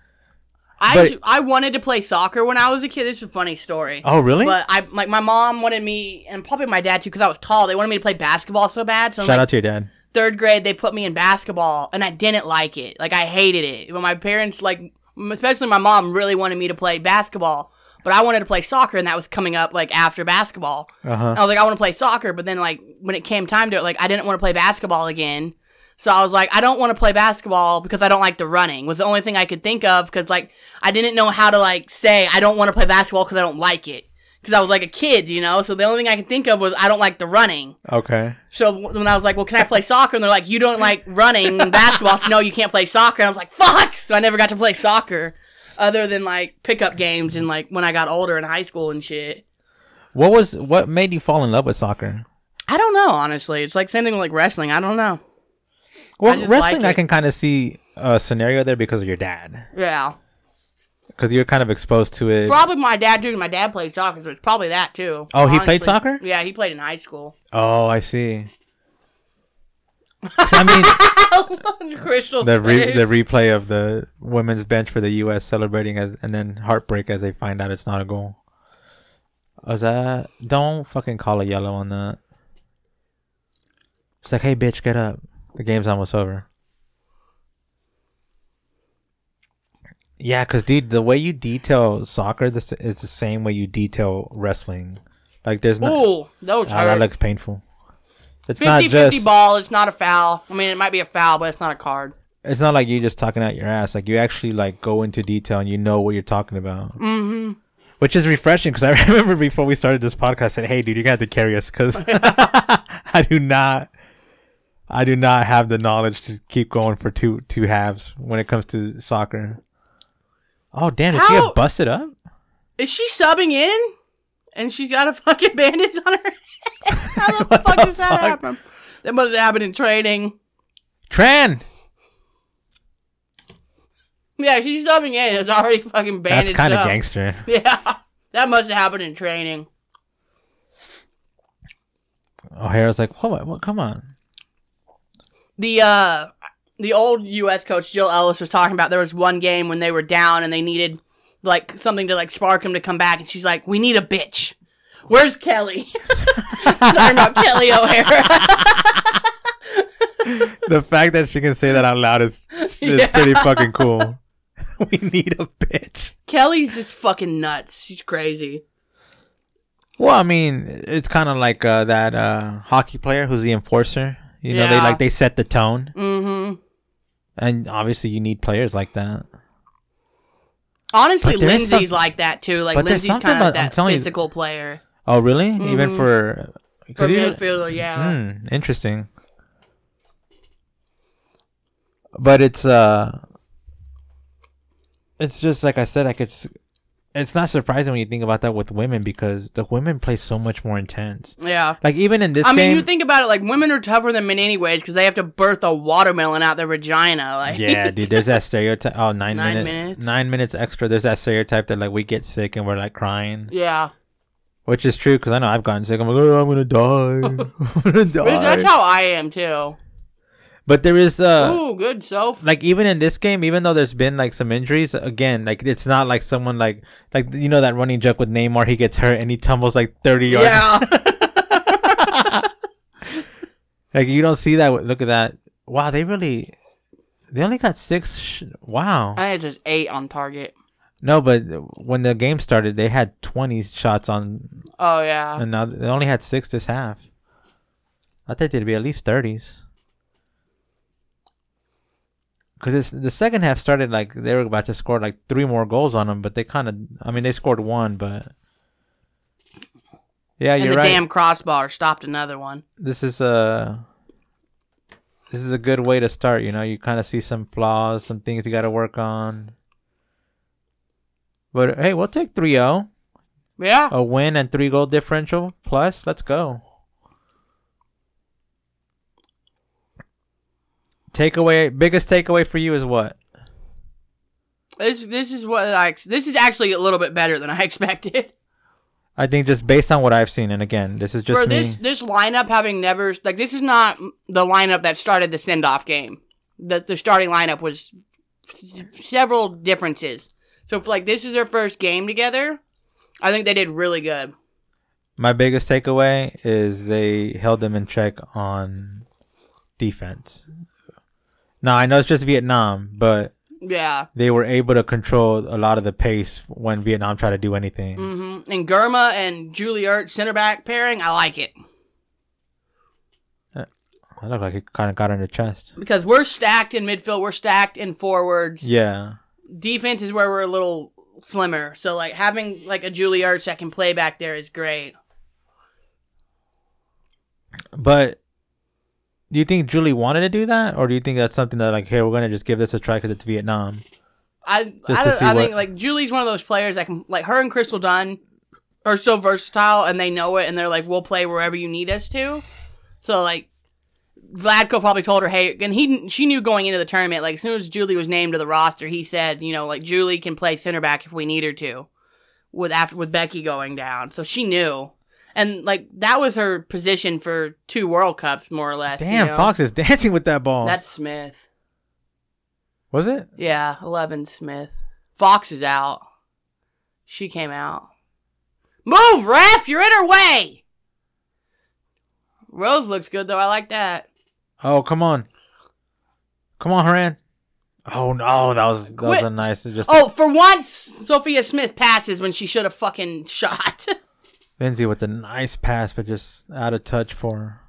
S2: I
S1: but-
S2: ju- I wanted to play soccer when I was a kid. This is a funny story.
S1: oh really?
S2: But I like my mom wanted me and probably my dad too because I was tall. They wanted me to play basketball so bad. So I'm
S1: Shout
S2: like,
S1: out to your dad.
S2: third grade they put me in basketball and I didn't like it. Like I hated it. When my parents like especially my mom really wanted me to play basketball, but I wanted to play soccer and that was coming up like after basketball.
S1: Uh-huh.
S2: I was like I want to play soccer, but then like when it came time to it like I didn't want to play basketball again. So I was like I don't want to play basketball because I don't like the running. Was the only thing I could think of cuz like I didn't know how to like say I don't want to play basketball cuz I don't like it. Cuz I was like a kid, you know? So the only thing I could think of was I don't like the running.
S1: Okay.
S2: So when I was like, "Well, can I play soccer?" and they're like, "You don't like <laughs> running and basketball, so no, you can't play soccer." And I was like, "Fuck!" So I never got to play soccer, other than like pickup games and like when I got older in high school and shit.
S1: What was what made you fall in love with soccer?
S2: I don't know, honestly. It's like same thing with like wrestling. I don't know.
S1: Well,
S2: just
S1: wrestling,
S2: like
S1: I
S2: it.
S1: can kind of see a scenario there because of your dad,
S2: Yeah,
S1: because you're kind of exposed to it.
S2: probably my dad too. My dad played soccer, so it's probably that too.
S1: Oh, he played soccer?
S2: Yeah, he played in high school. <laughs>
S1: Oh, I see. 'Cause I mean,
S2: <laughs> Crystal.
S1: the re-
S2: face.
S1: the replay of the women's bench for the U.S. celebrating as and then heartbreak as they find out it's not a goal. Was that? Don't fucking call a yellow on that. It's like, hey, bitch, get up. The game's almost over. Yeah, cause dude, the way you detail soccer this is the same way you detail wrestling. Like, there's no.
S2: Ooh, those
S1: Ah, that
S2: hurt.
S1: looks painful. It's not
S2: 50
S1: just
S2: 50 ball. It's not a foul. I mean, it might be a foul, but it's not a card.
S1: it's not like you just talking out your ass. Like you actually like go into detail and you know what you're talking about. Mm-hmm. Which is refreshing because I <laughs> remember before we started this podcast, I said, "Hey, dude, you're gonna have to carry us because <laughs> I do not, I do not have the knowledge to keep going for two two halves when it comes to soccer." Oh damn! Did she
S2: How-
S1: get busted up?
S2: Is she subbing in? And she's got a fucking bandage on her head. <laughs> How the fuck does that
S1: fuck?
S2: happen? That must have happened in training.
S1: Tran.
S2: Yeah, she's subbing in. It's already fucking
S1: That's
S2: bandaged
S1: kind of
S2: up.
S1: gangster.
S2: <laughs> Yeah, that must have happened in training.
S1: O'Hara's like, "What? What? Come
S2: <laughs>
S1: on."
S2: the uh the old US coach Jill Ellis was talking about there was one game when they were down and they needed like something to like spark him to come back and she's like, We need a bitch. Where's Kelly? <laughs> Talking about Kelly O'Hara. <laughs>
S1: the fact that she can say that out loud is is
S2: Yeah.
S1: pretty fucking cool. <laughs> we need a bitch.
S2: Kelly's just fucking nuts. She's crazy.
S1: Well, I mean, it's kind of like uh, that uh, hockey player who's the enforcer. You know, they
S2: Yeah.
S1: like they set the tone,
S2: Mm-hmm.
S1: and obviously you need players like that.
S2: Honestly,
S1: But there is something-
S2: Lindsay's like that too. Like
S1: but there's
S2: Lindsay's
S1: something
S2: kind
S1: about-
S2: of
S1: I'm
S2: that
S1: telling you-
S2: physical player
S1: Oh, really? Even for
S2: Mm-hmm. for
S1: because you
S2: midfielder. Yeah,
S1: Hmm, interesting. But it's uh, it's just like I said. Like it's, it's not surprising when you think about that with women because the women play so much more intense.
S2: yeah.
S1: Like even in this
S2: I mean,
S1: game,
S2: you think about it. Like women are tougher than men, anyways, because they have to birth a watermelon out their vagina. Like, <laughs>
S1: yeah, dude. There's that stereotype. Oh, nine
S2: Nine
S1: minute-
S2: minutes.
S1: nine minutes extra. There's that stereotype that like we get sick and we're like crying,
S2: yeah.
S1: which is true because I know I've gotten sick. I'm like, oh, I'm gonna
S2: <laughs>
S1: die. <laughs> I'm gonna
S2: But that's
S1: die.
S2: how I am too.
S1: But there is uh,
S2: Ooh, good self.
S1: like even in this game, even though there's been like some injuries, again, like it's not like someone like like you know that running joke with Neymar, he gets hurt and he tumbles like thirty yards.
S2: Yeah.
S1: <laughs> Like you don't see that. with- Look at that. Wow, they really, they only got six. Sh- wow.
S2: I had just eight on target.
S1: no, but when the game started, they had twenty shots on,
S2: Oh yeah.
S1: and now they only had six this half. I think they'd be at least thirties. Because the second half started like they were about to score like three more goals on them, but they kind of, I mean, they scored one, but yeah,
S2: And
S1: you're
S2: the
S1: right.
S2: damn crossbar stopped another one.
S1: this is a this is a good way to start. You know, you kind of see some flaws, some things you got to work on. But hey, we'll take oh. 3-0,
S2: Yeah.
S1: a win and three goal differential plus. Let's go. Takeaway, biggest takeaway for you is what?
S2: This this is what I ex- this is actually a little bit better than I <laughs> expected.
S1: I think just based on what I've seen, and again, this is just
S2: For
S1: me.
S2: this this lineup having never like this is not the lineup that started the send off game. The the starting lineup was several differences. So if like this is their first game together, I think they did really good.
S1: My biggest takeaway is they held them in check on defense. Now I know it's just Vietnam, but
S2: Yeah.
S1: they were able to control a lot of the pace when Vietnam tried to do anything.
S2: hmm And Gurma and Juilliard center back pairing, I like it.
S1: I look like it kind of got in the chest.
S2: Because we're stacked in midfield, we're stacked in forwards.
S1: Yeah,
S2: Defense is where we're a little slimmer. So like having like a Juilliard that can play back there is great.
S1: but do you think Julie wanted to do that, or do you think that's something that like, here we're gonna just give this a try because it's Vietnam?
S2: I
S1: to
S2: I, don't-
S1: see
S2: I
S1: what-
S2: think like Julie's one of those players that can like her and Crystal Dunn are so versatile and they know it and they're like we'll play wherever you need us to. So like Vladko probably told her hey and he she knew going into the tournament like as soon as Julie was named to the roster he said you know like Julie can play center back if we need her to with after with Becky going down so she knew and like that was her position for two World Cups more or less. you
S1: Damn,
S2: know?
S1: Fox is <laughs> dancing with that ball.
S2: That's Smith.
S1: was it?
S2: Yeah, Eleven Smith. Fox is out. She came out. Move, ref! You're in her way! Rose looks good, though. I like that.
S1: Oh come on, come on, Haran. Oh no, that was that was
S2: Quit.
S1: a nice. Just
S2: Oh, for once, Sophia Smith passes when she should have fucking <laughs> shot.
S1: Lindsay with a nice pass, but just out of touch for her.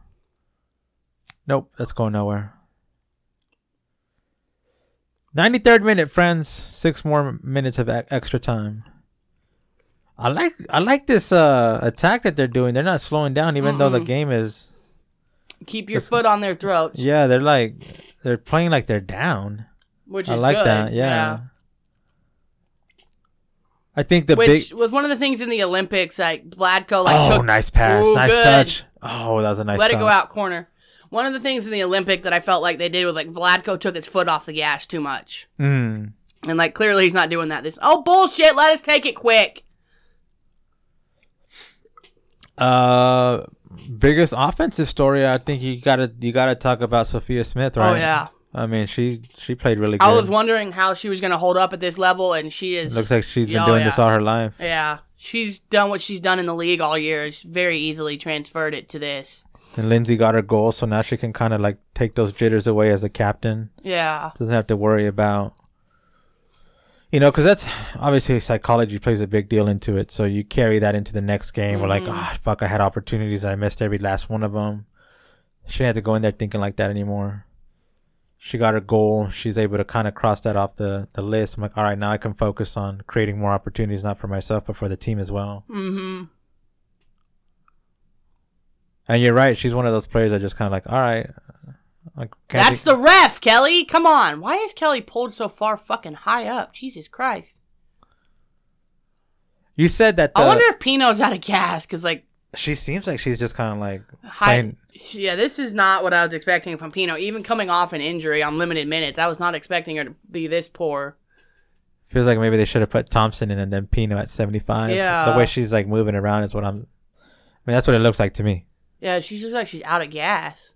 S1: Nope, that's going nowhere. 93rd minute, friends. Six more minutes of e- extra time. I like I like this uh, attack that they're doing. They're not slowing down, even though the game is.
S2: Keep your foot on their throats,
S1: Yeah, they're like they're playing like they're down.
S2: which
S1: I
S2: is
S1: like
S2: good.
S1: that. Yeah. I think the big.
S2: Which was one of the things in the Olympics, like Vladko, like
S1: oh,
S2: took
S1: nice pass,
S2: Ooh,
S1: nice
S2: good.
S1: touch. Oh, that was a nice.
S2: let it
S1: touch.
S2: go out corner. One of the things in the Olympic that I felt like they did was like Vladko took his foot off the gas too much.
S1: Mm.
S2: And like clearly he's not doing that. This oh bullshit, let us take it quick.
S1: Uh, biggest offensive story. I think you gotta you gotta talk about Sophia Smith, right?
S2: Oh yeah.
S1: I mean, she she played really good.
S2: I was wondering how she was gonna hold up at this level and she is
S1: Looks like she's been
S2: Oh,
S1: doing
S2: yeah.
S1: this all her life.
S2: Yeah. She's done what she's done in the league all year. She's very easily transferred it to this.
S1: And Lindsay got her goal, so now she can kind of like take those jitters away as a captain.
S2: Yeah.
S1: Doesn't have to worry about. You know, because that's obviously psychology plays a big deal into it. So you carry that into the next game. We're
S2: Mm-hmm.
S1: like, ah, fuck, I had opportunities and I missed every last one of them. She didn't have to go in there thinking like that anymore. She got her goal. She's able to kind of cross that off the, the list. I'm like, all right, now I can focus on creating more opportunities, not for myself, but for the team as well.
S2: Mm-hmm.
S1: And you're right. She's one of those players that just kind of like, all right. I can't
S2: That's
S1: take-
S2: the ref, Kelly. Come on. Why is Kelly pulled so far fucking high up? Jesus Christ.
S1: you said that the,
S2: I wonder if Pino's out of gas because like
S1: she seems like she's just kind of like
S2: high.
S1: playing-
S2: Yeah, this is not what I was expecting from Pino. Even coming off an injury on limited minutes, I was not expecting her to be this poor.
S1: Feels like maybe they should have put Thompson in and then Pino at 75.
S2: Yeah.
S1: The way she's like moving around is what I'm. I mean, that's what it looks like to me.
S2: Yeah, she's just like she's out of gas.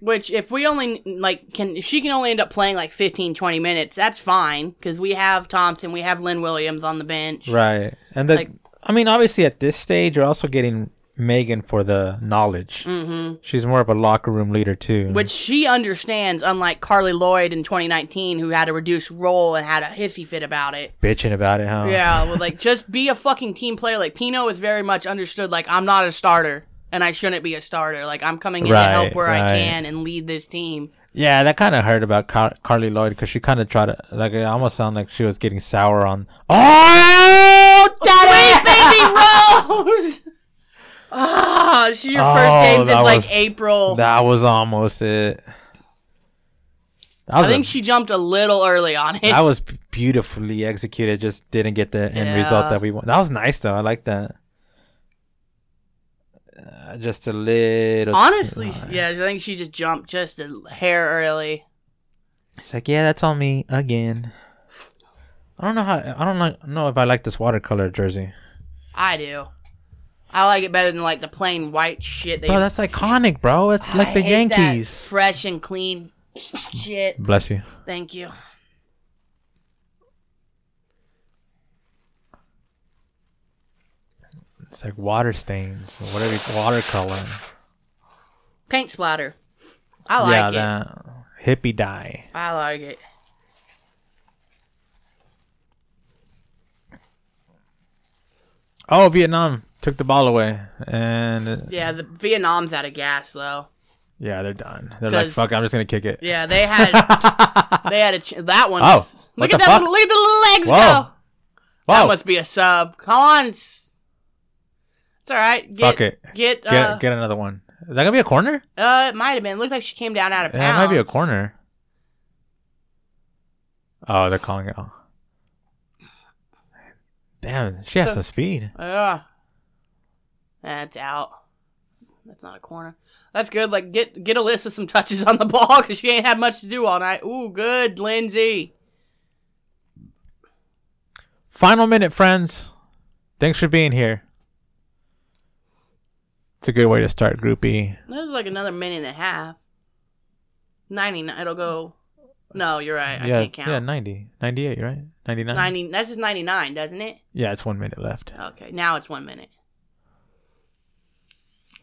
S2: Which, if we only like can, if she can only end up playing like 15, 20 minutes, that's fine because we have Thompson, we have Lynn Williams on the bench.
S1: Right. And the,
S2: Like-
S1: I mean, obviously at this stage, you're also getting Megan for the knowledge.
S2: hmm
S1: She's more of a locker room leader, too.
S2: Which she understands, unlike Carly Lloyd in 2019, who had a reduced role and had a hissy fit about it.
S1: Bitching about it, huh?
S2: Yeah,
S1: <laughs>
S2: well, like just be a fucking team player. Like Pino is very much understood. Like I'm not a starter, and I shouldn't be a starter. Like I'm coming in to
S1: Right,
S2: help where
S1: right.
S2: I can and lead this team.
S1: Yeah, that kind of hurt about Car- Carly Lloyd because she kind of tried to, like, it almost sounded like she was getting sour on. Oh,
S2: Wait,
S1: damn it!
S2: baby Rose. Ah, she your
S1: Oh,
S2: first game's in
S1: that
S2: like
S1: was-
S2: April.
S1: That was almost it. That was
S2: I
S1: a
S2: think she jumped a little early on it.
S1: That was b- beautifully executed. Just didn't get the end result
S2: Yeah.
S1: that we want. That was nice though. I like that. Uh, just a little.
S2: honestly,
S1: Uh,
S2: yeah. I think she just jumped just a hair early.
S1: It's like yeah, that's on me again. I don't know how. I don't like, know if I like this watercolor jersey.
S2: I do. I like it better than like the plain white shit. They
S1: Bro, that's iconic, bro. It's like
S2: I
S1: the
S2: hate that
S1: Yankees.
S2: fresh and clean shit.
S1: Bless you.
S2: Thank you.
S1: It's like water stains or whatever, you- watercolor.
S2: Paint splatter. I like
S1: yeah,
S2: it.
S1: that hippie dye.
S2: I like it.
S1: Oh, Vietnam took the ball away, and uh,
S2: Yeah, the Vietnam's out of gas though.
S1: yeah, they're done. They're like,
S2: 'Cause-
S1: fuck, I'm just gonna kick it.
S2: Yeah,
S1: <laughs>
S2: they had they had a ch- that one.
S1: Oh,
S2: was-
S1: what
S2: look at
S1: the
S2: that
S1: fuck?
S2: little, look at the little legs
S1: Whoa. Oh.
S2: go.
S1: Wow,
S2: That must be a sub. Come on, s- it's all right. Get,
S1: Fuck it.
S2: Get
S1: get
S2: uh,
S1: get another one. Is that gonna be a corner?
S2: uh, it might have been. Looked like she came down out of
S1: Yeah,
S2: bounds.
S1: that might be a corner. Oh, they're calling it. Oh. Damn, she has
S2: So-
S1: some speed.
S2: Yeah, that's out. That's not a corner. That's good. Like get get Alyssa some touches on the ball because she ain't had much to do all night. Ooh, good, Lindsay.
S1: Final minute, friends. Thanks for being here. It's a good way to start groupie.
S2: That was like another minute and a half. Ninety nine. It'll go. No, you're right. I
S1: yeah,
S2: can't count.
S1: yeah, 90, 98, right? 99?
S2: 90 that's just 99 doesn't it
S1: Yeah, it's one minute left.
S2: okay now it's one minute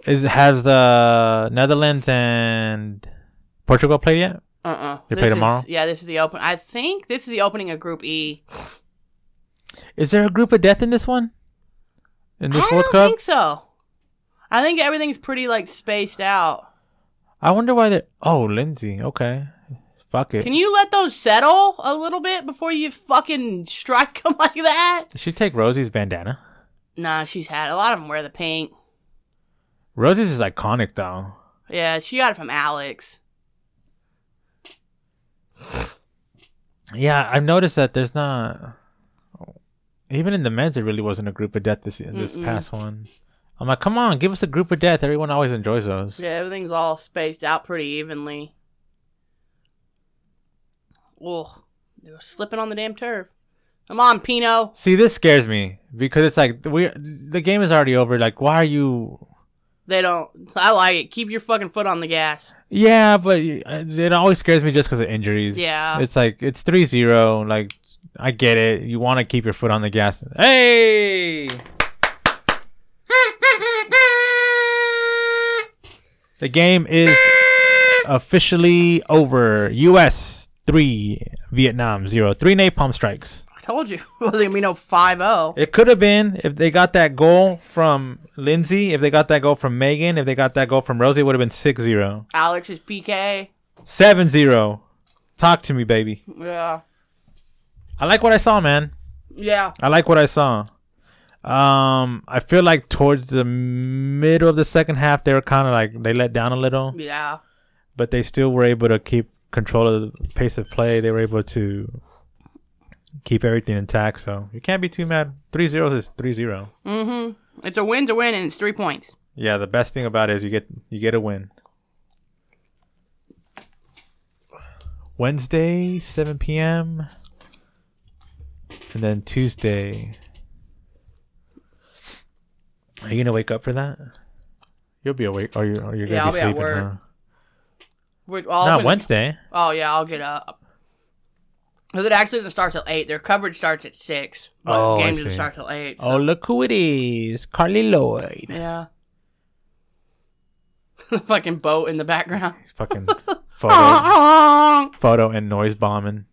S1: Is has uh Netherlands and Portugal played yet?
S2: uh-uh
S1: They
S2: This
S1: play
S2: is-
S1: tomorrow?
S2: yeah this is the open i think this is the opening of group e
S1: Is there a group of death in this one? In this
S2: i
S1: World
S2: don't
S1: Cup?
S2: think so i think everything's pretty like spaced out
S1: I wonder why they. Oh, Lindsay. Okay, fuck it.
S2: can you let those settle a little bit before you fucking strike them <laughs> like that
S1: Did she take Rosie's bandana?
S2: nah she's had a lot of them wear the pink
S1: Rosie's is iconic though.
S2: yeah she got it from alex
S1: Yeah, I've noticed that there's not. Even in the men's, it really wasn't a group of death this this
S2: Mm-mm.
S1: past one. I'm like, come on, give us a group of death. Everyone always enjoys those.
S2: yeah everything's all spaced out pretty evenly oh they were slipping on the damn turf come on pino
S1: See, this scares me because it's like we the game is already over. Like, why are you?
S2: They don't. I like it. Keep your fucking foot on the gas.
S1: Yeah, but uh, it always scares me just because of injuries.
S2: Yeah.
S1: it's like it's 3-0. Like, I get it. You want to keep your foot on the gas. Hey, the game is officially over. U.S. three, Vietnam zero. Three napalm strikes.
S2: I told you. <laughs> Well, there be no oh. 5 0.
S1: It could have been if they got that goal from Lindsay, if they got that goal from Megan, if they got that goal from Rosie, it would have been 6 0.
S2: Alex is PK.
S1: 7 0. Talk to me, baby.
S2: Yeah.
S1: I like what I saw, man.
S2: Yeah.
S1: I like what I saw. Um, I feel like towards the middle of the second half, they were kind of like they let down a little,
S2: Yeah.
S1: but they still were able to keep control of the pace of play. They were able to keep everything intact, so you can't be too mad. 3 0 is 3 0.
S2: Mm hmm. It's a win to win, and it's three points.
S1: Yeah, the best thing about it is you get you get a win. Wednesday, seven p.m. And then Tuesday. Are you gonna wake up for that? You'll be awake. Or you? Or you're gonna be
S2: Yeah, I'll be at
S1: sleeping?
S2: work.
S1: huh?
S2: We're all
S1: Not
S2: gonna-
S1: Wednesday.
S2: Oh, yeah. I'll get up. Because it actually doesn't start till 8. Their coverage starts at 6. But
S1: Oh,
S2: the
S1: I
S2: game doesn't
S1: see.
S2: start till 8. so-
S1: Oh, look who it is, Carly Lloyd.
S2: Yeah. <laughs> The fucking boat in the background.
S1: He's
S2: <laughs>
S1: fucking photo, photo and noise bombing.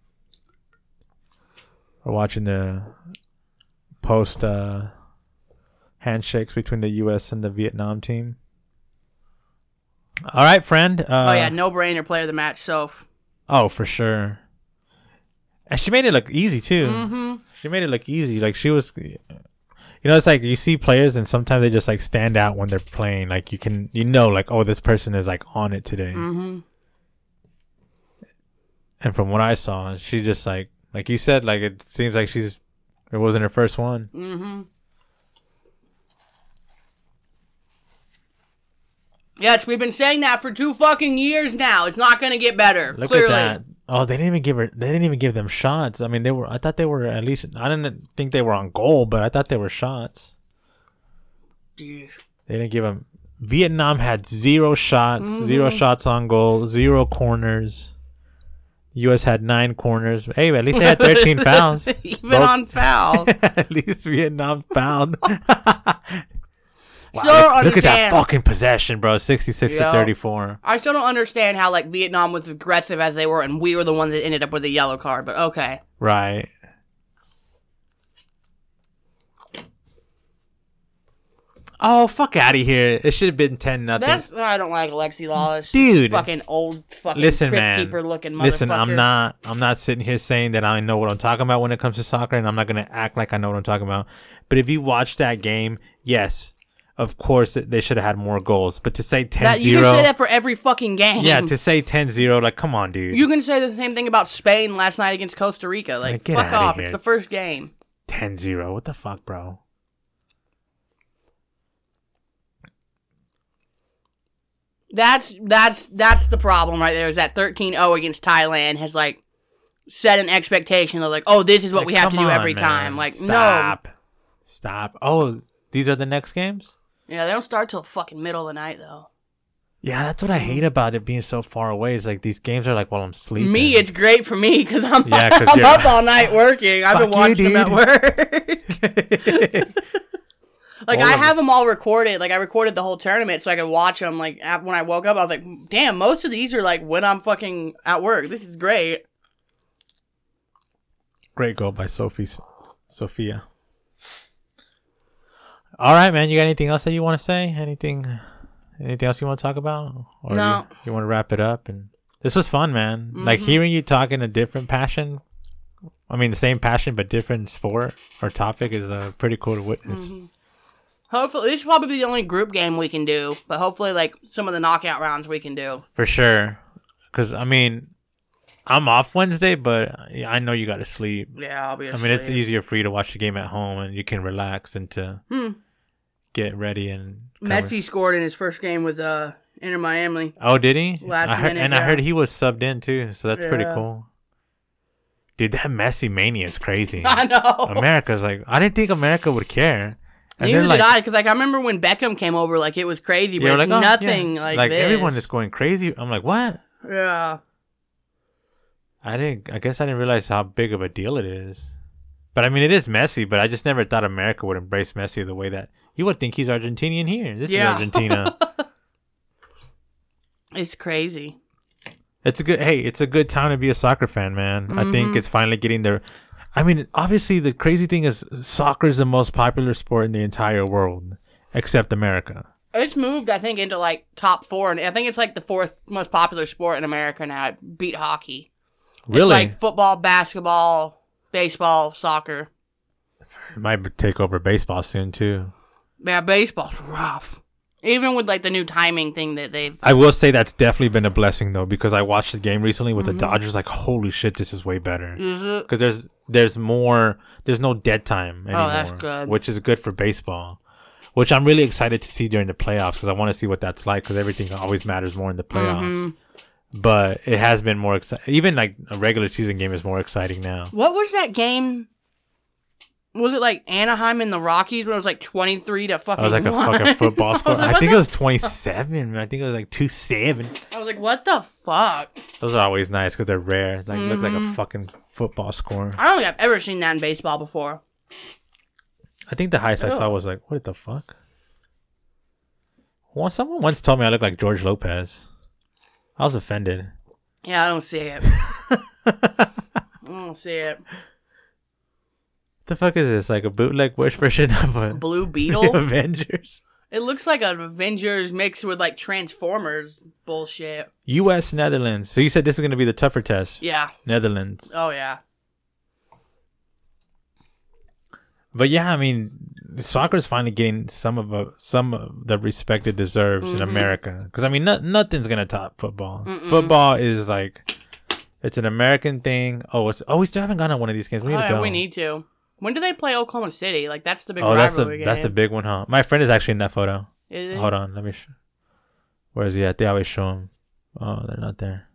S1: We're watching the post uh, handshakes between the U.S. and the Vietnam team. All right, friend. Uh,
S2: oh, yeah. No brainer player of the match, Soph.
S1: oh, for sure. And she made it look easy too.
S2: hmm.
S1: She made it look easy. Like she was, you know, it's like you see players and sometimes they just like stand out when they're playing. Like you can, you know, like oh, this person is like on it today.
S2: hmm.
S1: And from what I saw, she just like like you said, like it seems like she's it wasn't her first one.
S2: Mm-hmm. Yes, we've been saying that for two fucking years now. It's not going to get better.
S1: Look
S2: clearly.
S1: at that. Oh, they didn't even give her. They didn't even give them shots. I mean, they were. I thought they were at least. I didn't think they were on goal, but I thought they were shots.
S2: Yeesh.
S1: They didn't give them. Vietnam had zero shots, zero
S2: Mm-hmm.
S1: shots on goal, zero corners. U.S. had nine corners. Hey, at least they had
S2: <laughs>
S1: thirteen fouls. <laughs>
S2: Even
S1: Both-
S2: on foul. <laughs>
S1: at least Vietnam fouled. Wow,
S2: Still don't
S1: look, look at that
S2: understand.
S1: fucking possession, bro. 66 to
S2: Yeah.
S1: 34.
S2: I still don't understand how like Vietnam was aggressive as they were, and we were the ones that ended up with a yellow card. But okay,
S1: Right. Oh, fuck out of here. It should have been 10 nothing.
S2: that's I don't like Alexi Lawless,
S1: Dude.
S2: Fucking old fucking
S1: Listen,
S2: crypt
S1: man.
S2: keeper looking motherfucker.
S1: Listen, I'm not I'm not sitting here saying that I know what I'm talking about when it comes to soccer and I'm not going to act like I know what I'm talking about. But if you watch that game, yes, of course it- they should have had more goals, but to say 10-0
S2: That, you can say that for every fucking game.
S1: Yeah, to say 10-0 like come on, dude.
S2: you can say the same thing about Spain last night against Costa Rica.
S1: Man,
S2: Like,
S1: get
S2: fuck
S1: outta
S2: off.
S1: here.
S2: It's the first game.
S1: 10-0. What the fuck, bro?
S2: That's that's that's the problem right there. Is that 13-0 against Thailand has like set an expectation of like, oh, this is what
S1: Like,
S2: we have to do
S1: come on,
S2: every
S1: man.
S2: time. Like,
S1: Stop. Stop. Oh, these are the next games?
S2: no. Yeah, they don't start till fucking middle of the night though.
S1: Yeah, that's what I hate about it being so far away. Is like these games are like while I'm sleeping.
S2: Me, it's great for me because I'm,
S1: Yeah, 'cause
S2: <laughs> I'm
S1: you're-
S2: up all night working. I've been
S1: Fuck
S2: watching
S1: you,
S2: them at work. <laughs>
S1: <laughs>
S2: like
S1: All
S2: I
S1: of
S2: have them all recorded. Like I recorded the whole tournament so I could watch them. Like af- when I woke up, I was like, "Damn, most of these are like when I'm fucking at work. This is great."
S1: Great goal by Sophie, Sophia. All right, man. You got anything else that you want to say? Anything? Anything else you want to talk about? Or
S2: No.
S1: You, you want to wrap it up? And this was fun, man. Like hearing you talk in a different passion. I mean, the same passion but different sport or topic is uh, pretty cool to witness.
S2: Hopefully, this is probably the only group game we can do. But hopefully, like some of the knockout rounds we can do.
S1: For sure. Because, I mean, I'm off Wednesday, but I know you got to sleep. I
S2: Yeah, obviously.
S1: mean, it's easier for you to watch the game at home and you can relax and to
S2: Hmm.
S1: get ready and. cover.
S2: Messi scored in his first game with uh, Inter Miami. <laughs>
S1: Oh, did he?
S2: Last
S1: I heard,
S2: minute,
S1: and I
S2: yeah.
S1: heard he was subbed in too, so that's pretty
S2: Yeah.
S1: cool. Dude, that Messi mania is crazy.
S2: <laughs> I know.
S1: America's like, I didn't think America would care. And
S2: Neither
S1: then, like,
S2: did I, because like I remember when Beckham came over, like it was crazy, but
S1: yeah, we're
S2: it's
S1: like, oh, yeah.
S2: nothing like, this.
S1: everyone is going crazy. I'm like, what?
S2: yeah.
S1: I didn't. I guess I didn't realize how big of a deal it is. But I mean, it is Messi. But I just never thought America would embrace Messi the way that you would think he's Argentinian here. This
S2: Yeah.
S1: is
S2: <laughs>
S1: Argentina.
S2: It's crazy.
S1: it's a good. Hey, it's a good time to be a soccer fan, man. I think it's finally getting there. I mean, obviously, the crazy thing is soccer is the most popular sport in the entire world, except America.
S2: It's moved, I think, into like top four, and I think it's like the fourth most popular sport in America now. It beat hockey. It's
S1: Really,
S2: like football, basketball, baseball, soccer.
S1: it might take over baseball soon too.
S2: Yeah, baseball's rough. Even with like the new timing thing that they've.
S1: I will say that's definitely been a blessing though, because I watched the game recently with the Dodgers. Like, holy shit, this is way better.
S2: Mm-hmm. Is it?
S1: because there's there's more there's no dead time anymore,
S2: Oh, that's good.
S1: which is good for baseball. Which I'm really excited to see during the playoffs because I want to see what that's like because everything always matters more in the playoffs.
S2: Mm-hmm.
S1: But it has been more exciting. Even like a regular season game is more exciting now.
S2: What was that game? Was it like Anaheim and the Rockies when it was like twenty three to fucking?
S1: I was like a
S2: one?
S1: fucking football score.
S2: <laughs> I,
S1: I
S2: was
S1: think
S2: like,
S1: it was 27. man. I think it was like 27.
S2: I was like, what the fuck?
S1: Those are always nice because they're rare. Like look like
S2: Mm-hmm.
S1: a fucking football score.
S2: I don't think I've ever seen that in baseball before.
S1: I think the highest I
S2: Oh.
S1: saw was like what the fuck. Well, someone once told me I look like George Lopez. I was offended.
S2: Yeah, I don't
S1: <laughs>
S2: see it. I don't see it.
S1: the fuck is this? Like a bootleg Wish version of a
S2: Blue
S1: <laughs> the
S2: Beetle.
S1: Avengers?
S2: It looks like an Avengers mixed with like Transformers bullshit.
S1: U.S. Netherlands. So you said this is gonna be the tougher test.
S2: Yeah.
S1: Netherlands.
S2: Oh yeah.
S1: But yeah, I mean, soccer's finally getting some of a, some of the respect it deserves
S2: Mm-hmm.
S1: in America. Because I mean, no, nothing's gonna top football. Football is like. It's an American thing. Oh, it's oh, we still haven't gone on one of these games. We need
S2: Oh,
S1: to
S2: yeah,
S1: go.
S2: we need to. When do they play Oklahoma City? Like that's the big
S1: oh,
S2: rivalry
S1: that's the
S2: game.
S1: that's the big one, huh? My friend is actually in that photo.
S2: Is it?
S1: Hold on, let me. Sh- Where is he at? They always show him. Oh, they're not there.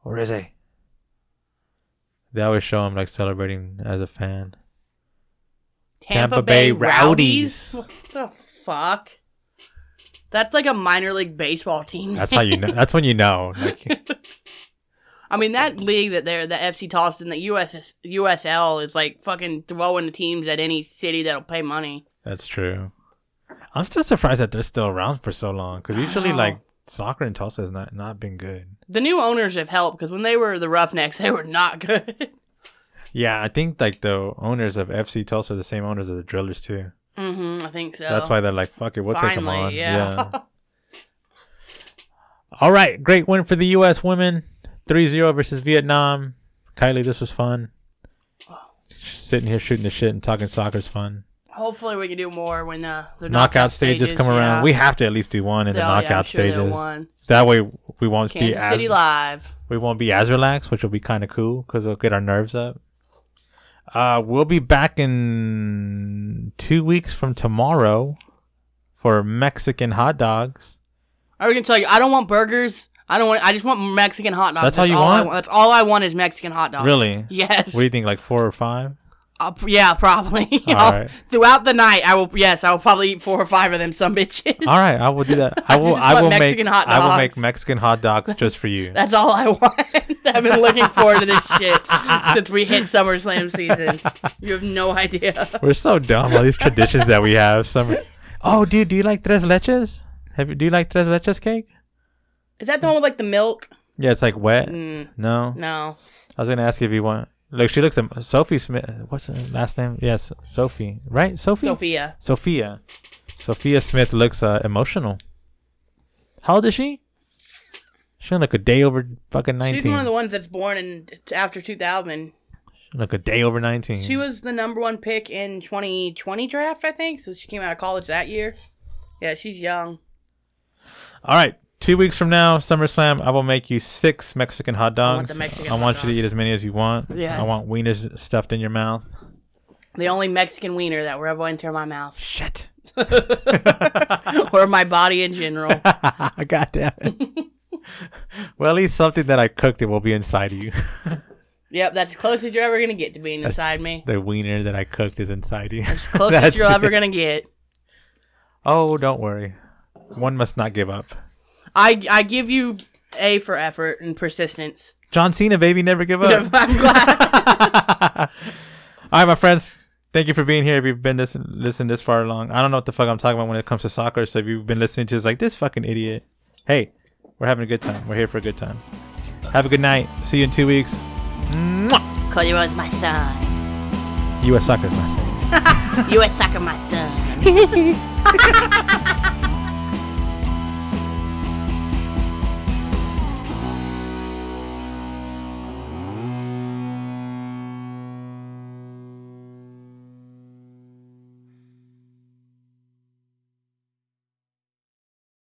S1: Where is he? They always show him like celebrating as a fan. Tampa Bay
S2: What the fuck? That's like a minor league baseball team.
S1: That's how you know.
S2: <laughs>
S1: That's when you know. Like,
S2: I mean, that league that they're the FC Tostin, the US USL is like fucking throwing the teams at any city that'll pay money.
S1: that's true. I'm still surprised that they're still around for so long because usually,
S2: know.
S1: like, soccer in Tulsa has not, not been good.
S2: The new owners have helped because when they were the Roughnecks, <laughs> they were not good.
S1: Yeah, I think, like, the owners of FC Tulsa are the same owners of the Drillers, too.
S2: hmm I think so.
S1: That's why they're like, fuck it, we'll take them
S2: Finally,
S1: on.
S2: yeah.
S1: All right, great win for the U.S. women. 3-0 versus Vietnam. Kylie, this was fun. Sitting here shooting the shit and talking soccer is fun.
S2: <laughs> Hopefully, we can do more when uh, the
S1: knockout, stages, come around.
S2: yeah.
S1: We have to at least do one in the
S2: Oh, yeah, I'm
S1: knockout
S2: sure they'll
S1: stages.
S2: won.
S1: That way we won't be
S2: Kansas
S1: as
S2: City Live.
S1: we won't be as relaxed, which will be kind of cool because it'll get our nerves up. Uh, we'll be back in two weeks from tomorrow for Mexican hot dogs.
S2: I was gonna tell you, I don't want burgers. I don't want. I just want Mexican hot dogs.
S1: That's all you
S2: I
S1: want?
S2: That's all I want is Mexican hot dogs.
S1: Really?
S2: Yes.
S1: What do you think, like four or five?
S2: I'll pr- yeah, probably. <laughs>
S1: All
S2: I'll-
S1: right.
S2: Throughout the night, I will. Yes, I will probably eat four or five of them. Some
S1: <laughs>
S2: bitches.
S1: All right, I will do that. I will.
S2: just
S1: I,
S2: want
S1: will make.
S2: Mexican hot
S1: I will make
S2: dogs.
S1: Mexican hot dogs just for
S2: <laughs>
S1: you.
S2: <laughs> That's all I want. <laughs> I've been looking forward to this shit since we hit SummerSlam season. You have no idea.
S1: We're so dumb. All these traditions that we have. <laughs> Some. Oh, dude, do you like tres leches? Have you, do you like tres leches cake?
S2: Is that the one with like the milk?
S1: Yeah, it's like wet.
S2: Mm,
S1: No,
S2: no.
S1: I was gonna ask you if you want. Look, she looks. At, Sophie Smith. What's her last name? Yes, Sophie. Right, Sophie.
S2: Sophia.
S1: Sophia. Sophia Smith looks uh, emotional. How old is she? She look a day over fucking nineteen.
S2: She's one of the ones that's born in after 2000.
S1: She look a day over nineteen.
S2: She was the number one pick in 2020 draft, I think. So she came out of college that year. Yeah, she's young.
S1: All right. Two weeks from now, SummerSlam, I will make you six Mexican hot dogs.
S2: I want the Mexican
S1: I want
S2: hot
S1: you to eat
S2: dogs.
S1: as many as you want.
S2: Yes.
S1: I want wieners stuffed in your mouth.
S2: The only Mexican wiener that will ever enter my
S1: <laughs>
S2: mouth <laughs>
S1: Shit.
S2: or my body in general.
S1: God damn Ah, it.
S2: <laughs>
S1: well, at least something that I cooked it will be inside of you. <laughs>
S2: Yep, that's the closest you're ever going to get to being inside me.
S1: <laughs> the wiener that I cooked is inside you.
S2: It's the closest
S1: That's <laughs>
S2: you're ever
S1: it.
S2: going to get.
S1: Oh, don't worry. One must not give up.
S2: I, I give you A for effort and persistence.
S1: John Cena, baby, never give
S2: <laughs> I'm
S1: up.
S2: glad.
S1: <laughs> All right, my friends. Thank you for being here. If you've been listen listening this far along, I don't know what the fuck I'm talking about when it comes to soccer. So if you've been listening to, it's like this fucking idiot. Hey, we're having a good time. We're here for a good time. Have a good night. See you in two weeks.
S2: Cody was my son.
S1: U.S. Soccer's my thing.
S2: You a sucker, my son.